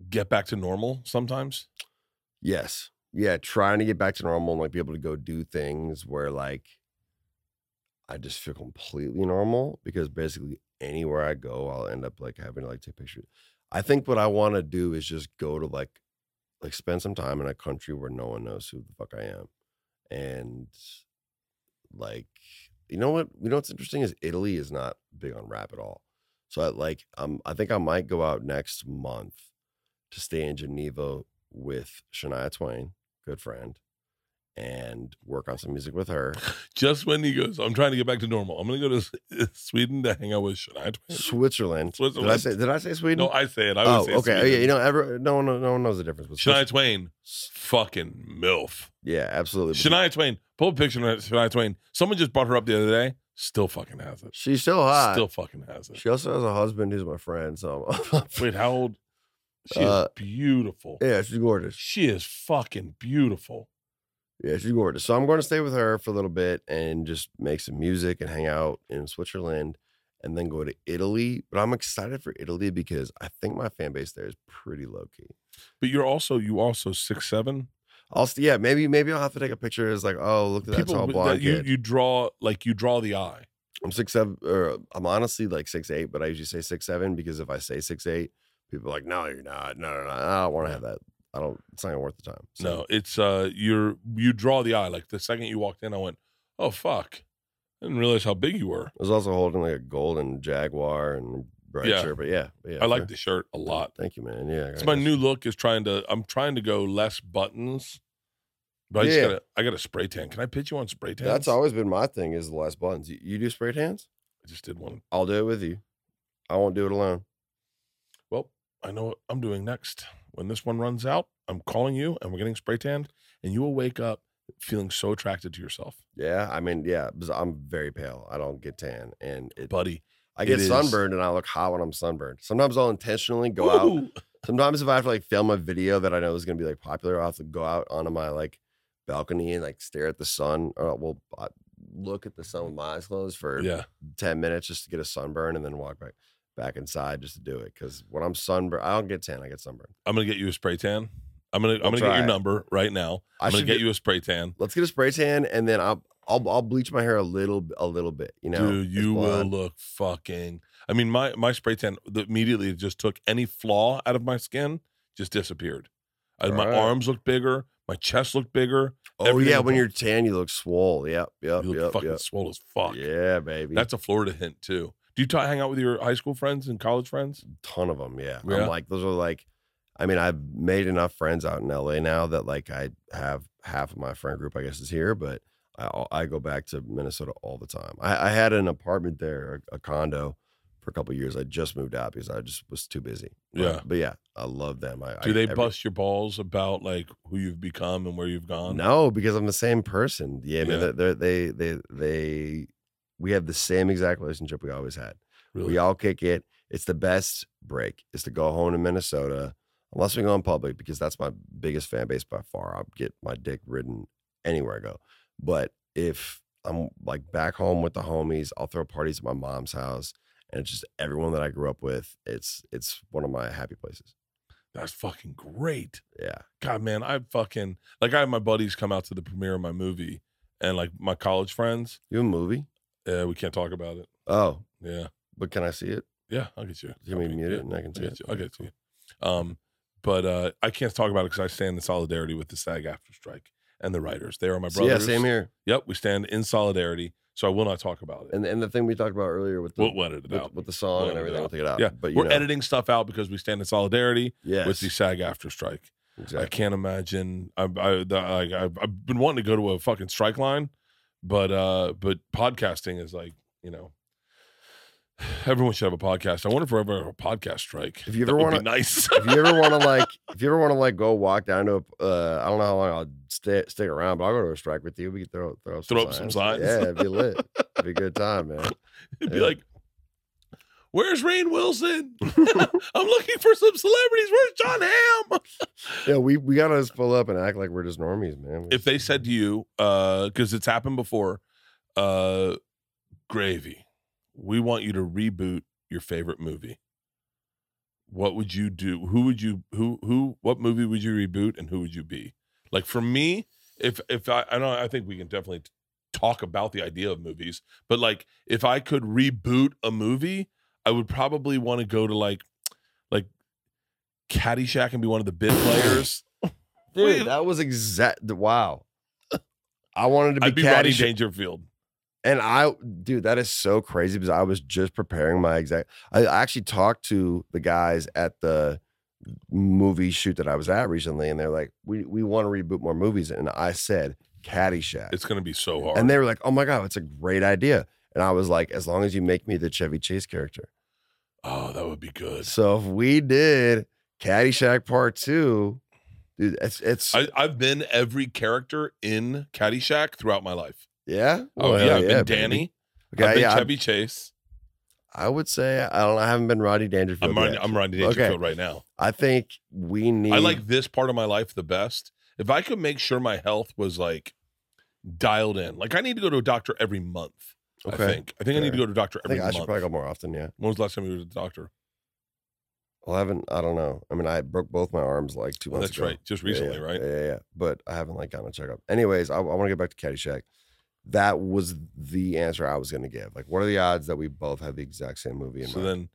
B: get back to normal sometimes?
A: Yes. Yeah, trying to get back to normal and like be able to go do things where like I just feel completely normal because basically anywhere I go, I'll end up like having to like take pictures. I think what I want to do is just go to like like spend some time in a country where no one knows who the fuck I am. And like you know what you know what's interesting is Italy is not big on rap at all. So I like um I think I might go out next month to stay in Geneva with Shania Twain, good friend, and work on some music with her.
B: Just when he goes, I'm trying to get back to normal. I'm going to go to S- Sweden to hang out with Shania. Twain."
A: Switzerland. Did I
B: Switzerland.
A: say did I say Sweden?
B: No, I say it. I
A: oh,
B: would say
A: okay. Oh, Yeah,
B: Sweden.
A: you know, every, no one no one knows the difference. But
B: Shania
A: Swiss-
B: Twain,
A: S-
B: fucking MILF.
A: yeah, absolutely. But
B: Shania Twain, pull a picture of Shania Twain. Someone just brought her up the other day. Still fucking has it.
A: She's still hot.
B: Still fucking has it.
A: She also has a husband who's my friend. So
B: Wait, how old? She
A: Uh,
B: is beautiful.
A: yeah, she's gorgeous.
B: She is fucking beautiful.
A: Yeah, she's gorgeous. So I'm going to stay with her for a little bit and just make some music and hang out in Switzerland and then go to Italy. But I'm excited for Italy because I think my fan base there is pretty low key.
B: But you're also you also six seven.
A: I'll st- yeah, maybe maybe I'll have to take a picture. It's like, oh, look at that tall
B: with-
A: blonde
B: you
A: kid.
B: you draw like you draw the eye.
A: I'm six seven, or I'm honestly like six eight, but I usually say six seven because if I say six eight, people are like, no, you're not. No, no, no. I don't want to have that. I don't. It's not even worth the time.
B: No, it's uh you're you draw the eye. Like the second you walked in, I went, oh fuck, I didn't realize how big you were.
A: I was also holding like a golden jaguar and bright
B: Yeah.
A: shirt, but yeah, but yeah.
B: I like
A: sure.
B: the shirt a lot.
A: Thank you, man. Yeah,
B: It's
A: I
B: my
A: guess.
B: new look. Is trying to I'm trying to go less buttons. But I just
A: Yeah.
B: gotta I got a spray tan. Can I pitch you on spray tan?
A: That's always been my thing is the last buttons. You, you do spray tans?
B: I just did one.
A: I'll do it with you. I won't do it alone.
B: Well, I know what I'm doing next. When this one runs out, I'm calling you, and we're getting spray tanned, and you will wake up feeling so attracted to yourself,
A: Yeah, I mean, yeah, 'cause I'm very pale. I don't get tan, and it,
B: buddy.
A: I
B: it
A: get
B: is-
A: sunburned and I look hot when I'm sunburned. Sometimes I'll intentionally go out
B: Ooh.
A: sometimes if I have to like film a video that I know is gonna be like popular, I'll have to go out onto my like balcony and like stare at the sun or well I look at the sun with my eyes closed for
B: Yeah.
A: 10 minutes just to get a sunburn and then walk back back inside just to do it. Cause when I'm sunburned, I don't get tan, I get sunburned.
B: I'm gonna get you a spray tan. I'm gonna I'm
A: We'll
B: gonna get
A: try
B: your
A: it.
B: number right now.
A: I
B: I'm gonna
A: should
B: get,
A: get-
B: you a spray tan.
A: Let's get a spray tan and then I'll I'll, I'll bleach my hair a little b- a little bit, you know.
B: Dude,
A: it's
B: you will
A: blonde.
B: look fucking I mean my my spray tan the, immediately it just took any flaw out of my skin, just disappeared. I, my
A: Alright.
B: arms looked bigger, my chest looked bigger.
A: Oh
B: everything
A: yeah,
B: will
A: when
B: go-
A: you're tan, you look swole. Yep, yep,
B: you look
A: yep,
B: fucking
A: yep.
B: swole as fuck.
A: Yeah, baby.
B: That's a Florida hint too. Do you t- hang out with your high school friends and college friends?
A: ton of them. Yeah.
B: Yeah.
A: I'm like, those are like, I mean, I've made enough friends out in LA now that like I have half of my friend group, I guess, is here, but I, I go back to Minnesota all the time. I, I had an apartment there, a, a condo for a couple of years. I just moved out because I just was too busy. But-
B: Yeah.
A: But yeah, I love them. I,
B: Do
A: I-
B: they
A: every-
B: bust your balls about like who you've become and where you've gone?
A: No, because I'm the same person. Yeah. I mean,
B: Yeah.
A: they're- they, they, they, we have the same exact relationship we always had.
B: really.
A: We all kick it. It's the best break. Is to go home to Minnesota, unless we go in public, because that's my biggest fan base by far. I'll get my dick ridden anywhere I go. But if I'm like back home with the homies, I'll throw parties at my mom's house, and it's just everyone that I grew up with. It's it's one of my happy places.
B: That's fucking great.
A: Yeah,
B: God, man, I fucking like I had my buddies come out to the premiere of my movie, and like my college friends.
A: you have a movie?
B: Yeah, we can't talk about it.
A: Oh,
B: Yeah,
A: but can I see it?
B: yeah, I'll get you.
A: Can we
B: I'll be-
A: mute
B: yeah,
A: it and I can
B: I'll
A: see
B: get
A: it?
B: you. I'll get it to you. Um, but uh, I can't talk about it because I stand in solidarity with the SAG after strike and the writers. They are my
A: So, yeah,
B: brothers.
A: same here.
B: Yep, we stand in solidarity. So I will not talk about it.
A: And and the thing we talked about earlier with the
B: we'll, we'll edit it out.
A: with, with the song
B: We'll
A: and
B: edit it
A: everything, we'll
B: out.
A: take it out.
B: yeah,
A: but you
B: we're
A: know,
B: editing stuff out because we stand in solidarity
A: yes,
B: with the SAG after strike.
A: exactly.
B: I can't imagine. I, I, the, like, I've, I've been wanting to go to a fucking strike line, but uh, but podcasting is like you know, everyone should have a podcast. I wonder if we're ever have a podcast strike.
A: If you
B: That
A: ever
B: would
A: wanna-
B: be nice.
A: if you ever want to like, if you ever want to like go walk down to, a, uh, I don't know how long I'll stay, stick around, but I'll go to a strike with you. We can throw throw up some
B: Throw up
A: signs.
B: some signs.
A: Yeah, it'd be lit. it'd be a good time, man.
B: It'd be
A: Yeah.
B: like, where's Rain Wilson? I'm looking for some celebrities. Where's John Hamm?
A: Yeah, we we gotta just pull up and act like we're just normies, man. We
B: If they
A: just-
B: uh, said to you, because it's happened before, uh, Gravy, we want you to reboot your favorite movie. What would you do? Who would you who who what movie would you reboot and who would you be? Like for me, if if I I know I think we can definitely t- talk about the idea of movies, but like if I could reboot a movie, I would probably want to go to like like Caddyshack and be one of the bit players.
A: Dude, that was exact. Wow. I wanted to be
B: I'd be Roddy
A: Caddyshack.
B: Dangerfield.
A: And I, dude, that is so crazy because I was just preparing my exact. I actually talked to the guys at the movie shoot that I was at recently, and they're like, "We we want to reboot more movies," and I said, "Caddyshack,"
B: It's gonna be so hard.
A: and they were like, "Oh my god, it's a great idea." And I was like, "As long as you make me the Chevy Chase character."
B: oh, that would be good.
A: So if we did Caddyshack Part Two, dude, it's it's
B: I, I've been every character in Caddyshack throughout my life.
A: yeah.
B: Oh
A: Well,
B: yeah, I've been
A: baby.
B: Danny.
A: Okay,
B: I've been
A: yeah, I-
B: Chevy Chase.
A: I would say I don't. know, I haven't been Roddy Dangerfield.
B: I'm Rodney,
A: yet.
B: I'm Rodney
A: Okay.
B: Dangerfield right now.
A: I think we need.
B: I like this part of my life the best. If I could make sure my health was like dialed in, like I need to go to a doctor every month.
A: Okay.
B: I think. I think I need to
A: Fair.
B: go to a doctor
A: I
B: every
A: think I
B: month.
A: should probably go more often. Yeah.
B: when was the last time you were to the doctor?
A: Well, I haven't. I don't know. I mean, I broke both my arms like two
B: Well,
A: months
B: Oh,
A: ago.
B: that's right. Just
A: Yeah, yeah,
B: recently, right?
A: Yeah, yeah, yeah. But I haven't like gotten a checkup. Anyways, I, I want to get back to Caddyshack. That was the answer I was going to give. Like, what are the odds that we both have the exact same movie in
B: so
A: mind?
B: then,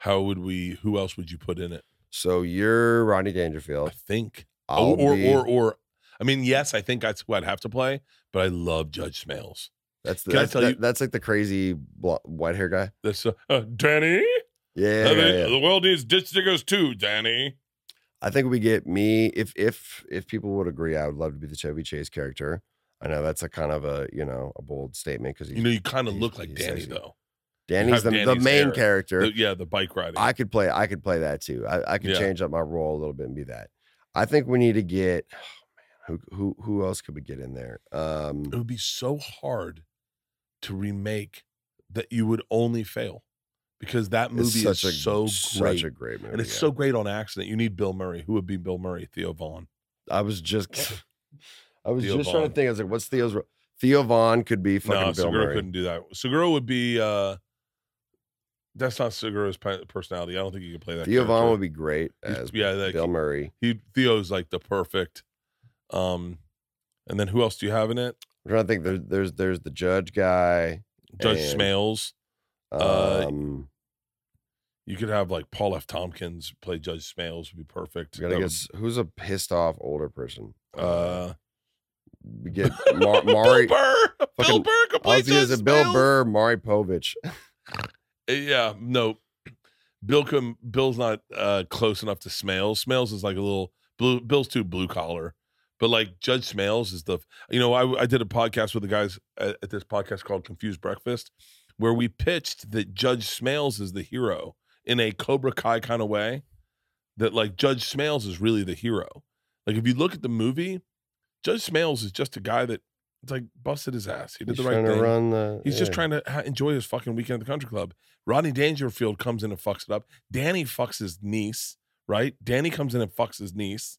B: how would we? Who else would you put in it?
A: so you're Rodney
B: I
A: Dangerfield.
B: think.
A: I'll
B: Oh, Or or,
A: be-
B: or or I mean, yes, I think that's who I'd have to play. But I love Judge Smales.
A: that's the,
B: can I
A: that's,
B: tell
A: that-
B: you-
A: that's like the crazy blo- white hair guy.
B: That's uh, uh, Danny.
A: Yeah,
B: I
A: yeah,
B: mean,
A: yeah.
B: The world needs ditch diggers too, Danny.
A: I think we get me if if if people would agree, I would love to be the Chevy Chase character. I know that's a kind of a you know a bold statement because
B: You know, you kind of
A: he's-
B: look like
A: he's
B: Danny
A: sexy.
B: though.
A: Danny's the,
B: have
A: the
B: Danny's
A: main
B: hair.
A: character.
B: The- yeah, the bike riding.
A: I could play I could play that too. I, I could
B: Yeah.
A: change up my role a little bit and be that. I think we need to get oh man, who who who else could we get in there?
B: it
A: Um
B: would be so hard to remake that you would only fail because that
A: it's
B: movie
A: such
B: is
A: a
B: so
A: such
B: great.
A: a great movie.
B: and it's
A: yeah.
B: so great on accident. You need Bill Murray. Who would be Bill Murray? Theo Vaughn.
A: I was just I was
B: Theo
A: just trying
B: Vaughn.
A: to think. I was like, what's Theo's ro- Theo Vaughn could be fucking
B: no,
A: Bill
B: Segura
A: Murray.
B: couldn't do that. Segura would be. uh That's not Segura's pe- personality. I don't think he could play that.
A: Theo Vaughn
B: character.
A: would be great
B: He's-
A: as
B: yeah, that,
A: Bill Murray.
B: he Theo's like the perfect. Um, and then who else do you have in it?
A: I'm trying to think. There's there's there's the judge guy.
B: Judge
A: and,
B: Smales. uh,
A: Um,
B: You could have like Paul F. Tompkins play Judge Smales would be perfect.
A: we gotta
B: That
A: get
B: would-
A: s- who's a pissed off older person.
B: uh,
A: we get Mar- Mari. oh,
B: Bill Burr. Bill
A: fucking-
B: Burr could
A: I
B: play
A: was thinking, is
B: Judge
A: it Bill
B: Smales.
A: Burr, Mari Povich?
B: Uh, Yeah, no, Bill can, Bill's not uh, close enough to Smales. Smales is like a little blue. Bill's too blue collar, but like Judge Smales is the you know I I did a podcast with the guys at, at this podcast called Confused Breakfast, where we pitched that Judge Smales is the hero in a Cobra Kai kind of way. That like Judge Smales is really the hero. Like if you look at the movie, Judge Smales is just a guy that it's like busted his ass. He did
A: He's
B: the right
A: trying
B: thing.
A: to run the.
B: He's just
A: yeah.
B: trying to ha- enjoy his fucking weekend at the country club. Rodney Dangerfield comes in and fucks it up. Danny fucks his niece, right? Danny comes in and fucks his niece.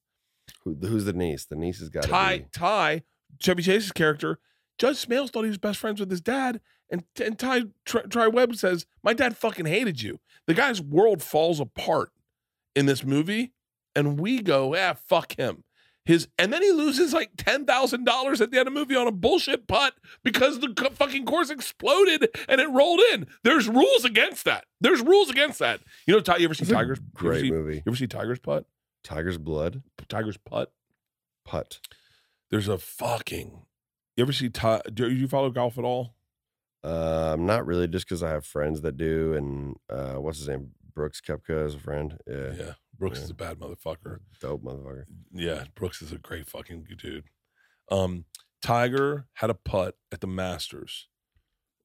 A: Who, who's the niece? The niece has got to
B: Ty,
A: be.
B: Ty, Chevy Chase's character, Judge Smales thought he was best friends with his dad. And, and Ty Tri Tri Webb says, My dad fucking hated you. The guy's world falls apart in this movie. And we go, ah, fuck him. His and then he loses like ten thousand dollars at the end of the movie on a bullshit putt because the co- fucking course exploded and it rolled in. There's rules against that. There's rules against that. You know, Ty, you ever see
A: It's a
B: Tigers? you ever
A: Great
B: see-
A: movie.
B: you ever see Tigers putt?
A: Tiger's Blood
B: Tigers putt.
A: Putt.
B: There's a fucking. You ever see Ty? Do you follow golf at all?
A: Um, not really, just because I have friends that do, and uh, what's his name? Brooks Kepka is a friend. Yeah,
B: Brooks
A: Yeah.
B: is a bad motherfucker.
A: dope motherfucker.
B: Yeah, Brooks is a great fucking dude. Um, Tiger had a putt at the Masters.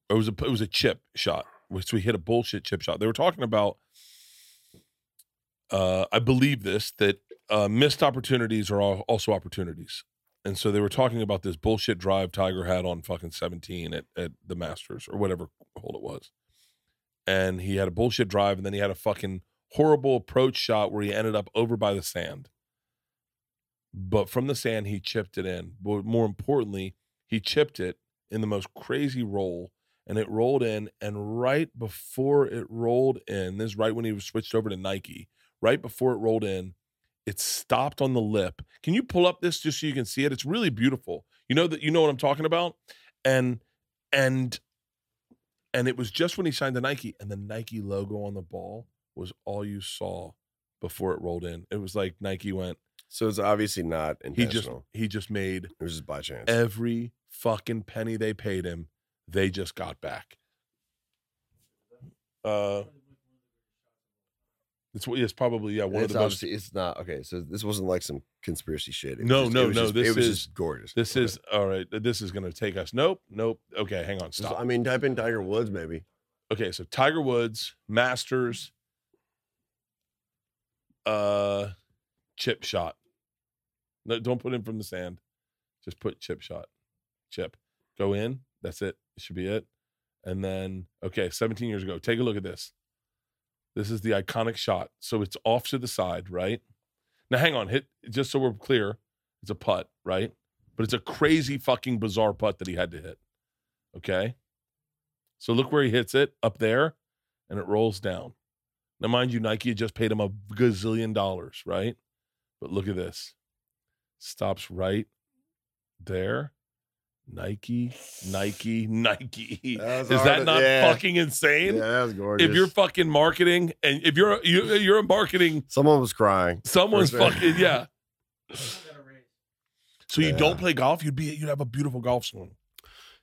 B: It was a it was a chip shot, which we hit a bullshit chip shot. They were talking about. Uh, I believe this that uh, missed opportunities are al- also opportunities, and so they were talking about this bullshit drive Tiger had on fucking seventeen at at the Masters or whatever hole it was, and he had a bullshit drive, and then he had a fucking horrible approach shot where he ended up over by the sand but from the sand he chipped it in. But more importantly, he chipped it in the most crazy roll, and it rolled in. And right before it rolled in, this is right when he was switched over to Nike. Right before it rolled in, it stopped on the lip. Can you pull up this just so you can see it? It's really beautiful. You know that you know what I'm talking about, and and and it was just when he signed to Nike, and the Nike logo on the ball was all you saw before it rolled in. It was like Nike went.
A: So it's obviously not
B: He just
A: intentional.
B: he just made
A: it was just by chance.
B: every fucking penny they paid him, they just got back. Uh, it's what it's probably yeah one
A: it's
B: of the most.
A: obviously it's not okay. So this wasn't like some conspiracy shit. It was
B: No,
A: just- it
B: no,
A: was
B: no,
A: just-
B: this
A: it was
B: is-
A: just gorgeous.
B: This is all right. This is gonna take us. Nope, nope. Okay, hang on.
A: Just-
B: Stop.
A: I mean, type in Tiger Woods, maybe.
B: Okay, so Tiger Woods, Masters, uh, chip shot. No, don't put in from the sand. Just put chip shot. Chip. Go in. That's it. Should be it. And then, okay, 17 years ago. Take a look at this. This is the iconic shot. So it's off to the side, right? Now, hang on. Hit just so we're clear. It's a putt, right? But it's a crazy fucking bizarre putt that he had to hit. Okay. So look where he hits it up there, and it rolls down. Now, mind you, Nike had just paid him a gazillion dollars, right? But look at this. Stops right there. Nike, Nike, Nike.
A: That was
B: Is
A: hard
B: that
A: to-
B: not
A: yeah.
B: fucking insane?
A: Yeah, that was gorgeous.
B: if you're fucking marketing and if you're you, you're in marketing,
A: Someone was crying.
B: someone's
A: For sure.
B: fucking yeah.
D: got a raise.
B: So you don't
A: Yeah.
B: play golf, you'd be you'd have a beautiful golf swing.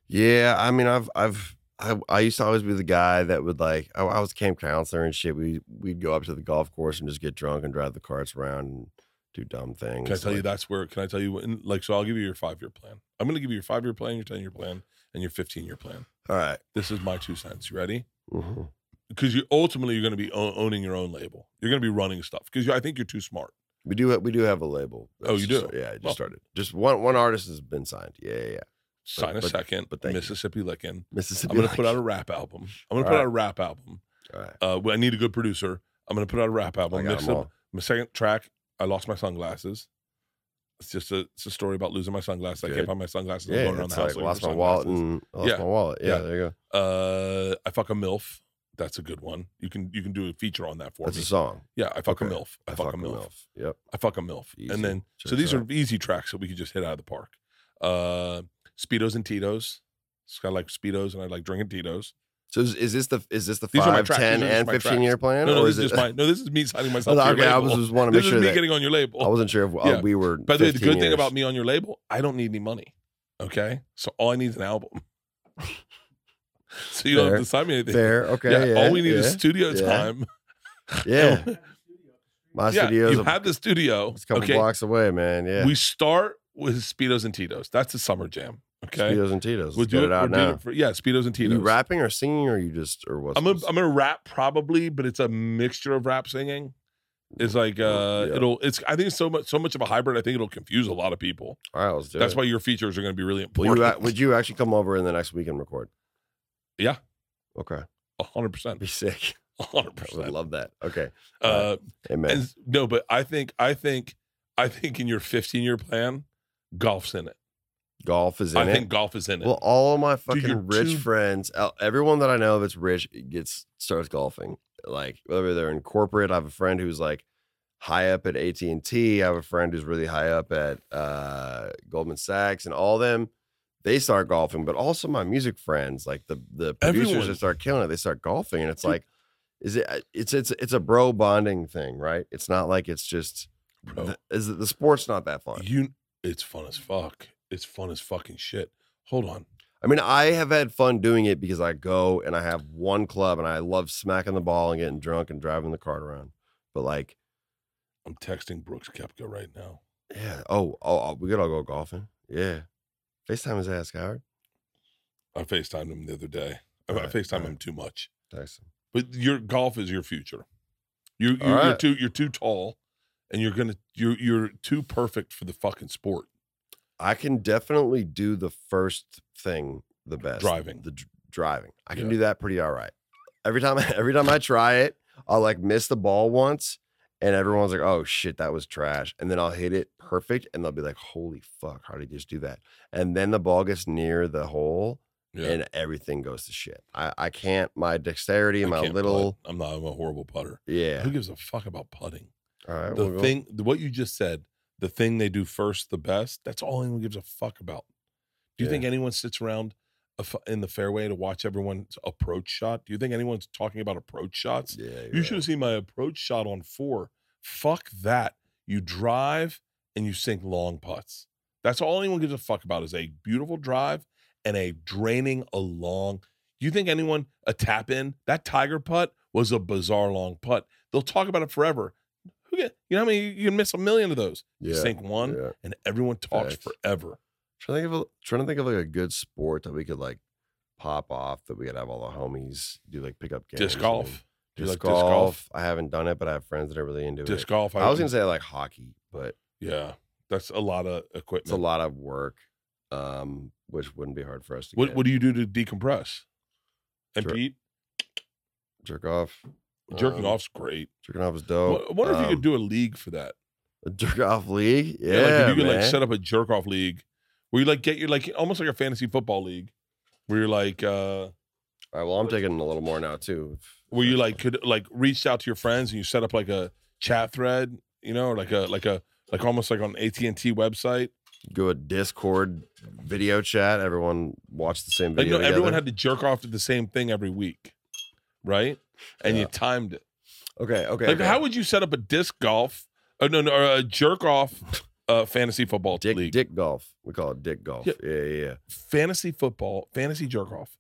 A: Yeah, I mean, I've I've I, I used to always be the guy that would like I, I was camp counselor and shit. We we'd go up to the golf course and just get drunk and drive the carts around and do dumb things.
B: Can I tell you
A: like-
B: that's where? Can I tell you when- like so? I'll give you your five year plan. I'm going to give you your five year plan, your ten year plan, and your fifteen year plan.
A: All right.
B: This is my two cents. You ready?
A: Mhm.
B: Because you ultimately you're going to be o- owning your own label. You're going to be running stuff because I think you're too smart.
A: We do ha- we do have a label.
B: Oh, you
A: just-
B: do?
A: yeah, I just
B: Well.
A: started. Just one one artist has been signed. Yeah, yeah. yeah.
B: Sign a
A: but-
B: second,
A: but
B: but
A: thank you.
B: Mississippi Lickin'.
A: Mississippi.
B: I'm going to put out a rap album. I'm going to put
A: Alright.
B: out a rap album.
A: All right.
B: Uh, well, I need a good producer. I'm going to put out a rap album.
A: I got
B: Mix
A: them
B: up
A: all.
B: my second track i lost my sunglasses it's just a, it's a story about losing my sunglasses i
A: Good.
B: can't find my sunglasses
A: Yeah,
B: i'm going around
A: it's
B: the
A: like
B: house looking
A: lost
B: for
A: my wallet
B: sunglasses.
A: and lost
B: Yeah,
A: my wallet. Yeah,
B: yeah.
A: there you go.
B: uh i fuck a milf that's a good one you can you can do a feature on that for
A: That's
B: me
A: a song.
B: yeah i fuck
A: Okay.
B: a milf i, fuck, a milf.
A: Yep.
B: i fuck a milf
A: Easy.
B: and then so
A: Checks
B: these
A: out.
B: are easy tracks that we could just hit out of the park uh speedos and tito's it's kind of like speedos and i like drinking tito's
A: So is, is this the is this the
B: These are my
A: five,
B: tracks.
A: 10,
B: These are just
A: and
B: my
A: fifteen
B: tracks.
A: year plan?
B: no no
A: or
B: this is
A: it,
B: just my no this is me signing myself to your
A: okay, I
B: label
A: was just want to
B: this
A: make
B: is
A: sure
B: me
A: that
B: getting on your label
A: I wasn't sure if uh,
B: Yeah.
A: we were.
B: By the way, the
A: 15
B: good thing
A: years.
B: about me on your label, I don't need any money. Okay, so all I need is an album. so you don't
A: Fair.
B: have to sign me anything.
A: Fair. Okay. Yeah.
B: all we need
A: yeah,
B: is studio
A: yeah.
B: time.
D: I have a studio up
A: Yeah.
D: the street.
A: My
B: yeah,
A: studio's
B: you
A: a,
B: have the studio.
A: it's a couple
B: Okay,
A: blocks away, man. Yeah.
B: we start with speedos and Tito's. That's the summer jam. Okay,
A: Speedos and Tito's.
B: we'll
A: Let's get
B: do it.
A: it out
B: we'll do
A: now.
B: it for, yeah, speedos and Tito's.
A: you rapping or singing or you just or what's
B: I'm gonna
A: this?
B: I'm gonna rap probably, but it's a mixture of rap singing. It's like uh,
A: Yeah.
B: it'll. It's I think it's so much so much of a hybrid. I think it'll confuse a lot of people.
A: All right, let's do
B: That's
A: it.
B: why your features are gonna be really
A: Will
B: important.
A: you, a- would you actually come over in the next week and record?
B: Yeah.
A: Okay.
B: hundred percent.
A: Be sick. I
B: hundred
A: would
B: percent.
A: love that. Okay.
B: Uh,
A: Amen.
B: and no, but I think I think I think in your 15 year plan, golf's in it.
A: Golf is in
B: I
A: it.
B: think golf is in it.
A: Well, all of my fucking
B: you're
A: rich
B: too-
A: friends, el- everyone that I know that's rich gets starts golfing. Like whether they're in corporate, I have a friend who's like high up at AT and T. I have a friend who's really high up at uh, Goldman Sachs, and all them they start golfing. But also my music friends, like the the producers
B: Everyone.
A: that start killing it, they start golfing, and it's
B: Dude.
A: like, is it? uh, It's it's it's a bro bonding thing, right? It's not like it's just.
B: Bro.
A: th- is it, the sport's not that fun?
B: you it's fun as fuck. It's fun as fucking shit. Hold on.
A: I mean, I have had fun doing it because I go and I have one club and I love smacking the ball and getting drunk and driving the cart around. But like,
B: I'm texting Brooks Kepka right now.
A: yeah, oh, oh, oh, we could all go golfing. Yeah, Facetime his ass, Howard.
B: I FaceTimed him the other day. I, I
A: Alright,
B: FaceTime
A: alright.
B: him too much.
A: Text him.
B: But your golf is your future. You, you you're
A: Alright.
B: too you're too tall and you're gonna you're you're too perfect for the fucking sport.
A: I can definitely do the first thing the best.
B: Driving.
A: The dr- driving. I can
B: Yeah.
A: do that pretty all right. Every time every time I try it, I'll like miss the ball once and everyone's like, "Oh shit, that was trash." And then I'll hit it perfect, and they'll be like, "Holy fuck, how did you just do that?" And then the ball gets near the hole,
B: Yeah.
A: and everything goes to shit. I, I can't. My dexterity,
B: I
A: my
B: can't putt.
A: little,
B: I'm not. I'm a horrible putter.
A: yeah.
B: Who gives a fuck about putting?
A: All right,
B: the
A: we'll go-
B: thing, what you just said, the thing they do first, the best. That's all anyone gives a fuck about. Do you
A: Yeah.
B: think anyone sits around a fu- in the fairway to watch everyone's approach shot? Do you think anyone's talking about approach shots?
A: Yeah, you're
B: You should
A: right.
B: have seen my approach shot on four. Fuck that. You drive and you sink long putts. That's all anyone gives a fuck about is a beautiful drive and a draining a long. You think anyone a tap in? That tiger putt was a bizarre long putt. They'll talk about it forever. Who get, you know how many you can miss a million of those. You
A: Yeah,
B: sink one
A: yeah.
B: and everyone talks
A: Facts.
B: forever.
A: Trying to think of a, trying to think of like a good sport that we could like pop off that we could have all the homies do like pickup games.
B: Disc
A: and-
B: golf. Do you
A: Disc
B: like disc
A: golf.
B: golf?
A: I haven't done it, but I have friends that are really into
B: Disc
A: it.
B: golf.
A: I was gonna
B: wouldn't-
A: say like hockey, but
B: Yeah. That's a lot of equipment.
A: it's a lot of work, um, which wouldn't be hard for us to
B: What
A: get.
B: what do you do to decompress? And
A: Jer-
B: Pete,
A: jerk off?
B: jerking
A: Um,
B: off's great.
A: Jerking off is
B: Wo-
A: dope.
B: I wonder if you could
A: Um,
B: do a league for that.
A: a jerk off league. Yeah,
B: like if you could like
A: man.
B: set up a jerk off league where you like get your like almost like a fantasy football league where you're like uh
A: All right, well, I'm taking a little more now too.
B: where you like could like reach out to your friends and you set up like a chat thread, you know, or like a like a like almost like on AT&T website.
A: go a Discord video chat. Everyone watch the same
B: Like
A: video.
B: no, everyone
A: together.
B: had to jerk off to the same thing every week. Right? And you
A: Yeah.
B: timed it.
A: Okay, okay.
B: Like
A: okay.
B: how would you set up a disc golf? Oh no, no, or a jerk off uh fantasy football
A: dick
B: league.
A: dick golf? We call it dick golf.
B: Yeah.
A: Yeah, yeah, yeah.
B: fantasy football, fantasy jerk off.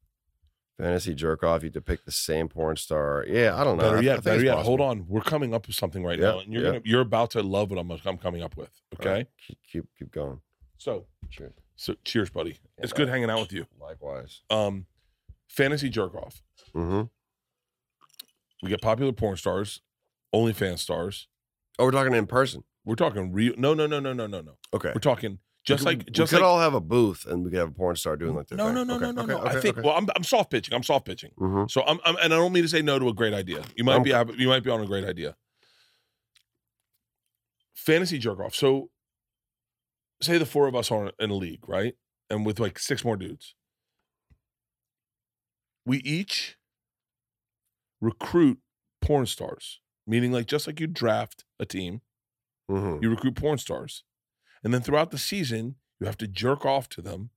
A: Fantasy jerk off. You depict the same porn star. Yeah, I don't know. I-
B: Better
A: I
B: yet,
A: think
B: better
A: it's
B: yet. Hold
A: possible.
B: on, we're coming up with something right
A: Yeah,
B: now, and you're
A: yeah.
B: gonna you're about to love what I'm I'm coming up with. Okay,
A: All right, keep, keep keep going.
B: so
A: Cheers.
B: so cheers, buddy. it's
A: Yeah.
B: good hanging out with you.
A: Likewise.
B: Um, fantasy jerk off.
A: Mm-hmm.
B: We get popular porn stars, OnlyFans stars.
A: Oh, we're talking in person.
B: We're talking real. No, no, no, no, no, no, no.
A: Okay.
B: We're talking just
A: we,
B: like
A: could-
B: just
A: we could
B: like.
A: all have a booth and we could have a porn star doing like that.
B: no, no, no, no, no, no. I think. Well, I'm I'm soft pitching. I'm soft pitching.
A: hmm
B: So I'm, I'm, and I don't mean to say no to a great idea. You might
A: I'm-
B: be, you might be on a great idea. Fantasy jerk off. So, say the four of us are in a league, right? And with like six more dudes, we each recruit porn stars. Meaning, like just like you draft a team,
A: hmm
B: you recruit porn stars, and then throughout the season, you have to jerk off to them.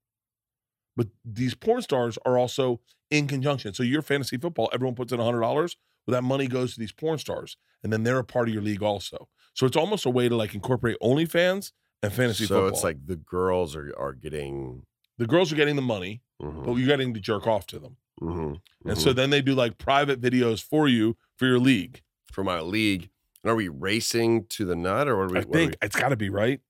B: But these porn stars are also in conjunction. So your fantasy football, everyone puts in hundred dollars. Well, that money goes to these porn stars, and then they're a part of your league also. So it's almost a way to like incorporate OnlyFans and fantasy
A: so
B: football.
A: it's like the girls are are getting.
B: the girls are getting the money,
A: mhm,
B: but you're getting to jerk off to them,
A: mhm, mhm.
B: and so then they do like private videos for you for your league.
A: for my league, and are we racing to the nut or what? Are we,
B: I
A: what are
B: think it's got to be right.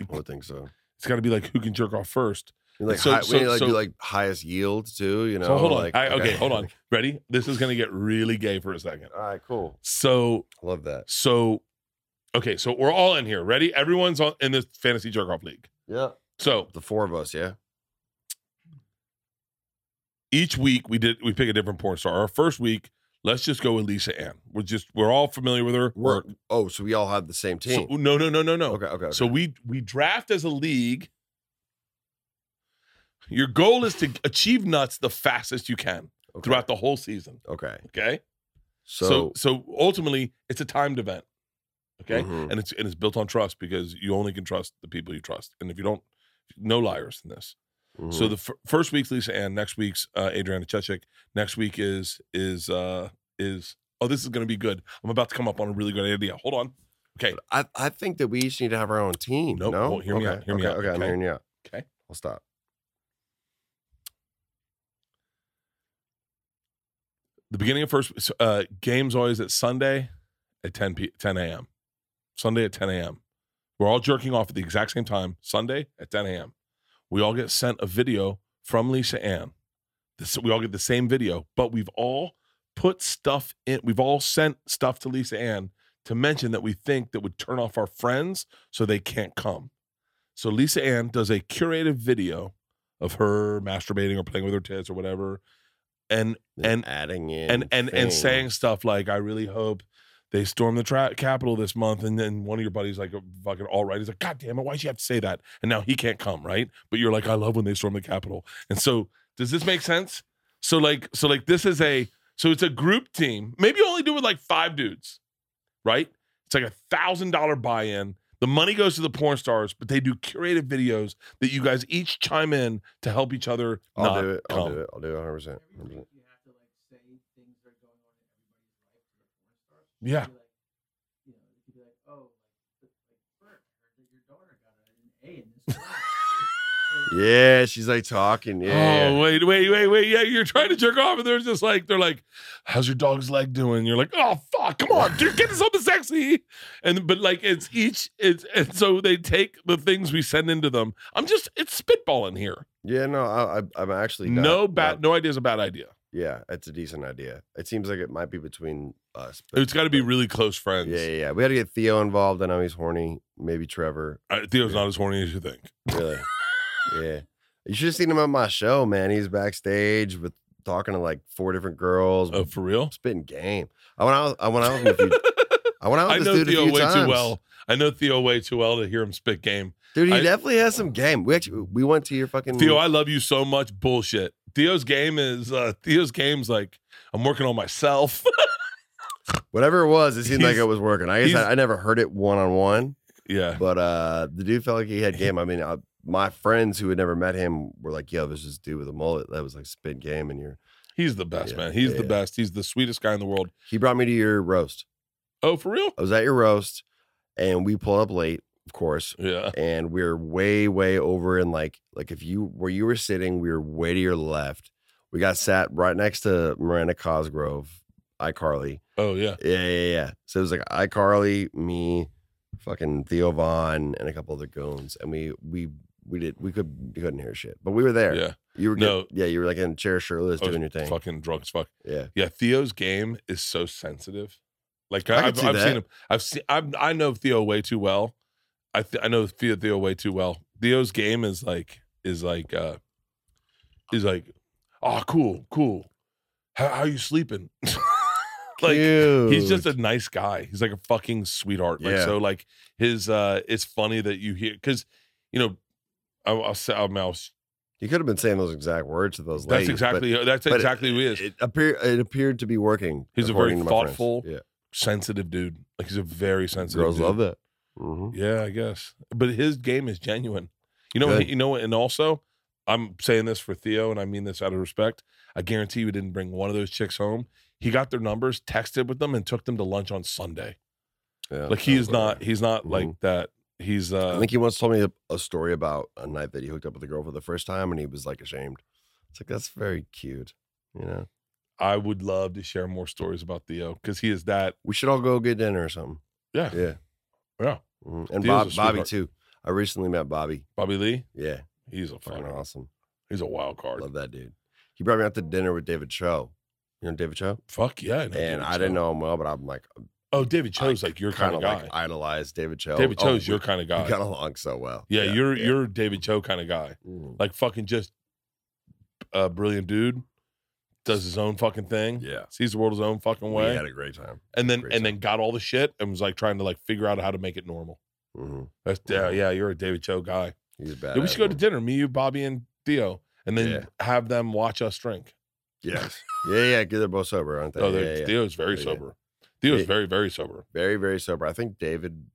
A: we- I would think so.
B: It's got to be like who can jerk off first.
A: And, Like
B: So-
A: high,
B: so-
A: we need to, like
B: so-
A: do like highest yield too. You know.
B: so hold on.
A: like-
B: I, okay, hold on. Ready? This is gonna get really gay for a second.
A: All right, cool.
B: So
A: Love that.
B: So, okay, so we're all in here. Ready? Everyone's on in this fantasy jerk off league.
A: Yeah,
B: So
A: the four of us. Yeah.
B: each week we did we pick a different porn star. Our first week, let's just go with Lisa Ann. We're just we're all familiar with her.
A: We're, oh, so we all have the same team.
B: so, no no no no no.
A: okay, okay, okay.
B: So we we draft as a league. Your goal is to achieve nuts the fastest you can
A: okay.
B: throughout the whole season.
A: Okay.
B: Okay. So
A: So,
B: so ultimately it's a timed event. Okay.
A: Mhm.
B: and it's and it's built on trust because you only can trust the people you trust. And if you don't, no liars in this. So
A: mhm.
B: the f- first week's Lisa Ann, next week's uh, Adriana Chechik, next week is is uh is oh this is gonna be good. I'm about to come up on a really good idea. Hold on. Okay,
A: I, I think that we each need to have our own team.
B: Nope,
A: No,
B: well, hear me
A: okay.
B: out, hear me
A: okay,
B: out,
A: Okay, I'm
B: okay?
A: hearing you out.
B: Okay.
A: I'll stop.
B: the beginning of first uh games always at Sunday at 10 p 10 a.m. Sunday at 10 a.m. We're all jerking off at the exact same time. Sunday at 10 a.m. We all get sent a video from Lisa Ann. This, we all get the same video, but we've all put stuff in. We've all sent stuff to Lisa Ann to mention that we think that would turn off our friends so they can't come. So Lisa Ann does a curated video of her masturbating or playing with her tits or whatever, and
A: Then
B: And-
A: adding in
B: and and and
A: things.
B: saying stuff like i really hope They stormed the tra- Capitol this month, and then one of your buddies, like a fucking all right, he's like, God damn it, why'd you have to say that? And now he can't come, right? But you're like, I love when they storm the Capitol. And so, does this make sense? So, like, so like this is a so it's a group team. Maybe you only do it with like five dudes, right? It's like a thousand dollar buy-in. The money goes to the porn stars, but they do curated videos that you guys each chime in to help each other.
A: I'll
B: not
A: do it. I'll
B: come.
A: do it. I'll do it 100. percent
D: Every week you have to like say things that are going on in everybody's life to the porn stars. You
B: Yeah.
D: could be like, you know, you could be like, oh, like, like Bert, I heard that your daughter got an A in this class. Or,
A: Yeah, she's like talking. Yeah.
B: Oh wait, wait, wait, wait! Yeah, you're trying to jerk off, and they're just like, they're like, "How's your dog's leg doing?" You're like, "Oh fuck, come on, dude, get to something sexy." And but like it's each it's and so they take the things we send into them. I'm just it's spitballing here.
A: yeah. No, I, I, I'm actually not,
B: No
A: not-
B: bad, no idea's a bad idea.
A: yeah, it's a decent idea. It seems like it might be between us. but-
B: It's got to be really close
A: Yeah,
B: friends.
A: yeah, yeah. We had to get Theo involved. I know he's horny. Maybe Trevor.
B: Uh, Theo's not as horny as you think.
A: Really? yeah. You should have seen him at my show, man. He's backstage with talking to like four different girls,
B: Oh, for real?
A: spitting game. I went out. I went out with him a few. I went out with
B: I
A: Oh, this
B: know
A: dude a
B: Theo
A: few
B: way
A: times.
B: too well. I know Theo way too well to hear him spit game.
A: Dude, he
B: I-
A: definitely has some game. We actually we went to your fucking
B: Theo, I love you so much. Bullshit. Theo's game is uh, Theo's game's like I'm working on myself.
A: whatever it was. It seemed like
B: He's-
A: it was working. I guess
B: he's-
A: I, I never heard it one on one,
B: yeah.
A: but uh, the dude felt like he had game. I mean, I, my friends who had never met him were like, "Yo, there's this dude with a mullet that was like spit game." And you're
B: He's the best,
A: Yeah,
B: man. He's
A: yeah.
B: the best. He's the sweetest guy in the world.
A: he brought me to your roast.
B: Oh, for real?
A: I was at your roast, and we pulled up late, of course,
B: Yeah.
A: and we are way way over in like like if you where you were sitting we were way to your left we got sat right next to miranda cosgrove icarly
B: Oh, yeah.
A: yeah yeah yeah so it was like icarly me fucking theo vaughn and a couple other goons and we we we did we could we couldn't hear shit but we were there
B: Yeah.
A: you were
B: No.
A: get- yeah you were like in a chair shirtless
B: I was
A: doing your thing
B: Fucking drunk as fuck.
A: yeah
B: Yeah. Theo's game is so sensitive. Like
A: I
B: I
A: can
B: have
A: see
B: I've
A: that.
B: seen him. I've seen. I've, I know Theo way too well. I th- I know Theo Theo way too well. Theo's game is like is like uh is like oh cool cool. How how you sleeping? like he's just a nice guy. He's like a fucking sweetheart. Like
A: Yeah.
B: so like his uh it's funny that you hear because you know I, I'll say I'll mouse.
A: you could have been saying those exact words to those
B: That's
A: ladies,
B: exactly that's
A: but
B: exactly who he is.
A: but it appeared it appered to be working
B: He's a
A: according
B: very
A: to my friends.
B: thoughtful,
A: yeah
B: sensitive dude. Like he's a very sensitive.
A: girls
B: dude.
A: love Mm-hmm. that
B: Yeah, I guess. But his game is genuine. You know, what-
A: Good.
B: you know, what- and also, I'm saying this for Theo, and I mean this out of respect. I guarantee you, didn't bring one of those chicks home. He got their numbers, texted with them, and took them to lunch on Sunday.
A: Yeah,
B: Like he
A: sounds
B: is not. He's not like that. He's. uh
A: I think he once told me a, a story about a night that he hooked up with a girl for the first time, and he was like ashamed. It's like that's very cute, you know.
B: I would love to share more stories about Theo because he is that.
A: We should all go get dinner or something.
B: Yeah.
A: yeah,
B: Yeah,
A: Mhm. And
B: Theo's
A: Bob,
B: a
A: Bobby
B: sweetheart.
A: too. I recently met Bobby.
B: Bobby Lee.
A: Yeah,
B: He's a
A: fucking
B: fucking.
A: awesome.
B: He's a wild card.
A: Love that dude. He brought me out to dinner with David Cho. You know David Cho?
B: Fuck yeah. I know David
A: And I didn't
B: Cho.
A: know him well, but I'm like
B: Oh, David Cho's like your kind
A: kind of
B: of guy.
A: like idolized David Cho.
B: David
A: Oh,
B: Cho's your
A: we-
B: kind of
A: We
B: guy.
A: got along so well.
B: Yeah, you're
A: yeah.
B: you're David Cho kind of guy.
A: Mhm.
B: like fucking just a brilliant dude does his own fucking thing
A: yeah.
B: sees the world his own fucking
A: We
B: way
A: had a great time.
B: and then
A: great
B: and then got all the shit and was like trying to like figure out how to make it normal
A: hmm
B: that's yeah, yeah you're a david cho guy
A: He's bad.
B: yeah, we should go to dinner me you bobby and theo and then
A: Yeah.
B: have them watch us drink
A: Yes. Yeah, yeah. 'cause They're both sober, aren't they?
B: oh
A: yeah,
B: they're
A: yeah, yeah.
B: theo's very
A: Yeah, yeah.
B: sober theo's
A: Yeah.
B: very very sober
A: Very, very sober. I think David.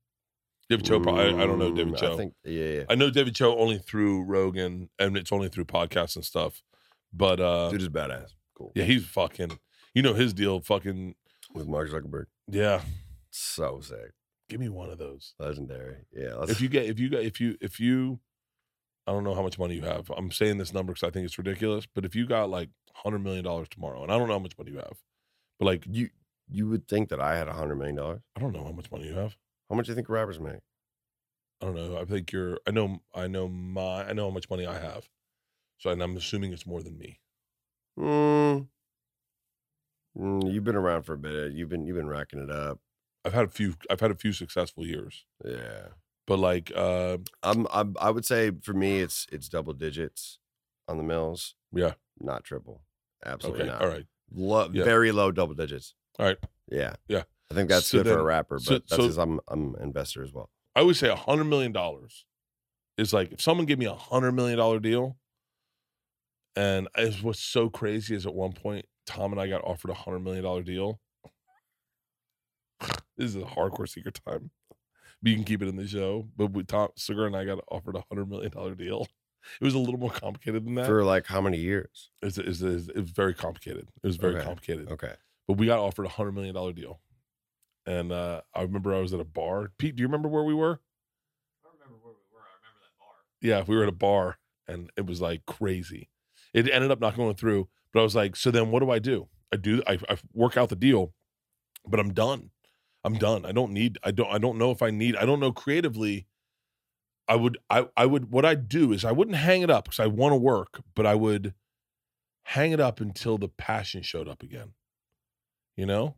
B: david cho probably, I, I don't know
A: Mm,
B: david cho
A: I think, yeah, yeah.
B: I know david cho only through rogan and it's only through podcasts and stuff but uh
A: Dude is badass. Cool.
B: yeah he's fucking you know his deal fucking
A: With Mark Zuckerberg.
B: yeah
A: So sick.
B: give me one of those
A: Legendary. Yeah. Let's,
B: if you get if you get if you if you i don't know how much money you have i'm saying this number because i think it's ridiculous but if you got like 100 million dollars tomorrow and i don't know how much money you have but like
A: you you would think that I had a $100 million. How
B: i don't know how much money you have
A: much do you think rappers make?
B: i don't know i think you're i know i know my i know how much money i have so and i'm assuming it's more than me
A: Mm. Mm, you've been around for a bit. You've been you've been racking it up.
B: i've had a few i've had a few successful years
A: Yeah.
B: but like uh
A: I'm, I'm I would say for me it's it's double digits on the mills.
B: Yeah.
A: Not triple. Absolutely
B: okay
A: not.
B: all right
A: Low,
B: Yeah.
A: Very low double digits.
B: All right.
A: Yeah.
B: Yeah.
A: I I think that's
B: So
A: good for
B: then-
A: a rapper, but
B: so-
A: that's
B: so-
A: because I'm I'm an investor as well.
B: I always say a hundred million dollars is like if someone gave me a hundred million dollar deal, and as what's so crazy is at one point Tom and I got offered a hundred million dollar deal. this is a hardcore secret time. But you can keep it in the show. But we Tom Sugar and I got offered a hundred million dollar deal. It was a little more complicated than that.
A: For like how many years?
B: It's, it's, it's, it was very complicated. It was very
A: Okay. Oh.
B: complicated
A: Okay.
B: but we got offered a hundred million dollar deal, and uh, I remember I was at a bar. Pete, do you remember where we were? I remember where we were. I remember that bar. Yeah, we were at a bar, and it was like crazy. It ended up not going through, but I was like, so then what do I do? I do I, I work out the deal, but I'm done. I'm done. I don't need. I don't. I don't know if I need. I don't know creatively. I would. I. I would. What I'd do is I wouldn't hang it up because I want to work, but I would hang it up until the passion showed up again you know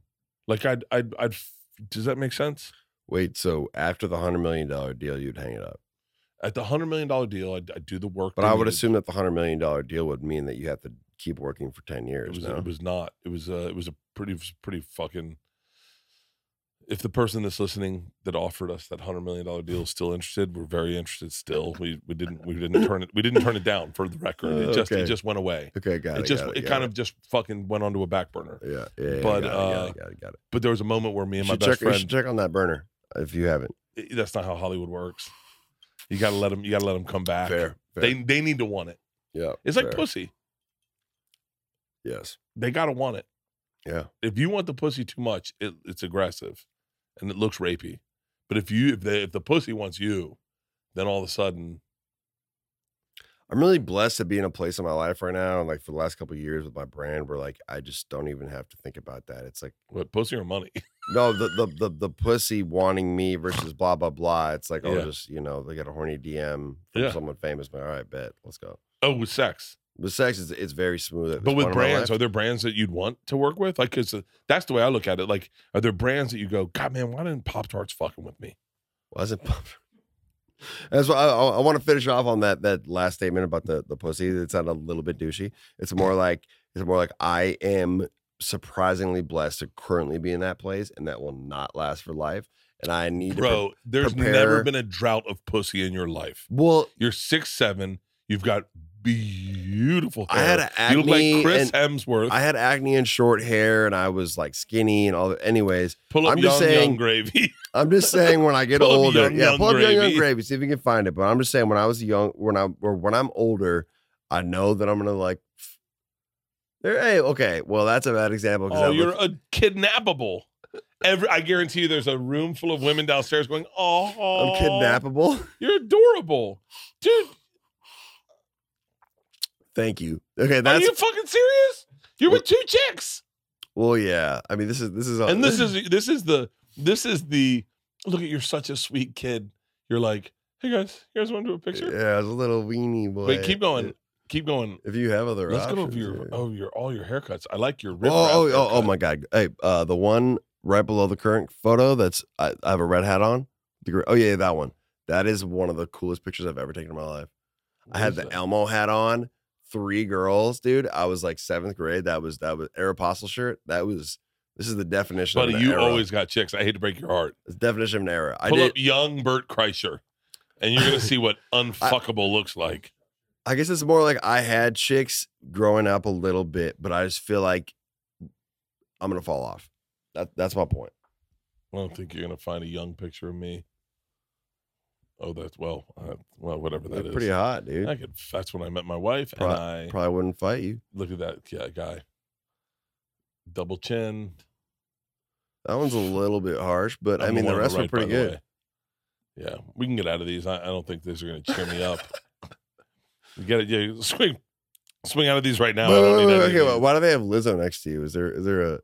B: like i'd i'd, I'd f- does that make sense
A: Wait, so after the hundred million dollar deal, you'd hang it up.
B: at the hundred million dollar deal i'd, I'd do the work
A: But
B: they
A: I would
B: needed.
A: assume that the hundred million dollar deal would mean that you have to keep working for ten
B: it
A: years.
B: was
A: no?
B: it was not it was uh it was a pretty it was pretty fucking if the person that's listening that offered us that hundred million dollar deal is still interested, we're very interested still. We we didn't we didn't turn it we didn't turn it down for the record. It just it
A: Oh, Okay.
B: just went away.
A: okay, got it.
B: it just
A: got
B: it, kind of just fucking went onto a back burner.
A: yeah, yeah, yeah,
B: but,
A: got it,
B: uh,
A: got it, got it, got it.
B: But there was a moment where me
A: You
B: and my
A: should
B: best
A: check, you
B: friend
A: should check on that burner if you haven't.
B: i- that's not how Hollywood works. You gotta let them you gotta let them come back.
A: Fair, fair.
B: They they need to want it.
A: yeah,
B: It's like
A: fair.
B: pussy.
A: Yes,
B: they gotta want it.
A: yeah,
B: If you want the pussy too much, it, it's aggressive, and it looks rapey. But if you if the if the pussy wants you, then all of a sudden,
A: I'm really blessed to be in a place in my life right now, and like for the last couple of years with my brand, where like I just don't even have to think about that. It's like
B: what pussy or money?
A: no, the the the, the pussy wanting me versus blah blah blah. It's like
B: Yeah.
A: oh, just you know, they got a horny DM from
B: Yeah.
A: someone famous, but all right, bet, let's go.
B: Oh, with sex,
A: With sex, it's, it's very smooth. at this
B: but with
A: point in my
B: brands,
A: life.
B: are there brands that you'd want to work with? Like, cause uh, that's the way I look at it. Like, are there brands that you go, God, man, why didn't Pop Tarts fucking with me?
A: wasn't. That's why I, want to finish off on that that last statement about the the pussy. It's not a little bit douchey. It's more like it's more like I am surprisingly blessed to currently be in that place, and that will not last for life. And I need to pre-
B: Bro, there's never
A: prepare-
B: been a drought of pussy in your life.
A: well,
B: You're six seven. You've got beautiful hair.
A: I had an
B: you look like
A: acne
B: Chris Hemsworth.
A: I had acne and short hair, and I was like skinny and all. That. Anyways,
B: Pull up
A: I'm
B: young,
A: just
B: young
A: saying-
B: gravy.
A: I'm just saying when I get
B: Pull up
A: older,
B: Young
A: yeah,
B: Young
A: pull up young, young
B: Gravy.
A: gravy, see if you can find it. But I'm just saying when I was young, when I or when I'm older, I know that I'm gonna like. f- There, hey, okay, well that's a bad example. 'cause
B: Oh,
A: that
B: you're
A: looks-
B: a kidnappable. Every, I guarantee you, there's a room full of women downstairs going, "Oh,
A: I'm kidnappable.
B: You're adorable, dude.
A: Thank you. Okay,
B: Are
A: that's
B: you fucking serious? You're with two chicks,
A: well, yeah. I mean, this is Uh, this is
B: and this is this is the this is the look at you're such a sweet kid. You're like, hey guys, you guys want to do a picture?
A: yeah, it's a little weenie boy.
B: Wait, keep going, keep going.
A: If you have other,
B: Let's go over
A: options,
B: your
A: yeah.
B: oh your all your haircuts. I like your
A: Oh,
B: rip
A: oh, oh, oh my god! Hey, uh, the one right below the current photo that's I, I have a red hat on. The gr- oh yeah, that one. That is one of the coolest pictures I've ever taken in my life. I had the Elmo hat on. Three girls, dude. I was like seventh grade. That was that was Aeropostale shirt. That was this is the definition.
B: buddy.
A: of an
B: You
A: era.
B: always got chicks. I hate to break your heart.
A: It's the definition of an era. I
B: Pull
A: did.
B: up young Bert Kreischer, and you're gonna see what unfuckable looks like.
A: I guess it's more like I had chicks growing up a little bit, but I just feel like I'm gonna fall off. That that's my point.
B: I don't think you're gonna find a young picture of me. Oh, that's well, uh, well, whatever that
A: You're
B: is.
A: pretty hot, dude.
B: I could. That's when I met my wife,
A: Pro-
B: and I
A: Probably wouldn't fight you.
B: look at that yeah, guy, double chin.
A: That one's a little bit harsh, but i
B: I'm
A: mean
B: one
A: the
B: on
A: rest
B: right,
A: were pretty
B: by the
A: good.
B: way. Yeah, we can get out of these. I, I don't think these are gonna cheer me up. You get it? Yeah, swing, swing out of these right now. I
A: Wait,
B: don't
A: wait,
B: need
A: wait,
B: any of
A: okay, well,
B: these.
A: why do they have Lizzo next to you? Is there is there a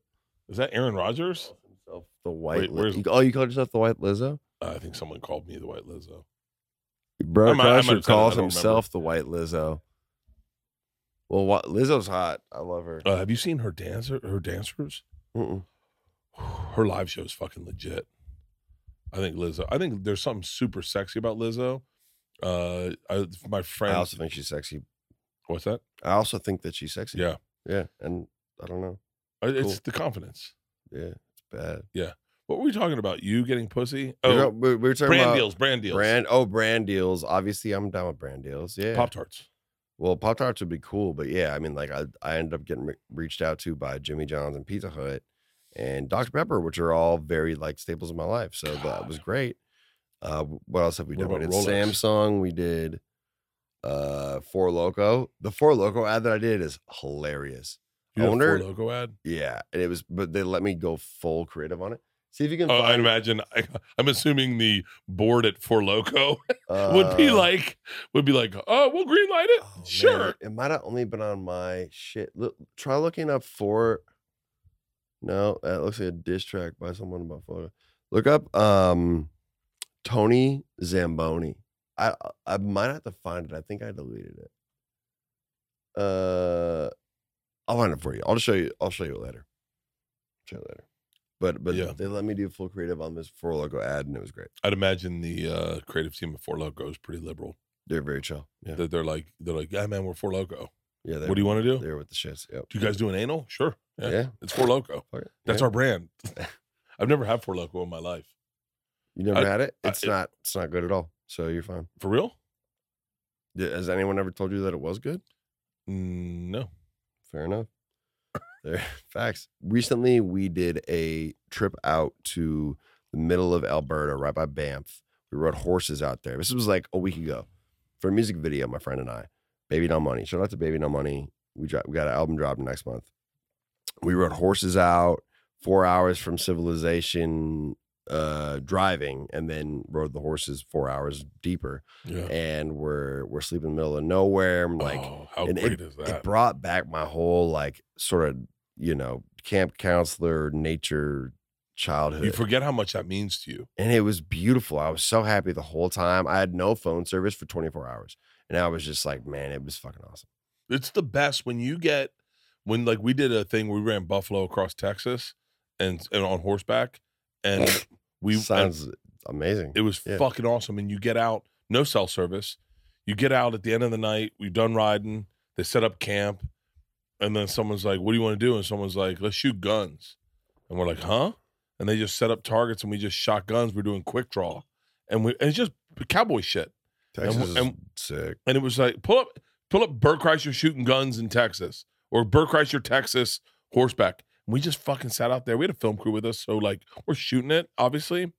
B: Is that Aaron Rodgers?
A: the white?
B: Wait,
A: Li-
B: where's-
A: you- oh, you called yourself the white Lizzo?
B: I think someone called me the White Lizzo. I
A: Bro,
B: might- I might have said
A: Crusher
B: it, I don't
A: calls
B: remember.
A: himself the white Lizzo. Well, what, Lizzo's hot. I love her.
B: Uh, have you seen her dancer? Her dancers?
A: Mm-mm.
B: her live show is fucking legit. I think Lizzo. I think there's something super sexy about Lizzo. Uh, I, my
A: I
B: friend.
A: also think she's sexy.
B: what's that?
A: I also think that she's sexy.
B: Yeah,
A: yeah, and I don't know.
B: Uh,
A: Cool.
B: it's the confidence.
A: Yeah, it's bad.
B: What were we talking about? You getting pussy?
A: You know,
B: Oh,
A: we, we were talking
B: brand
A: about
B: deals, brand deals,
A: brand. Oh, brand deals. Obviously, I'm down with brand deals. Yeah.
B: Pop Tarts.
A: Well, Pop Tarts would be cool, but yeah, I mean, like I, I ended up getting re- reached out to by Jimmy John's and Pizza Hut and Dr Pepper, which are all very like staples of my life. So that
B: God.
A: was great. Uh, what else have we
B: What
A: done? We did
B: about Rolex?
A: Samsung. We did uh Four Loco. The Four Loco ad that I did is hilarious.
B: You did a
A: Owner?
B: Four logo ad.
A: Yeah, and it was, but they let me go full creative on it. See if you can.
B: Oh, I
A: find,
B: imagine. I, I'm assuming the board at Four Loco would be
A: uh,
B: like, would be like, oh, we'll green light it.
A: Oh, man,
B: sure.
A: it might have only been on my shit. Look, try looking up for. No, that looks like a diss track by someone about photo. Look up um, Tony Zamboni. I I might have to find it. I think I deleted it. Uh, I'll find it for you. I'll just show you. I'll show you later. Show you later. But but
B: Yeah.
A: they let me do full creative on this four logo ad, and it was great.
B: I'd imagine the uh, creative team at Four Loco is pretty liberal.
A: They're very chill. Yeah,
B: That they're like, they're like, yeah, man, we're Four Loco.
A: yeah. They're,
B: What do you want to do?
A: They're with the shits. Yep.
B: Do you guys do an anal? Sure.
A: Yeah.
B: Yeah. It's Four Loco.
A: Fuck it.
B: That's
A: Yeah.
B: our brand. I've never had Four Loco in my life.
A: You never
B: I-
A: had it.
B: I-
A: It's
B: it-
A: not. It's not good at all. So you're fine.
B: For real?
A: Th- Has anyone ever told you that it was good?
B: Mm, No.
A: Fair enough. There, facts. Recently, we did a trip out to the middle of Alberta, right by Banff. We rode horses out there. This was like a week ago for a music video. My friend and I, Baby No Money. Shout out to Baby No Money. We dro- we got an album dropping next month. We rode horses out four hours from civilization, uh, driving, and then rode the horses four hours deeper.
B: Yeah.
A: and we're we're sleeping in the middle of nowhere. I'm like,
B: oh, how
A: and
B: great is that?
A: it brought back my whole like sort of you know camp counselor nature childhood,
B: you forget how much that means to you.
A: and it was beautiful. I was so happy the whole time. I had no phone service for 24 hours, and I was just like, man, it was fucking awesome.
B: It's the best when you get when like we did a thing we ran buffalo across Texas and and on horseback and we and
A: sounds amazing.
B: it was
A: yeah.
B: fucking awesome and you get out no cell service you get out at the end of the night we've done riding they set up camp and then someone's like what do you want to do and someone's like let's shoot guns and we're like huh and they just set up targets and we just shot guns we're doing quick draw and we and it's just cowboy shit
A: Texas
B: and-
A: is
B: and-
A: sick.
B: and it was like pull up pull up Burkreiser shooting guns in Texas or Burkreiser Texas horseback. And we just fucking sat out there. We had a film crew with us, so like we're shooting it, obviously.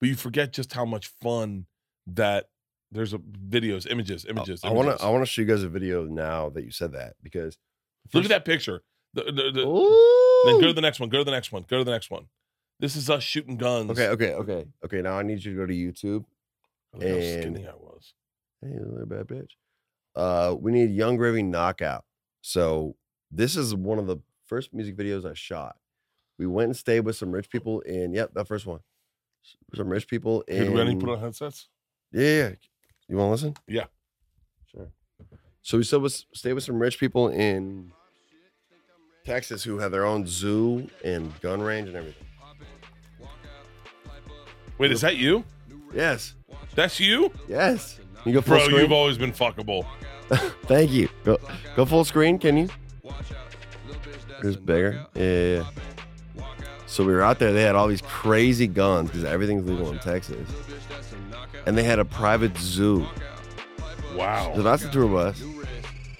B: But you forget just how much fun that there's a videos, images, images.
A: I want to I
B: images.
A: want to show you guys a video now that you said that because
B: look at that picture. The- the- the-
A: Ooh.
B: then go to the next one. Go to the next one. Go to the next one. This is us shooting guns.
A: okay, okay, okay, okay. Now I need you to go to YouTube
B: Look how
A: and-
B: skinny I was.
A: Hey, you little bad bitch. Uh, we need Young Gravy Knockout. So this is one of the first music videos I shot. We went and stayed with some rich people in. Yep, that first one. S- Some rich people in.
B: Hey, do we need to put on headsets?
A: yeah, yeah, yeah. You want to listen?
B: Yeah.
A: Sure. So we still was stayed with some rich people in Texas who have their own zoo and gun range and everything.
B: Wait, is that you?
A: Yes,
B: That's you,
A: yes. Can You go full
B: bro.
A: screen.
B: You've always been fuckable.
A: Thank you. Go, go full screen, can you? It's bigger. Yeah, yeah, yeah. So we were out there. They had all these crazy guns because everything's legal in Texas, and they had a private zoo.
B: Wow.
A: So that's the tour bus.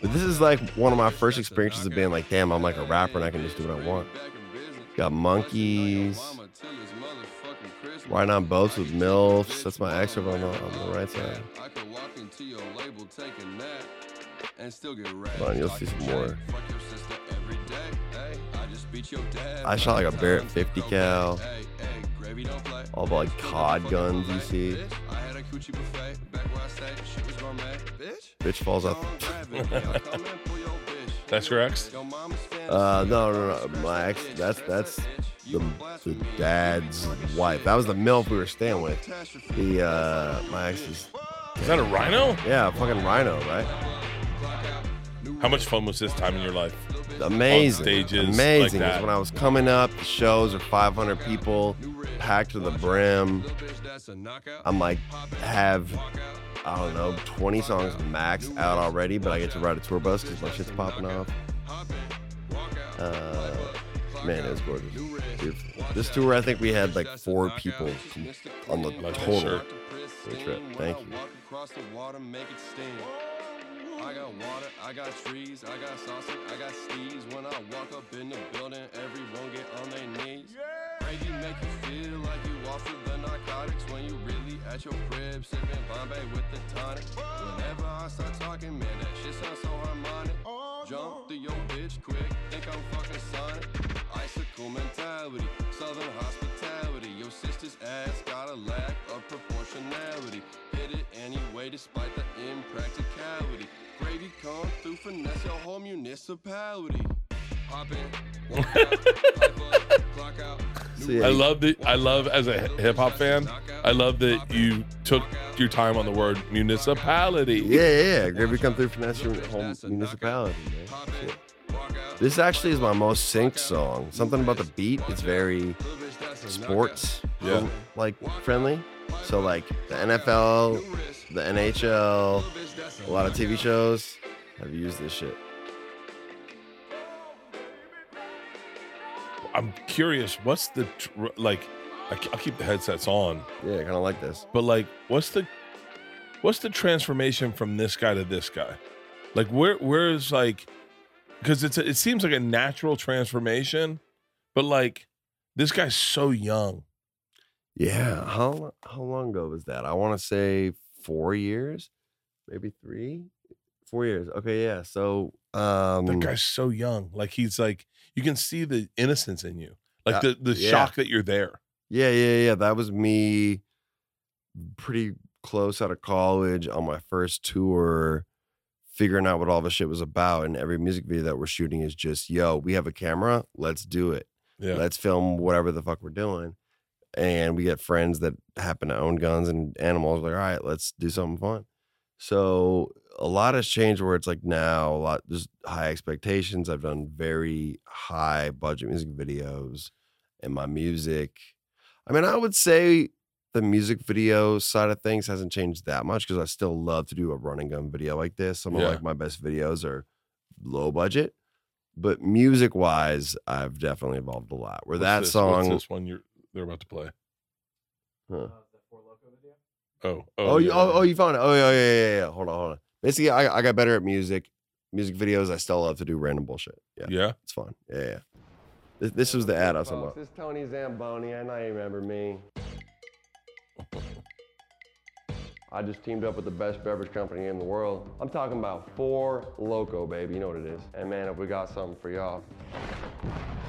A: But this is like one of my first experiences of being like, damn, I'm like a rapper and I can just do what I want. Got monkeys. Riding on boats with milfs. That's my ex over on the, on the right side.
G: I could walk into your label, take a nap, and still get wrapped.
A: Hold on, you'll see some more.
G: Fuck your sister every day. Hey, I just beat your dad.
A: I shot like a Barrett 50 cal.
G: Hey, hey, gravy don't play.
A: All of like cod guns you see.
G: Bitch, I had a coochie buffet back where I stayed. Shit was gourmet. Bitch,
A: Bitch falls off.
G: don't grab it. Y'all come and pull your bitch.
B: That's your ex?
G: Your mama's fantasy.
A: Uh, no, no, no. My ex, that's that's the, the dad's wife. That was the milf we were staying with. The uh, my ex is
B: Is that a rhino?
A: yeah, fucking rhino, right?
B: How much fun was this time in your life?
A: Amazing,
B: stages like
A: amazing.
B: that.
A: It's when I was coming up, the shows are 500 people, packed to the brim. I'm like, have I don't know, 20 songs max out already, but I get to ride a tour bus because my shit's popping off. Uh, Man, it was gorgeous.
G: Do rest.
A: Beautiful.
G: Watch
A: This
G: out.
A: tour, I think we had like
G: That's a
A: four
G: knockout.
A: people. com-
G: Mr.
A: on the
G: Clean,
A: Like
B: total
G: Dr.
A: the trip.
G: Pristine.
A: Thank
G: When
A: you.
G: I walk across the water, make it sting. I got water, I got trees, I got sausage, I got steeds. When I walk up in the building, everyone get on their knees. Gravy make you feel like you off of the narcotics when you really at your crib sipping Bombay with the tonic. Whenever I start talking, man, that shit sounds so harmonic. Jump through your bitch quick, think I'm fucking Sonic. Icicle mentality, southern hospitality. Your sister's ass got a lack of proportionality. Hit it anyway, despite the impracticality. Gravy come through finesse your whole municipality. Hop in, walk out, pipe up, clock out. new
A: See, Hey.
B: I
G: rate.
B: love that. I love as a hip hop fan. I love that you took your time on the word municipality.
A: Yeah, yeah, yeah. Gravy come through finesse your home municipality, man.
G: Hop in, walk out,
A: This actually is my most synced song. Something about the beat. It's very
G: little bitch, that's a
A: sports,
B: Yeah.
A: um, like friendly. So like the NFL,
G: knockout. New wrist,
A: the NHL,
G: little bitch, that's
A: a lot of TV shows have used this shit.
B: I'm curious. What's the tr- like? I, will keep the headsets on,
A: Yeah, kind of like this.
B: but like, what's the what's the transformation from this guy to this guy? Like, where where's like? Because it's a, it seems like a natural transformation, but like this guy's so young.
A: Yeah, how lo- how long ago was that? I want to say four years, maybe three, four years. Okay, yeah. So um,
B: That guy's so young. Like he's like you can see the innocence in you, like
A: Yeah.
B: the the
A: Yeah.
B: shock that you're there.
A: Yeah, yeah, yeah. That was me pretty close out of college on my first tour, figuring out what all this shit was about. And every music video that we're shooting is just, yo, we have a camera, let's do it.
B: Yeah,
A: Let's film whatever the fuck we're doing. And we get friends that happen to own guns and animals. Like, all right, let's do something fun. So a lot has changed where it's like now a lot there's high expectations. I've done very high budget music videos and my music. I mean, I would say the music video side of things hasn't changed that much because I still love to do a running gun video like this. Some
B: Yeah.
A: of like my best videos are low budget. But music wise, I've definitely evolved a lot. Where
B: What's
A: that
B: this? What's
A: song,
B: this one you're they're about to play.
A: Huh.
D: Uh, the Four Loko video.
B: Oh,
A: Oh, you,
B: yeah,
A: oh,
B: yeah.
A: oh, you found it. Oh, yeah, yeah, yeah, yeah. Hold on, hold on. Basically, I, I got better at music. Music videos, I still love to do random bullshit. Yeah,
B: yeah.
A: it's fun. Yeah, yeah. This, this was the ad I was
B: uh,
A: talking about.
C: This is Tony Zamboni. I know you remember me. I just teamed up with the best beverage company in the world. I'm talking about Four Loco, baby. You know what it is. And man, if we got something for y'all.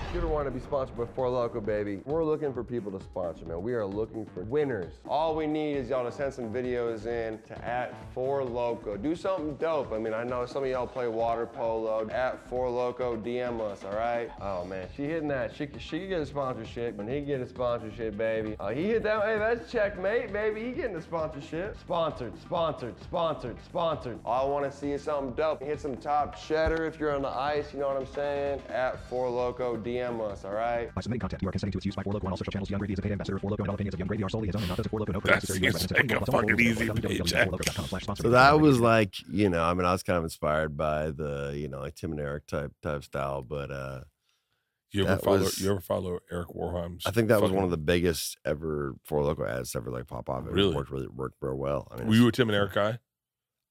C: If you ever want to be sponsored by Four Loco, baby, we're looking for people to sponsor, man. We are looking for winners. All we need is y'all to send some videos in to at Four Loco. Do something dope. I mean, I know some of y'all play water polo. At Four Loco, DM us, all right? Oh man, she hitting that. She she could get a sponsorship, and he get a sponsorship, baby. Oh, he hit that. Hey, that's checkmate, baby. He getting a sponsorship. Sponsored, sponsored, sponsored, sponsored. All I want to see is something dope. Hit some top cheddar if you're on the ice. You know what I'm saying? At Four Loco, DM us, all right?
H: By submitting content, you are consenting to its use by Four Loco on all social channels. Young Gravy is a paid ambassador of Four Loco, and all opinions of Young Gravy are solely his own and not those of Four Loco. No
B: That seems like a fucking easy paycheck.
A: So that was like, you know, I mean, I was kind of inspired by the, you know, like Tim and Eric type type style, but uh
B: You ever
A: That
B: follow?
A: was-
B: you ever follow Eric Warheim's?
A: I think that was one of the biggest ever four local ads to ever like pop off. It
B: Really?
A: worked really worked real well. I mean,
B: Were
A: it's-
B: you a Tim and Eric guy?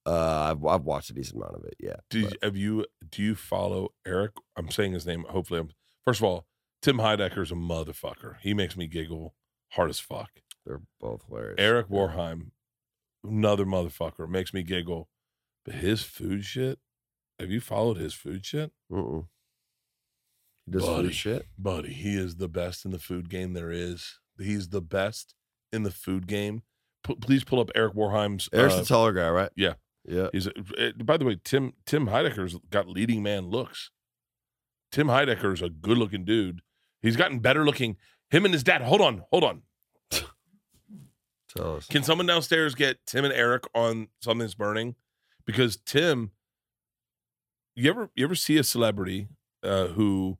A: Uh, I've, I've watched a decent amount of it. Yeah.
B: Did
A: but-
B: have you? Do you follow Eric? I'm saying his name. Hopefully, I'm. First of all, Tim Heidecker's a motherfucker. He makes me giggle hard as fuck.
A: They're both hilarious.
B: Eric Warheim, another motherfucker, makes me giggle. But his food shit. Have you followed his food shit,
A: Mm-mm. He does
B: Buddy.
A: food shit.
B: buddy? He is the best in the food game there is. He's the best in the food game. P- please pull up Eric Warheim's.
A: Eric's
B: uh,
A: the taller guy, right?
B: yeah.
A: Yeah.
B: He's a, it- by the way, Tim Tim Heidecker's got leading man looks. Tim Heidecker's a good looking dude. He's gotten better looking. Him and his dad. Hold on, hold on.
A: Tell us.
B: Can someone downstairs get Tim and Eric on something's burning? Because Tim, you ever you ever see a celebrity uh, who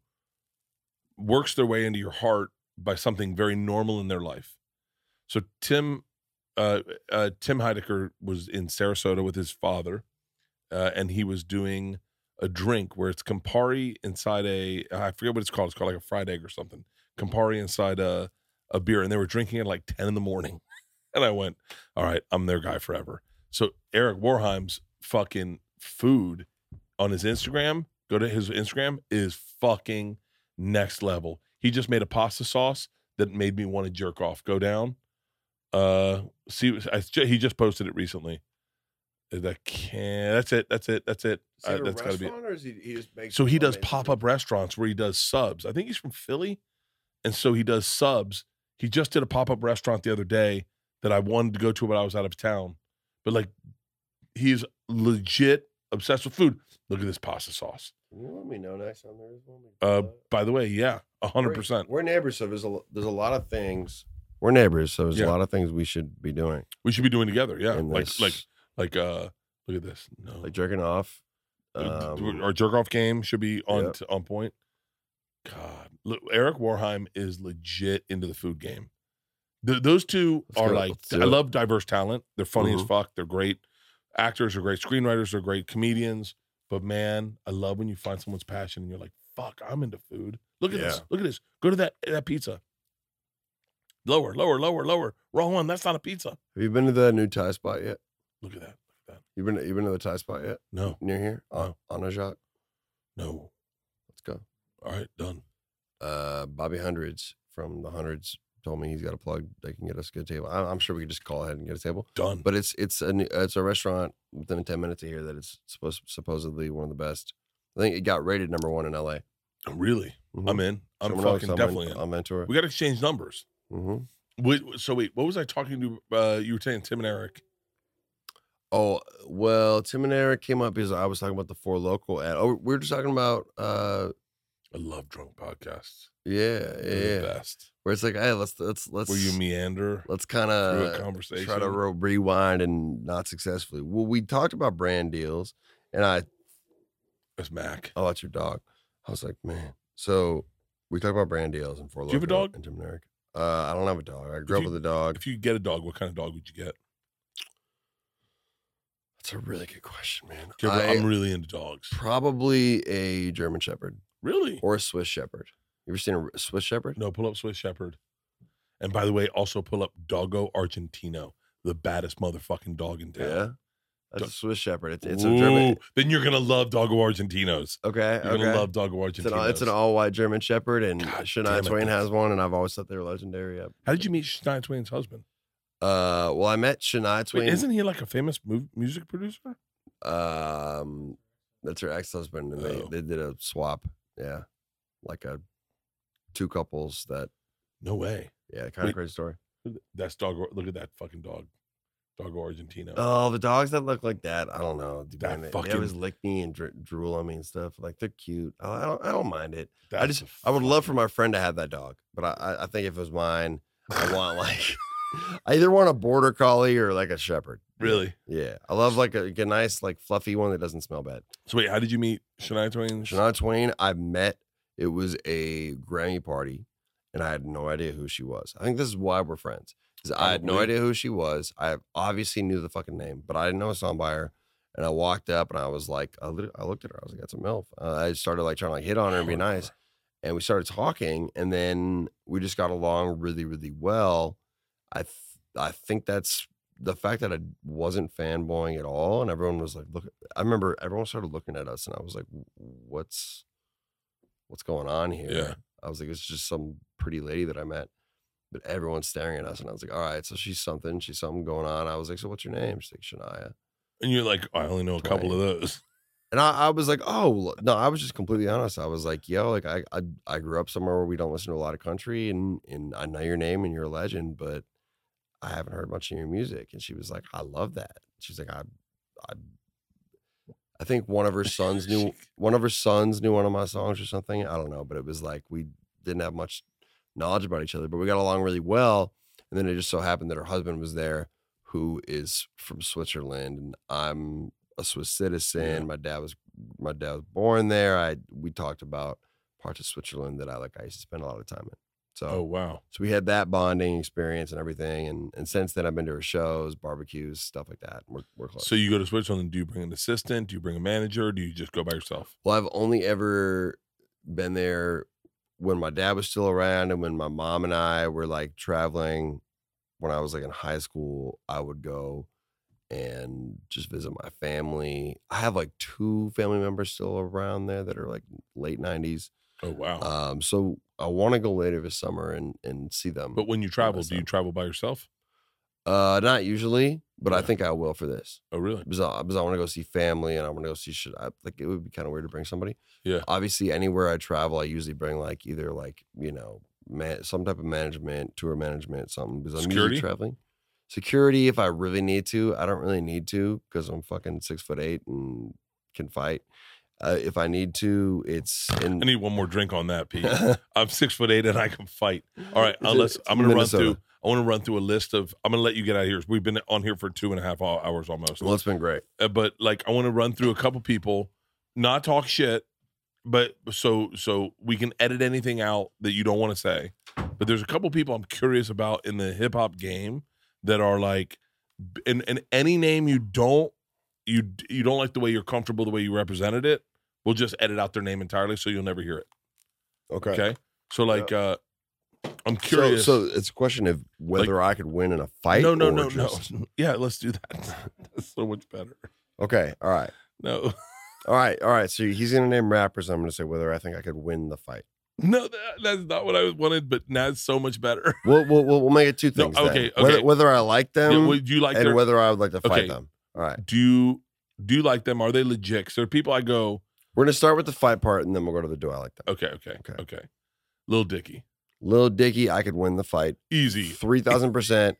B: works their way into your heart by something very normal in their life? So Tim, uh, uh, Tim Heidecker was in Sarasota with his father, uh, and he was doing a drink where it's Campari inside a I forget what it's called. It's called like a fried egg or something. Campari inside a a beer, and they were drinking it at like ten in the morning. And I went, all right, I'm their guy forever. So Eric Warheim's fucking food on his Instagram. Go to his Instagram is fucking next level. He just made a pasta sauce that made me want to jerk off. Go down. Uh, see, I, he just posted it recently. That can. That's it. That's it. That's it.
A: Is he at
B: Uh,
A: a
B: that's gotta be. it.
A: restaurant, Or is he, he just makes
B: So he does
A: amazing
B: pop
A: food?
B: up restaurants where he does subs. I think he's from Philly. And so he does subs. He just did a pop up restaurant the other day that I wanted to go to when I was out of town. But like, he's legit obsessed with food. Look at this pasta sauce.
A: Can you let me know next time there is one? We can
B: Uh,
A: try it.
B: by the way, yeah,
A: We're-
B: 100%.
A: We're neighbors, so there's a lo- there's a lot of things. We're neighbors, so there's
B: Yeah.
A: a lot of things we should be doing.
B: We should be doing together. Yeah.
A: in
B: Like,
A: this,
B: like, like, uh, look at this. No.
A: like jerking off. Um,
B: Our jerk off game should be on
A: Yep.
B: t- on point. God, look, Eric Warheim is legit into the food game. Th- those 2
A: Let's
B: are
A: go,
B: like
A: let's do
B: I
A: it.
B: love diverse talent. They're funny as
A: Mhm.
B: fuck. They're great actors. Are great screenwriters. They're great comedians. But man, I love when you find someone's passion and you're like, "Fuck, I'm into food." Look at this.
A: Yeah.
B: Look at this. Go to that that pizza. Lower, lower, lower, lower. Wrong one. That's not a pizza.
A: have you been to that new Thai spot yet?
B: Look at that. Look at that.
A: You been you been to the Thai spot yet
B: No,
A: near here? Uh,
B: No.
A: Anajak.
B: no.
A: Let's go.
B: All right, done.
A: Uh, Bobby Hundreds from the Hundreds told me he's got a plug. They can get us a good table. I, I'm sure we could just call ahead and get a table.
B: Done.
A: But it's it's a new- it's a restaurant within 10 minutes of here that it's supposed supposedly one of the best. I think it got rated number one in LA.
B: really,
A: Mhm.
B: I'm in. Mm-hmm. I'm
A: Someone else,
B: fucking
A: someone-
B: definitely in.
A: I'm into it.
B: We got to exchange numbers.
A: hmm
B: Wait, so wait, what was I talking to? Uh, you were saying Tim and Eric.
A: Oh well, Tim and Eric came up because I was talking about the four local ad. Oh, we were just talking about uh,
B: I love drunk podcasts.
A: yeah, yeah,
B: They're
A: yeah.
B: the best.
A: where it's like, hey, let's let's let's
B: Where you meander
A: let's kind
B: through a
A: of
B: conversation.
A: try to re- rewind and not successfully. Well, we talked about brand deals, and I
B: That's Mac.
A: oh, that's your dog. I was like, man. So we talked about brand deals and four.
B: Do you have a
A: Loko
B: dog?
A: And Tim and Eric. Uh, I don't have a dog. I grew
B: you-
A: up with a dog.
B: If you get a dog, what kind of dog would you get?
A: That's a really good question, man.
B: Give her-
A: I-
B: I'm really into dogs.
A: probably a German Shepherd
B: Really?
A: or a Swiss Shepherd. You ever seen a r- Swiss Shepherd?
B: No, pull up Swiss Shepherd. And by the way, also pull up Doggo Argentino, the baddest motherfucking dog in town.
A: Yeah.
B: Dog-
A: That's a Swiss Shepherd. It's, it's a German.
B: Ooh, Then you're gonna love Doggo Argentinos.
A: Okay.
B: You're
A: okay.
B: gonna love Doggo Argentinos.
A: it's, an, it's an all white German Shepherd, and
B: God damn
A: Shania
B: it,
A: Twain
B: that's-
A: has one, and I've always thought they were legendary. Yep.
B: How did you meet Shania Twain's husband?
A: Uh, well, I met Shania
B: Wait,
A: Twain.
B: isn't he like a famous mu- music producer?
A: um, that's her ex husband, and
B: Oh.
A: they, they did a swap. Yeah, like a two couples that.
B: No way.
A: Yeah, kind
B: Wait.
A: of crazy story.
B: That's dog. Look at that fucking dog, Doggo Argentino.
A: Oh, the dogs that look like that, I don't know. dude,
B: That
A: man, they,
B: fucking-
A: they always lick me and dr- drool on me and stuff. Like they're cute. I, I don't. I don't mind it. I
B: That's
A: just.
B: a
A: I would love for
B: fucking-
A: my friend to have that dog, but I. I, I think if it was mine, I want like. I either want a border collie or like a shepherd.
B: really.
A: Yeah, I love like a, like a nice like fluffy one that doesn't smell bad.
B: So wait, how did you meet Shania Twain?
A: Shania Twain, I met. It was a Grammy party, and I had no idea who she was. I think this is why we're friends. Is I had no
B: Probably.
A: idea who she was. I obviously knew the fucking name, but I didn't know a song by her. And I walked up and I was like, I, lit- I looked at her. I was like, that's a milf. Uh, I started like trying to like hit on her and be nice. And we started talking, and then we just got along really, really well. I th- I think that's the fact that I wasn't fanboying at all, and everyone was like, look. I remember everyone started looking at us, and I was like, "W- what's what's going on here?
B: Yeah.
A: I was like, it's just some pretty lady that I met, but everyone's staring at us. And I was like, all right, so she's something, she's something going on. I was like, so what's your name? She's like, Shania.
B: And you're like, I only know a couple of those.
A: And I, I was like, oh, l- no, I was just completely honest. I was like, yo, like I, I, I grew up somewhere where we don't listen to a lot of country and, and I know your name and you're a legend, but I haven't heard much of your music. And she was like, I love that. She's like, I, I, I think one of her sons knew one of her sons knew one of my songs or something. I don't know, but it was like we didn't have much knowledge about each other, but we got along really well. And then it just so happened that her husband was there, who is from Switzerland, and I'm a Swiss citizen. My dad was my dad was born there. I we talked about parts of Switzerland that I like. I used to spend a lot of time in. So
B: Oh wow.
A: so we had that bonding experience and everything. And and since then I've been to her shows, barbecues, stuff like that. We're we're close.
B: So you go to Switzerland. Do you bring an assistant? Do you bring a manager? Do you just go by yourself?
A: Well, I've only ever been there when my dad was still around and when my mom and I were like traveling when I was like in high school, I would go and just visit my family. I have like two family members still around there that are like late 90s.
B: Oh wow.
A: Um so I want to go later this summer and and see them.
B: but when you travel, do you
A: myself. travel?
B: travel by yourself?
A: Uh not usually, but I
B: Yeah.
A: think I will for this
B: Oh really?
A: because I, because I want to go see family and I want to go see shit. I, like it would be kind of weird to bring somebody.
B: Yeah.
A: Obviously, anywhere I travel, I usually bring like either like you know man, some type of management, tour management, something because I'm
B: Security?
A: usually traveling. Security, if I really need to, I don't really need to because I'm fucking six foot eight and can fight. Uh, if I need to, it's in.
B: I need one more drink on that, Pete. I'm six foot eight and I can fight. All right,
A: It's in-
B: unless
A: it's
B: I'm
A: in
B: gonna run
A: Minnesota.
B: through. I want to run through a list of. I'm gonna let you get out of here. We've been on here for two and a half hou- hours almost.
A: Well, it's been great.
B: Uh, but like, I want to run through a couple people, not talk shit, but so so we can edit anything out that you don't want to say. But there's a couple people I'm curious about in the hip hop game that are like, b- and and any name you don't you d- you don't like the way you're comfortable the way you represented it, we'll just edit out their name entirely so you'll never hear it.
A: Okay.
B: Okay. So like uh I'm
A: So,
B: curious.
A: so it's a question of whether I could win in a fight.
B: no, no,
A: or
B: no,
A: just-
B: no. Yeah, let's do that. That's so much better.
A: Okay, all right.
B: No.
A: All right, all right. So he's gonna name rappers. I'm gonna say whether I think I could win the fight.
B: No, that, that's not what I wanted, but now it's so much better.
A: We'll we'll we'll, we'll make it two
B: No,
A: things. then.
B: okay,
A: Whether,
B: okay.
A: whether I like them
B: Yeah, would you like
A: and
B: their
A: whether I would like to fight
B: Okay.
A: them. All right.
B: do you do you like them? Are they legit? 'Cause There are people I go,
A: We're gonna start with the fight part, and then we'll go to the do I like them.
B: okay, okay, okay.
A: Okay.
B: Lil Dicky.
A: Lil Dicky, I could win the fight
B: Easy.
A: three thousand percent,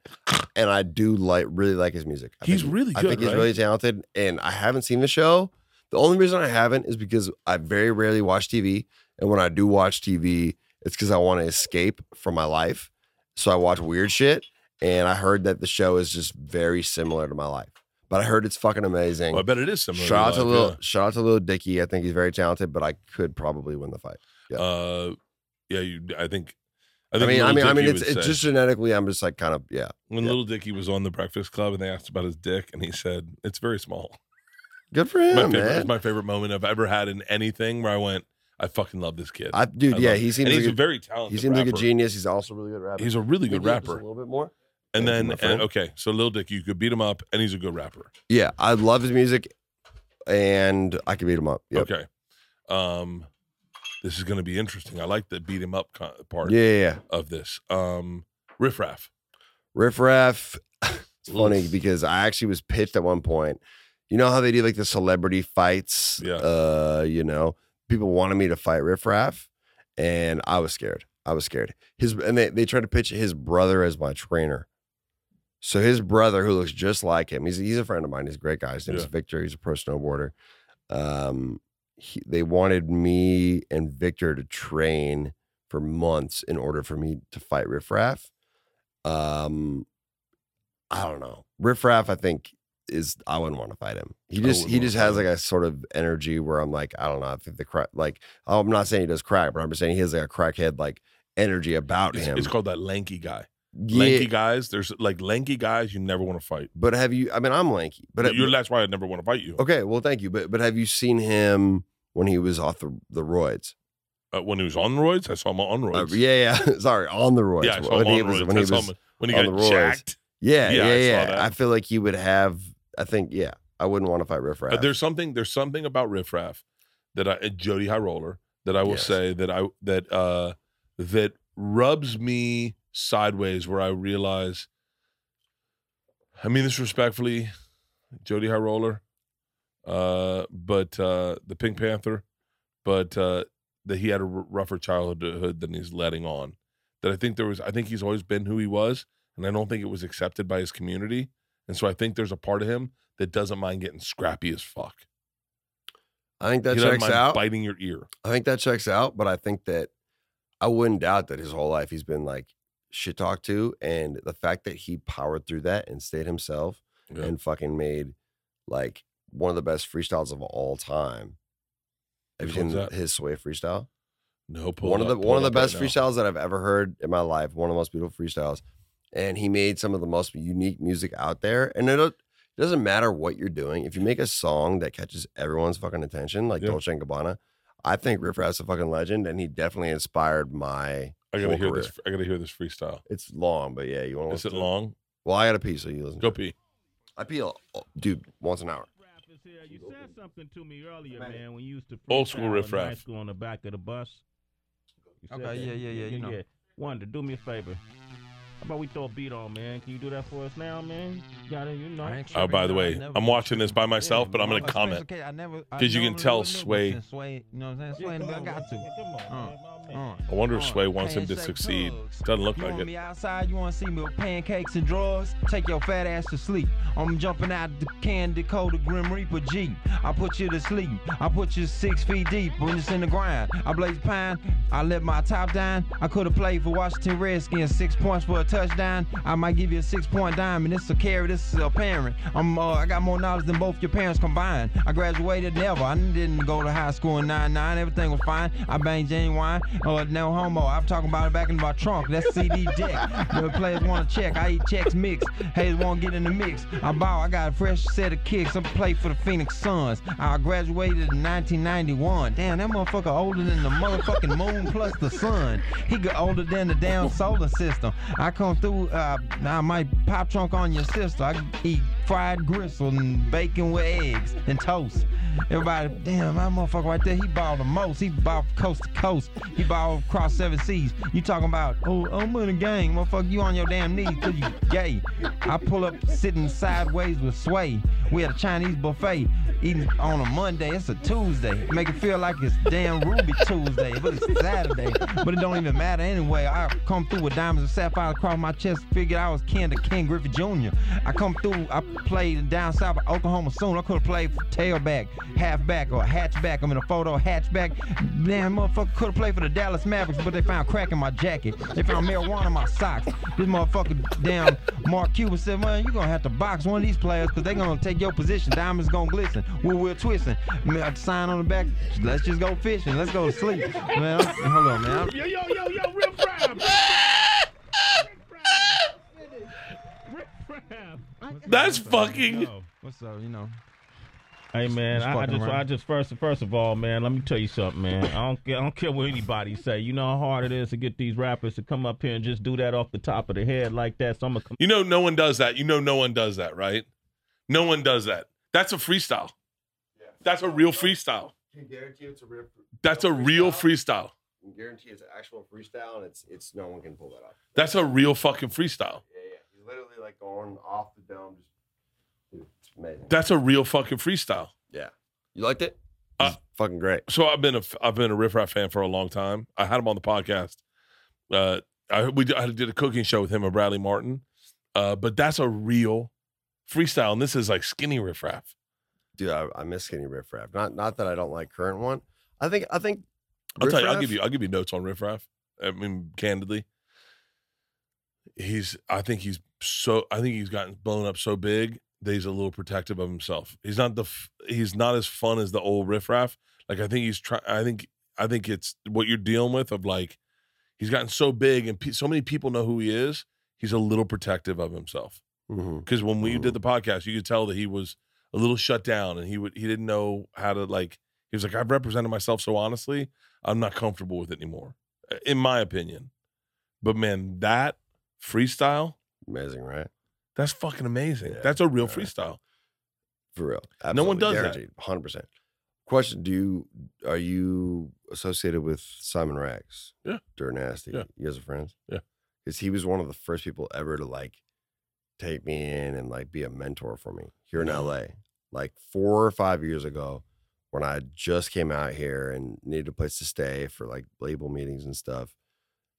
A: and I do like really like his music. I
B: He's
A: think-
B: really
A: I
B: good,
A: think he's
B: right?
A: really talented, and I haven't seen the show. The only reason I haven't is because I very rarely watch TV, and when I do watch TV, it's because I want to escape from my life. So I watch weird shit, and I heard that the show is just very similar to my life. But I heard it's fucking amazing.
B: Well, I bet it is similar.
A: shout out to
B: your
A: Lil,
B: life,
A: shout out to Lil Dicky. I think he's very talented, but I could probably win the fight.
B: yeah.
A: yeah.
B: Uh yeah, you I think I,
A: I,
B: think
A: mean,
B: Lil
A: I mean, I
B: Dicky
A: mean, it's,
B: would
A: it's
B: say-
A: just genetically. I'm just like kind of yeah.
B: when
A: yeah.
B: Little Dicky was on the Breakfast Club and they asked about his dick and he said, It's very small.
A: Good for him,
B: my favorite,
A: man.
B: It's my favorite moment I've ever had in anything where I went, I fucking love this kid.
A: I, dude,
B: I
A: yeah,
B: love it.
A: he seems
B: and
A: like
B: he's a,
A: a-
B: very talented.
A: he seems like a
B: rapper.
A: genius. He's also a really good rapper.
B: He's a really good
A: Maybe just
B: rapper.
A: A little bit more. Thank
B: And
A: you,
B: then
A: my
B: and,
A: friend.
B: okay, so Lil Dicky, you could beat him up, and he's a good rapper.
A: Yeah, I love his music, and I can beat him up. Yep.
B: Okay, um, this is going to be interesting. I like the beat him up co- part
A: Yeah, yeah, yeah.
B: of this. Um, Riff Raff.
A: Riff Raff. It's
B: Oof.
A: funny because I actually was pitched at one point. You know how they do like the celebrity fights?
B: Yeah.
A: Uh, you know, people wanted me to fight Riff Raff, and I was scared. I was scared. His and they, they tried to pitch his brother as my trainer. So his brother, who looks just like him, he's he's a friend of mine. He's a great guy. His name's
B: Yeah.
A: Victor. He's a pro snowboarder. Um, he, they wanted me and Victor to train for months in order for me to fight Riff Raff. Um, I don't know. Riff Raff, I think is I wouldn't want to fight him. He
B: wouldn't
A: just he
B: wanna
A: just
B: fight
A: has
B: him.
A: like a sort of energy where I'm like I don't know. I think the crack like oh, I'm not saying he does crack, but I'm just saying he has like a crackhead like energy about
B: It's,
A: him.
B: it's called that lanky guy.
A: yeah,
B: Lanky guys. There's like lanky guys you never want to fight.
A: but have you? I mean, I'm lanky, but
B: You're- that's why I never want to fight you.
A: okay. Well, thank you. But but have you seen him when he was off the the roids?
B: Uh, when he was on roids, I saw him on
A: Oh. Uh,
B: roids.
A: yeah, yeah. Sorry, on the roids.
B: yeah, I saw
A: when
B: him
A: he
B: on
A: was
B: roids.
A: when he
B: I saw
A: was
B: him when he
A: on
B: got
A: the roids.
B: jacked.
A: yeah
B: Yeah, I
A: yeah yeah.
B: saw
A: I,
B: that.
A: feel like he would have. I think yeah. I wouldn't want to fight Riff Raff.
B: But Uh, there's something there's something about Riff Raff that I uh, Jody High Roller that I will
A: Yes.
B: say that I that uh that rubs me sideways where I realize I mean this respectfully, Jody High Roller, uh, but uh the Pink Panther, but uh that he had a r- rougher childhood than he's letting on. That I think there was I think he's always been who he was, and I don't think it was accepted by his community. And so I think there's a part of him that doesn't mind getting scrappy as fuck.
A: I think
B: He
A: that
B: doesn't
A: checks
B: mind
A: out.
B: biting your ear.
A: I think that checks out, but I think that I wouldn't doubt that his whole life he's been like shit talked to, and the fact that he powered through that and stayed himself
B: Yeah.
A: and fucking made like one of the best freestyles of all time. Have you
B: Which one's
A: seen
B: that?
A: his Sway freestyle?
B: No pull.
A: one
B: it
A: of the
B: up, pull
A: one of
B: it
A: the
B: up right
A: best
B: now.
A: freestyles that I've ever heard in my life. One of the most beautiful freestyles, and he made some of the most unique music out there. And it, don't- it doesn't matter what you're doing. If you make a song that catches everyone's fucking attention, like
B: Yeah.
A: Dolce and Gabbana, I think Riff Raff's a fucking legend, and he definitely inspired my.
B: I gotta
A: whole
B: hear
A: career.
B: this. I gotta hear this freestyle.
A: It's long, but yeah, you want to
B: Is it long?
A: Well, I got a pee, so you listen.
B: Go pee.
A: I pee, a- dude, once an hour.
I: rappers here. You said something to me earlier,
D: Right.
I: man, when you used to
B: Old school
I: freestyle in
B: riffraff.
I: High school on the back of the bus. You said
G: Okay,
I: that.
G: yeah, yeah, yeah, you know.
I: Wonder, do me a favor. How about we throw a beat on, man? Can you do that for us now, man? You gotta, you know.
B: Oh, by the way, I'm watching this by myself, but I'm gonna comment.
G: I never,
B: Because you can tell Sway-
G: Sway, you know what I'm
I: Yeah,
G: saying?
I: come
G: Sway, I
I: on,
G: got
I: man.
G: to.
I: Come on,
G: Uh,
I: man, my man.
G: uh.
B: I wonder if
G: Uh,
B: Sway wants him to
G: handshake
B: succeed.
G: thugs.
B: Doesn't look
G: You
B: like
G: want
B: it.
G: me outside? You want to see me with pancakes and drawers? Take your fat ass to sleep. I'm jumping out the can Dakota Grim Reaper Jeep. I put you to sleep. I put you six feet deep when it's in the grind. I blaze pine. I let my top down. I could have played for Washington Redskins. Six points for a touchdown. I might give you a six-point diamond. This a carry. This is a parent. I'm. Uh, I got more knowledge than both your parents combined. I graduated never. I didn't go to high school in '99. Everything was fine. I banged genuine. Uh, no homo. I'm talking about it back in my trunk. That's CD deck. The players want to check. I eat checks mixed. Haters want to get in the mix. I bow. I got a fresh set of kicks. I play for the Phoenix Suns. I graduated in 1991. Damn, that motherfucker older than the motherfucking moon plus the sun. He got older than the damn solar system. I come through. Uh, I might pop trunk on your sister. I eat fried gristle and bacon with eggs and toast. Everybody, damn, that motherfucker right there, he balled the most. He balled from coast to coast. He balled across seven seas. You talking about, oh, I'm in a gang. Motherfucker, you on your damn knees till you gay. I pull up sitting sideways with Sway. We at a Chinese buffet, eating on a Monday. It's a Tuesday. Make it feel like it's damn Ruby Tuesday, but it's Saturday. But it don't even matter anyway. I come through with diamonds and sapphire across my chest. Figured I was kin to Ken Griffey Jr. I come through, I played down south of Oklahoma soon. I could have played tailback, halfback, or hatchback. I'm in a photo hatchback. Damn, motherfucker could have played for the Dallas Mavericks, but they found crack in my jacket. They found marijuana in my socks. This motherfucker, damn, Mark Cuban said, man, you're going to have to box one of these players because they're going to take your position. Diamonds going to glisten. We will twisting. Man, I sign on the back. Let's just go fishing. Let's go to sleep. Man, I'm- hold on, man. I'm-
I: Yo, yo, yo, yo, riff raff. Riff raff.
B: That's
G: What's up,
B: fucking-
G: you know? What's up, you know?
I: Hey man,
G: Just
I: I, I
G: fucking
I: just, I
G: around.
I: just first, first of all, man, let me tell you something, man. I don't, care- I don't care what anybody say. You know how hard it is to get these rappers to come up here and just do that off the top of the head like that. So I'm gonna come.
B: You know, no one does that. You know, no one does that, right? No one does that. That's a freestyle. That's a real freestyle.
A: Can guarantee it's a rip.
B: That's a real freestyle.
A: Can guarantee it's an actual freestyle, and it's it's no one can pull that off.
B: That's a real fucking freestyle.
A: Yeah, yeah. He's literally like going off the dome. Just, dude, it's amazing.
B: That's a real fucking freestyle.
A: Yeah. You liked it?
B: Uh,
A: It's fucking great.
B: So I've been a I've been a Riff Raff fan for a long time. I had him on the podcast. Uh, I we did- I did a cooking show with him and Bradley Martin. Uh, but that's a real freestyle, and this is like skinny Riff Raff.
A: Dude, I, I miss Skinny Riff Raff. Not not that I don't like current one. I think I think
B: I'll
A: Riff
B: tell you, I'll
A: Raff-
B: give you, I'll give you notes on Riff Raff. I mean, candidly, he's. I think he's so. I think he's gotten blown up so big that he's a little protective of himself. He's not the. f- He's not as fun as the old Riff Raff. Like I think he's trying. I think. I think it's what you're dealing with of like, he's gotten so big and pe- so many people know who he is. He's a little protective of himself
A: Mhm.
B: because when we did the podcast, you could tell that he was a little shut down and he would he didn't know how to like. He was like, I've represented myself so honestly, I'm not comfortable with it anymore, uh, in my opinion. But man, that freestyle,
A: amazing, right?
B: that's fucking amazing.
A: Yeah,
B: that's a real
A: yeah.
B: freestyle.
A: For real.
B: No one does that.
A: Hundred percent. Question: Do you are you associated with Simon Rags?
B: Yeah.
A: Dirt Nasty.
B: Yeah.
A: You guys are friends.
B: Yeah.
A: because he was one of the first people ever to like take me in and like be a mentor for me here
B: Mm-hmm.
A: in LA. Like four or five years ago, when I just came out here and needed a place to stay for like label meetings and stuff.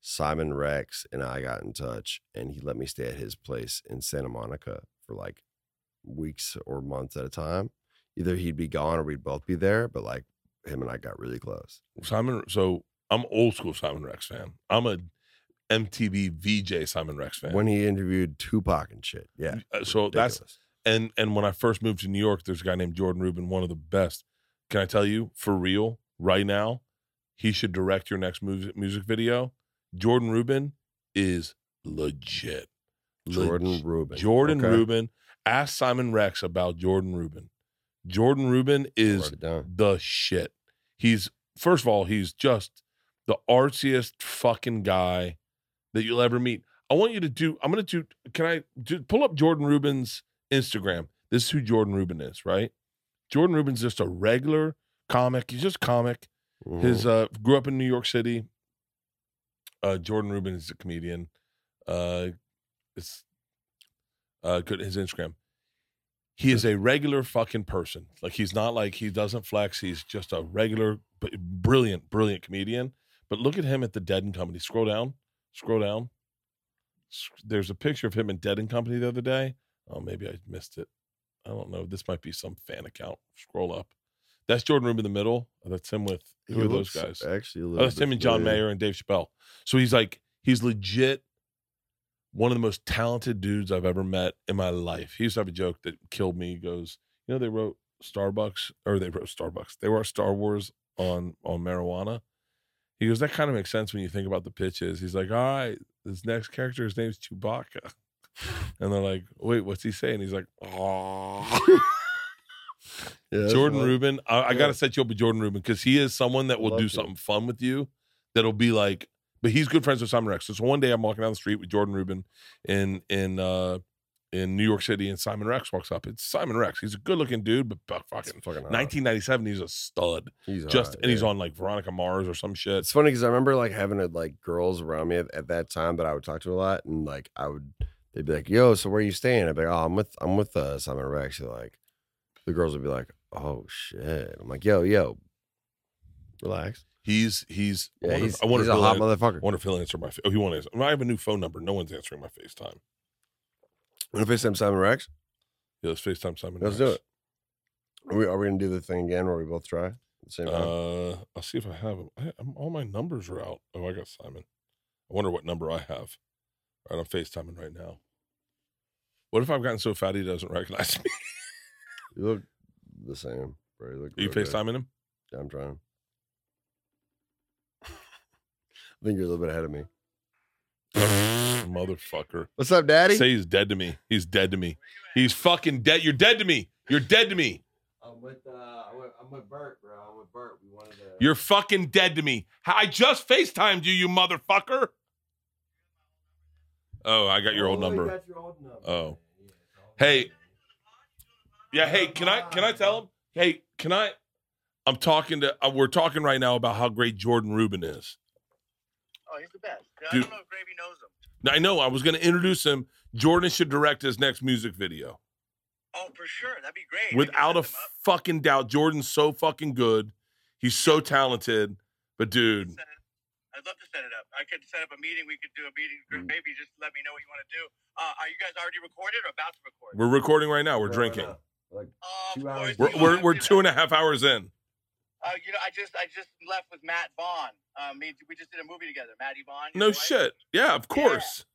A: Simon Rex and I got in touch, and he let me stay at his place in Santa Monica for like weeks or months at a time. Either he'd be gone or we'd both be there, but like him and I got really close.
B: Simon, so I'm old school Simon Rex fan. I'm a MTV VJ Simon Rex fan.
A: When he interviewed Tupac and shit, yeah.
B: Uh, so that's
A: ridiculous.
B: and and when I first moved to New York, there's a guy named Jordan Rubin, one of the best. Can I tell you for real right now? He should direct your next music music video. Jordan Rubin is legit.
A: Jordan Rubin.
B: Jordan
A: Okay.
B: Rubin. Ask Simon Rex about Jordan Rubin. Jordan Rubin is
A: Wrote it down.
B: the shit. He's first of all, he's just the artsiest fucking guy that you'll ever meet. I want you to do. I'm gonna do. Can I do, pull up Jordan Rubin's Instagram? This is who Jordan Rubin is, right? Jordan Rubin's just a regular comic. He's just comic.
A: Mhm.
B: His uh grew up in New York City. Uh Jordan Rubin is a comedian. Uh it's uh good his Instagram. He is a regular fucking person. Like he's not like he doesn't flex. He's just a regular but brilliant, brilliant comedian. But look at him at the Dead and Company. Scroll down. Scroll down. S- There's a picture of him in Dead and Company the other day. Oh, maybe I missed it. I don't know. This might be some fan account. Scroll up. That's Jordan Rubin in the middle. That's him with
A: He
B: who are those
A: looks
B: guys?
A: Actually, a
B: Oh,
A: little
B: that's
A: bit
B: him and John
A: familiar.
B: Mayer and Dave Chappelle. So he's like, he's legit one of the most talented dudes I've ever met in my life. He used to have a joke that killed me. He goes, you know, they wrote Starbucks or they wrote Starbucks. They wrote Star Wars on on marijuana. He goes, that kind of makes sense when you think about the pitches. He's like, all right, this next character, his name's Chewbacca. And they're like, wait, what's he saying? He's like, oh.
A: Yeah, that's
B: Jordan
A: what-
B: Rubin. I, I
A: Yeah.
B: gotta set you up with Jordan Rubin because he is someone that will
A: Love
B: do
A: it.
B: something fun with you. That'll be like, but he's good friends with Simon Rex. So one day I'm walking down the street with Jordan Rubin in in uh in New York City, and Simon Rex walks up. It's Simon Rex. He's a good looking dude, but fuck,
A: It's
B: fucking.
A: fucking hot.
B: 1997, he's a stud.
A: He's
B: Just
A: hot,
B: and he's
A: yeah.
B: on like Veronica Mars or some shit.
A: It's funny because I remember like having uh, like girls around me at, at that time that I would talk to a lot, and like I would, they'd be like, "Yo, so where are you staying?" I'd be like, "Oh, I'm with I'm with uh, Simon Rex." They're like, the girls would be like, "Oh shit!" I'm like, "Yo, yo, relax."
B: He's he's. I
A: Yeah,
B: wonder if-
A: he's,
B: I wonder
A: he's
B: if
A: a
B: he'll
A: hot
B: an- I
A: motherfucker.
B: wonder if he'll answer my. fa- Oh, he won't answer. I have a new phone number. No one's answering my FaceTime.
A: Want to FaceTime Simon Rex?
B: Yeah, let's FaceTime Simon.
A: Let's
B: Rex.
A: do it. Are we, are we gonna do the thing again where we both try? at the Same time?
B: Uh, I'll see if I have them. I, I'm, all my numbers are out. Oh, I got Simon. I wonder what number I have. All right, I'm FaceTiming right now. What if I've gotten so fat he doesn't recognize me?
A: you look the same. Bro. You, look
B: Are you
A: real good.
B: FaceTiming him?
A: Yeah, I'm trying. I think you're a little bit ahead of me.
B: Motherfucker.
A: What's up, Daddy?
B: Say he's dead to me. He's dead to me. He's fucking dead. You're dead to me. You're dead to me.
C: I'm with uh, I'm with- I'm with Bert, bro. I'm with Bert. We wanted to.
B: You're fucking dead to me. I just FaceTimed you, you motherfucker. Oh, I got your old
C: Oh, you
B: number.
C: got your old number.
B: Oh.
C: Yeah, it's all
B: Hey.
C: good.
B: Yeah. Hey, can I can I tell him? Hey, can I? I'm talking to. Uh, we're talking right now about how great Jordan Rubin is.
F: Oh, he's the best. Yeah, I
B: Dude.
F: don't know if Gravy knows him.
B: Now I know I was going to introduce him. Jordan should direct his next music video
F: Oh, for sure. That'd be great. I can
B: without a
F: set him up.
B: fucking doubt. Jordan's so fucking good. He's so talented. But dude,
F: Set it- I'd love to set it up. I could set up a meeting. We could do a meeting.
B: Mm.
F: Gravy, just let me know what you want to do. Uh, are you guys already recorded or about to record?
B: we're recording right now. We're
C: Right
B: drinking.
C: now. Like,
F: Oh, of
C: Two
F: course
C: hours.
F: you
B: We're we're,
F: have
B: we're
F: to.
B: two and a half hours in.
F: Uh, you know, I just I just left with Matt Vaughn. Um, me, we just did a movie together, Matty Vaughn. his
B: No
F: wife.
B: shit. Yeah, of course.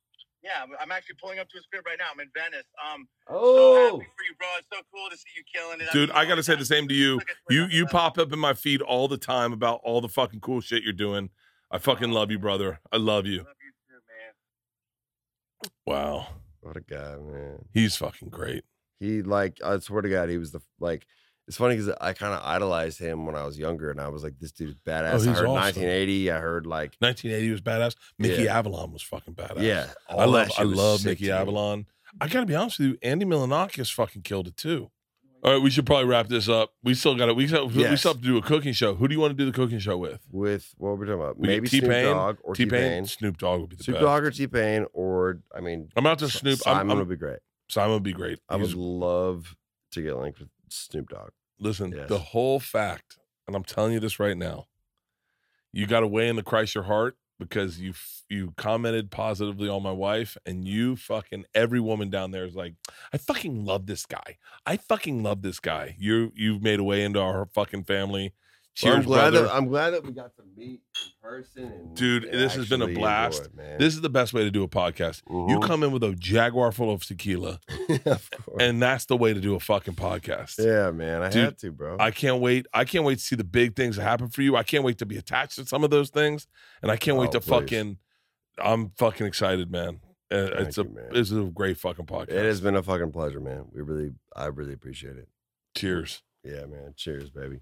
F: Yeah, I'm- I'm actually pulling up to his crib right now. I'm in Venice. Um, so
C: oh,
F: happy for you, bro. It's so cool to see you killing it.
B: Dude,
F: mean,
B: I got to say the same to you.
F: look at- look
B: You
F: at
B: you
F: that.
B: pop up in my feed all the time about all the fucking cool shit you're doing. I fucking love
A: Oh,
B: you, brother. I love you.
F: Love you too, man.
B: Wow.
A: What a guy, man.
B: He's fucking great.
A: He like I swear to God, he was the like. It's funny because I kind of idolized him when I was younger, and I was like, "This dude's badass."
B: Oh, he's
A: I heard
B: awesome.
A: 1980. I heard like,
B: 1980 was badass. Mickey
A: Yeah.
B: Avalon was fucking badass.
A: yeah,
B: I
A: all that
B: love
A: shit
B: I
A: was
B: love
A: sick
B: Mickey
A: to me.
B: Avalon. I gotta be honest with you, Andy Milanakis fucking killed it too. All right, we should probably wrap this up. We still got to We still, we
A: Oh, Yes.
B: still have to do a cooking show. Who do you want to do the cooking show with?
A: With what were we talking about?
B: We get
A: Maybe Snoop
B: T-Pain,
A: Dogg or
B: T
A: T
B: Pain,
A: Pain.
B: Snoop Dogg would be the
A: Snoop
B: best.
A: Dogg or T Pain, or I mean,
B: I'm out to
A: S-
B: Snoop. I'm,
A: Simon
B: I'm,
A: would be great.
B: Simon would be great.
A: I
B: He's-
A: would love to get linked with Snoop Dogg.
B: Listen, the
A: Yes.
B: whole fact, and I'm telling you this right now, you got to weigh in the Christ your heart because you f- you commented positively on my wife, and you fucking every woman down there is like, I fucking love this guy. I fucking love this guy. You you've made a way into our fucking family.
A: Well,
B: Cheers,
A: I'm glad
B: brother.
A: that I'm glad that we got to meet in person. And,
B: Dude,
A: and
B: this has been a
A: actually
B: blast.
A: enjoy it, man.
B: This is the best way to do a podcast. You
A: Mhm.
B: come in with a jaguar full of tequila,
A: of course.
B: and that's the way to do a fucking podcast.
A: yeah, man, I
B: Dude,
A: had to, bro.
B: I can't wait. I can't wait to see the big things that happen for you. I can't wait to be attached to some of those things, and I can't wait
A: Oh,
B: to
A: please.
B: fucking. I'm fucking excited, man. Uh,
A: Thank
B: It's a
A: you, man.
B: it's a great fucking podcast.
A: it has been a fucking pleasure, man. We really, I really appreciate it.
B: Cheers.
A: Yeah, man. Cheers, baby.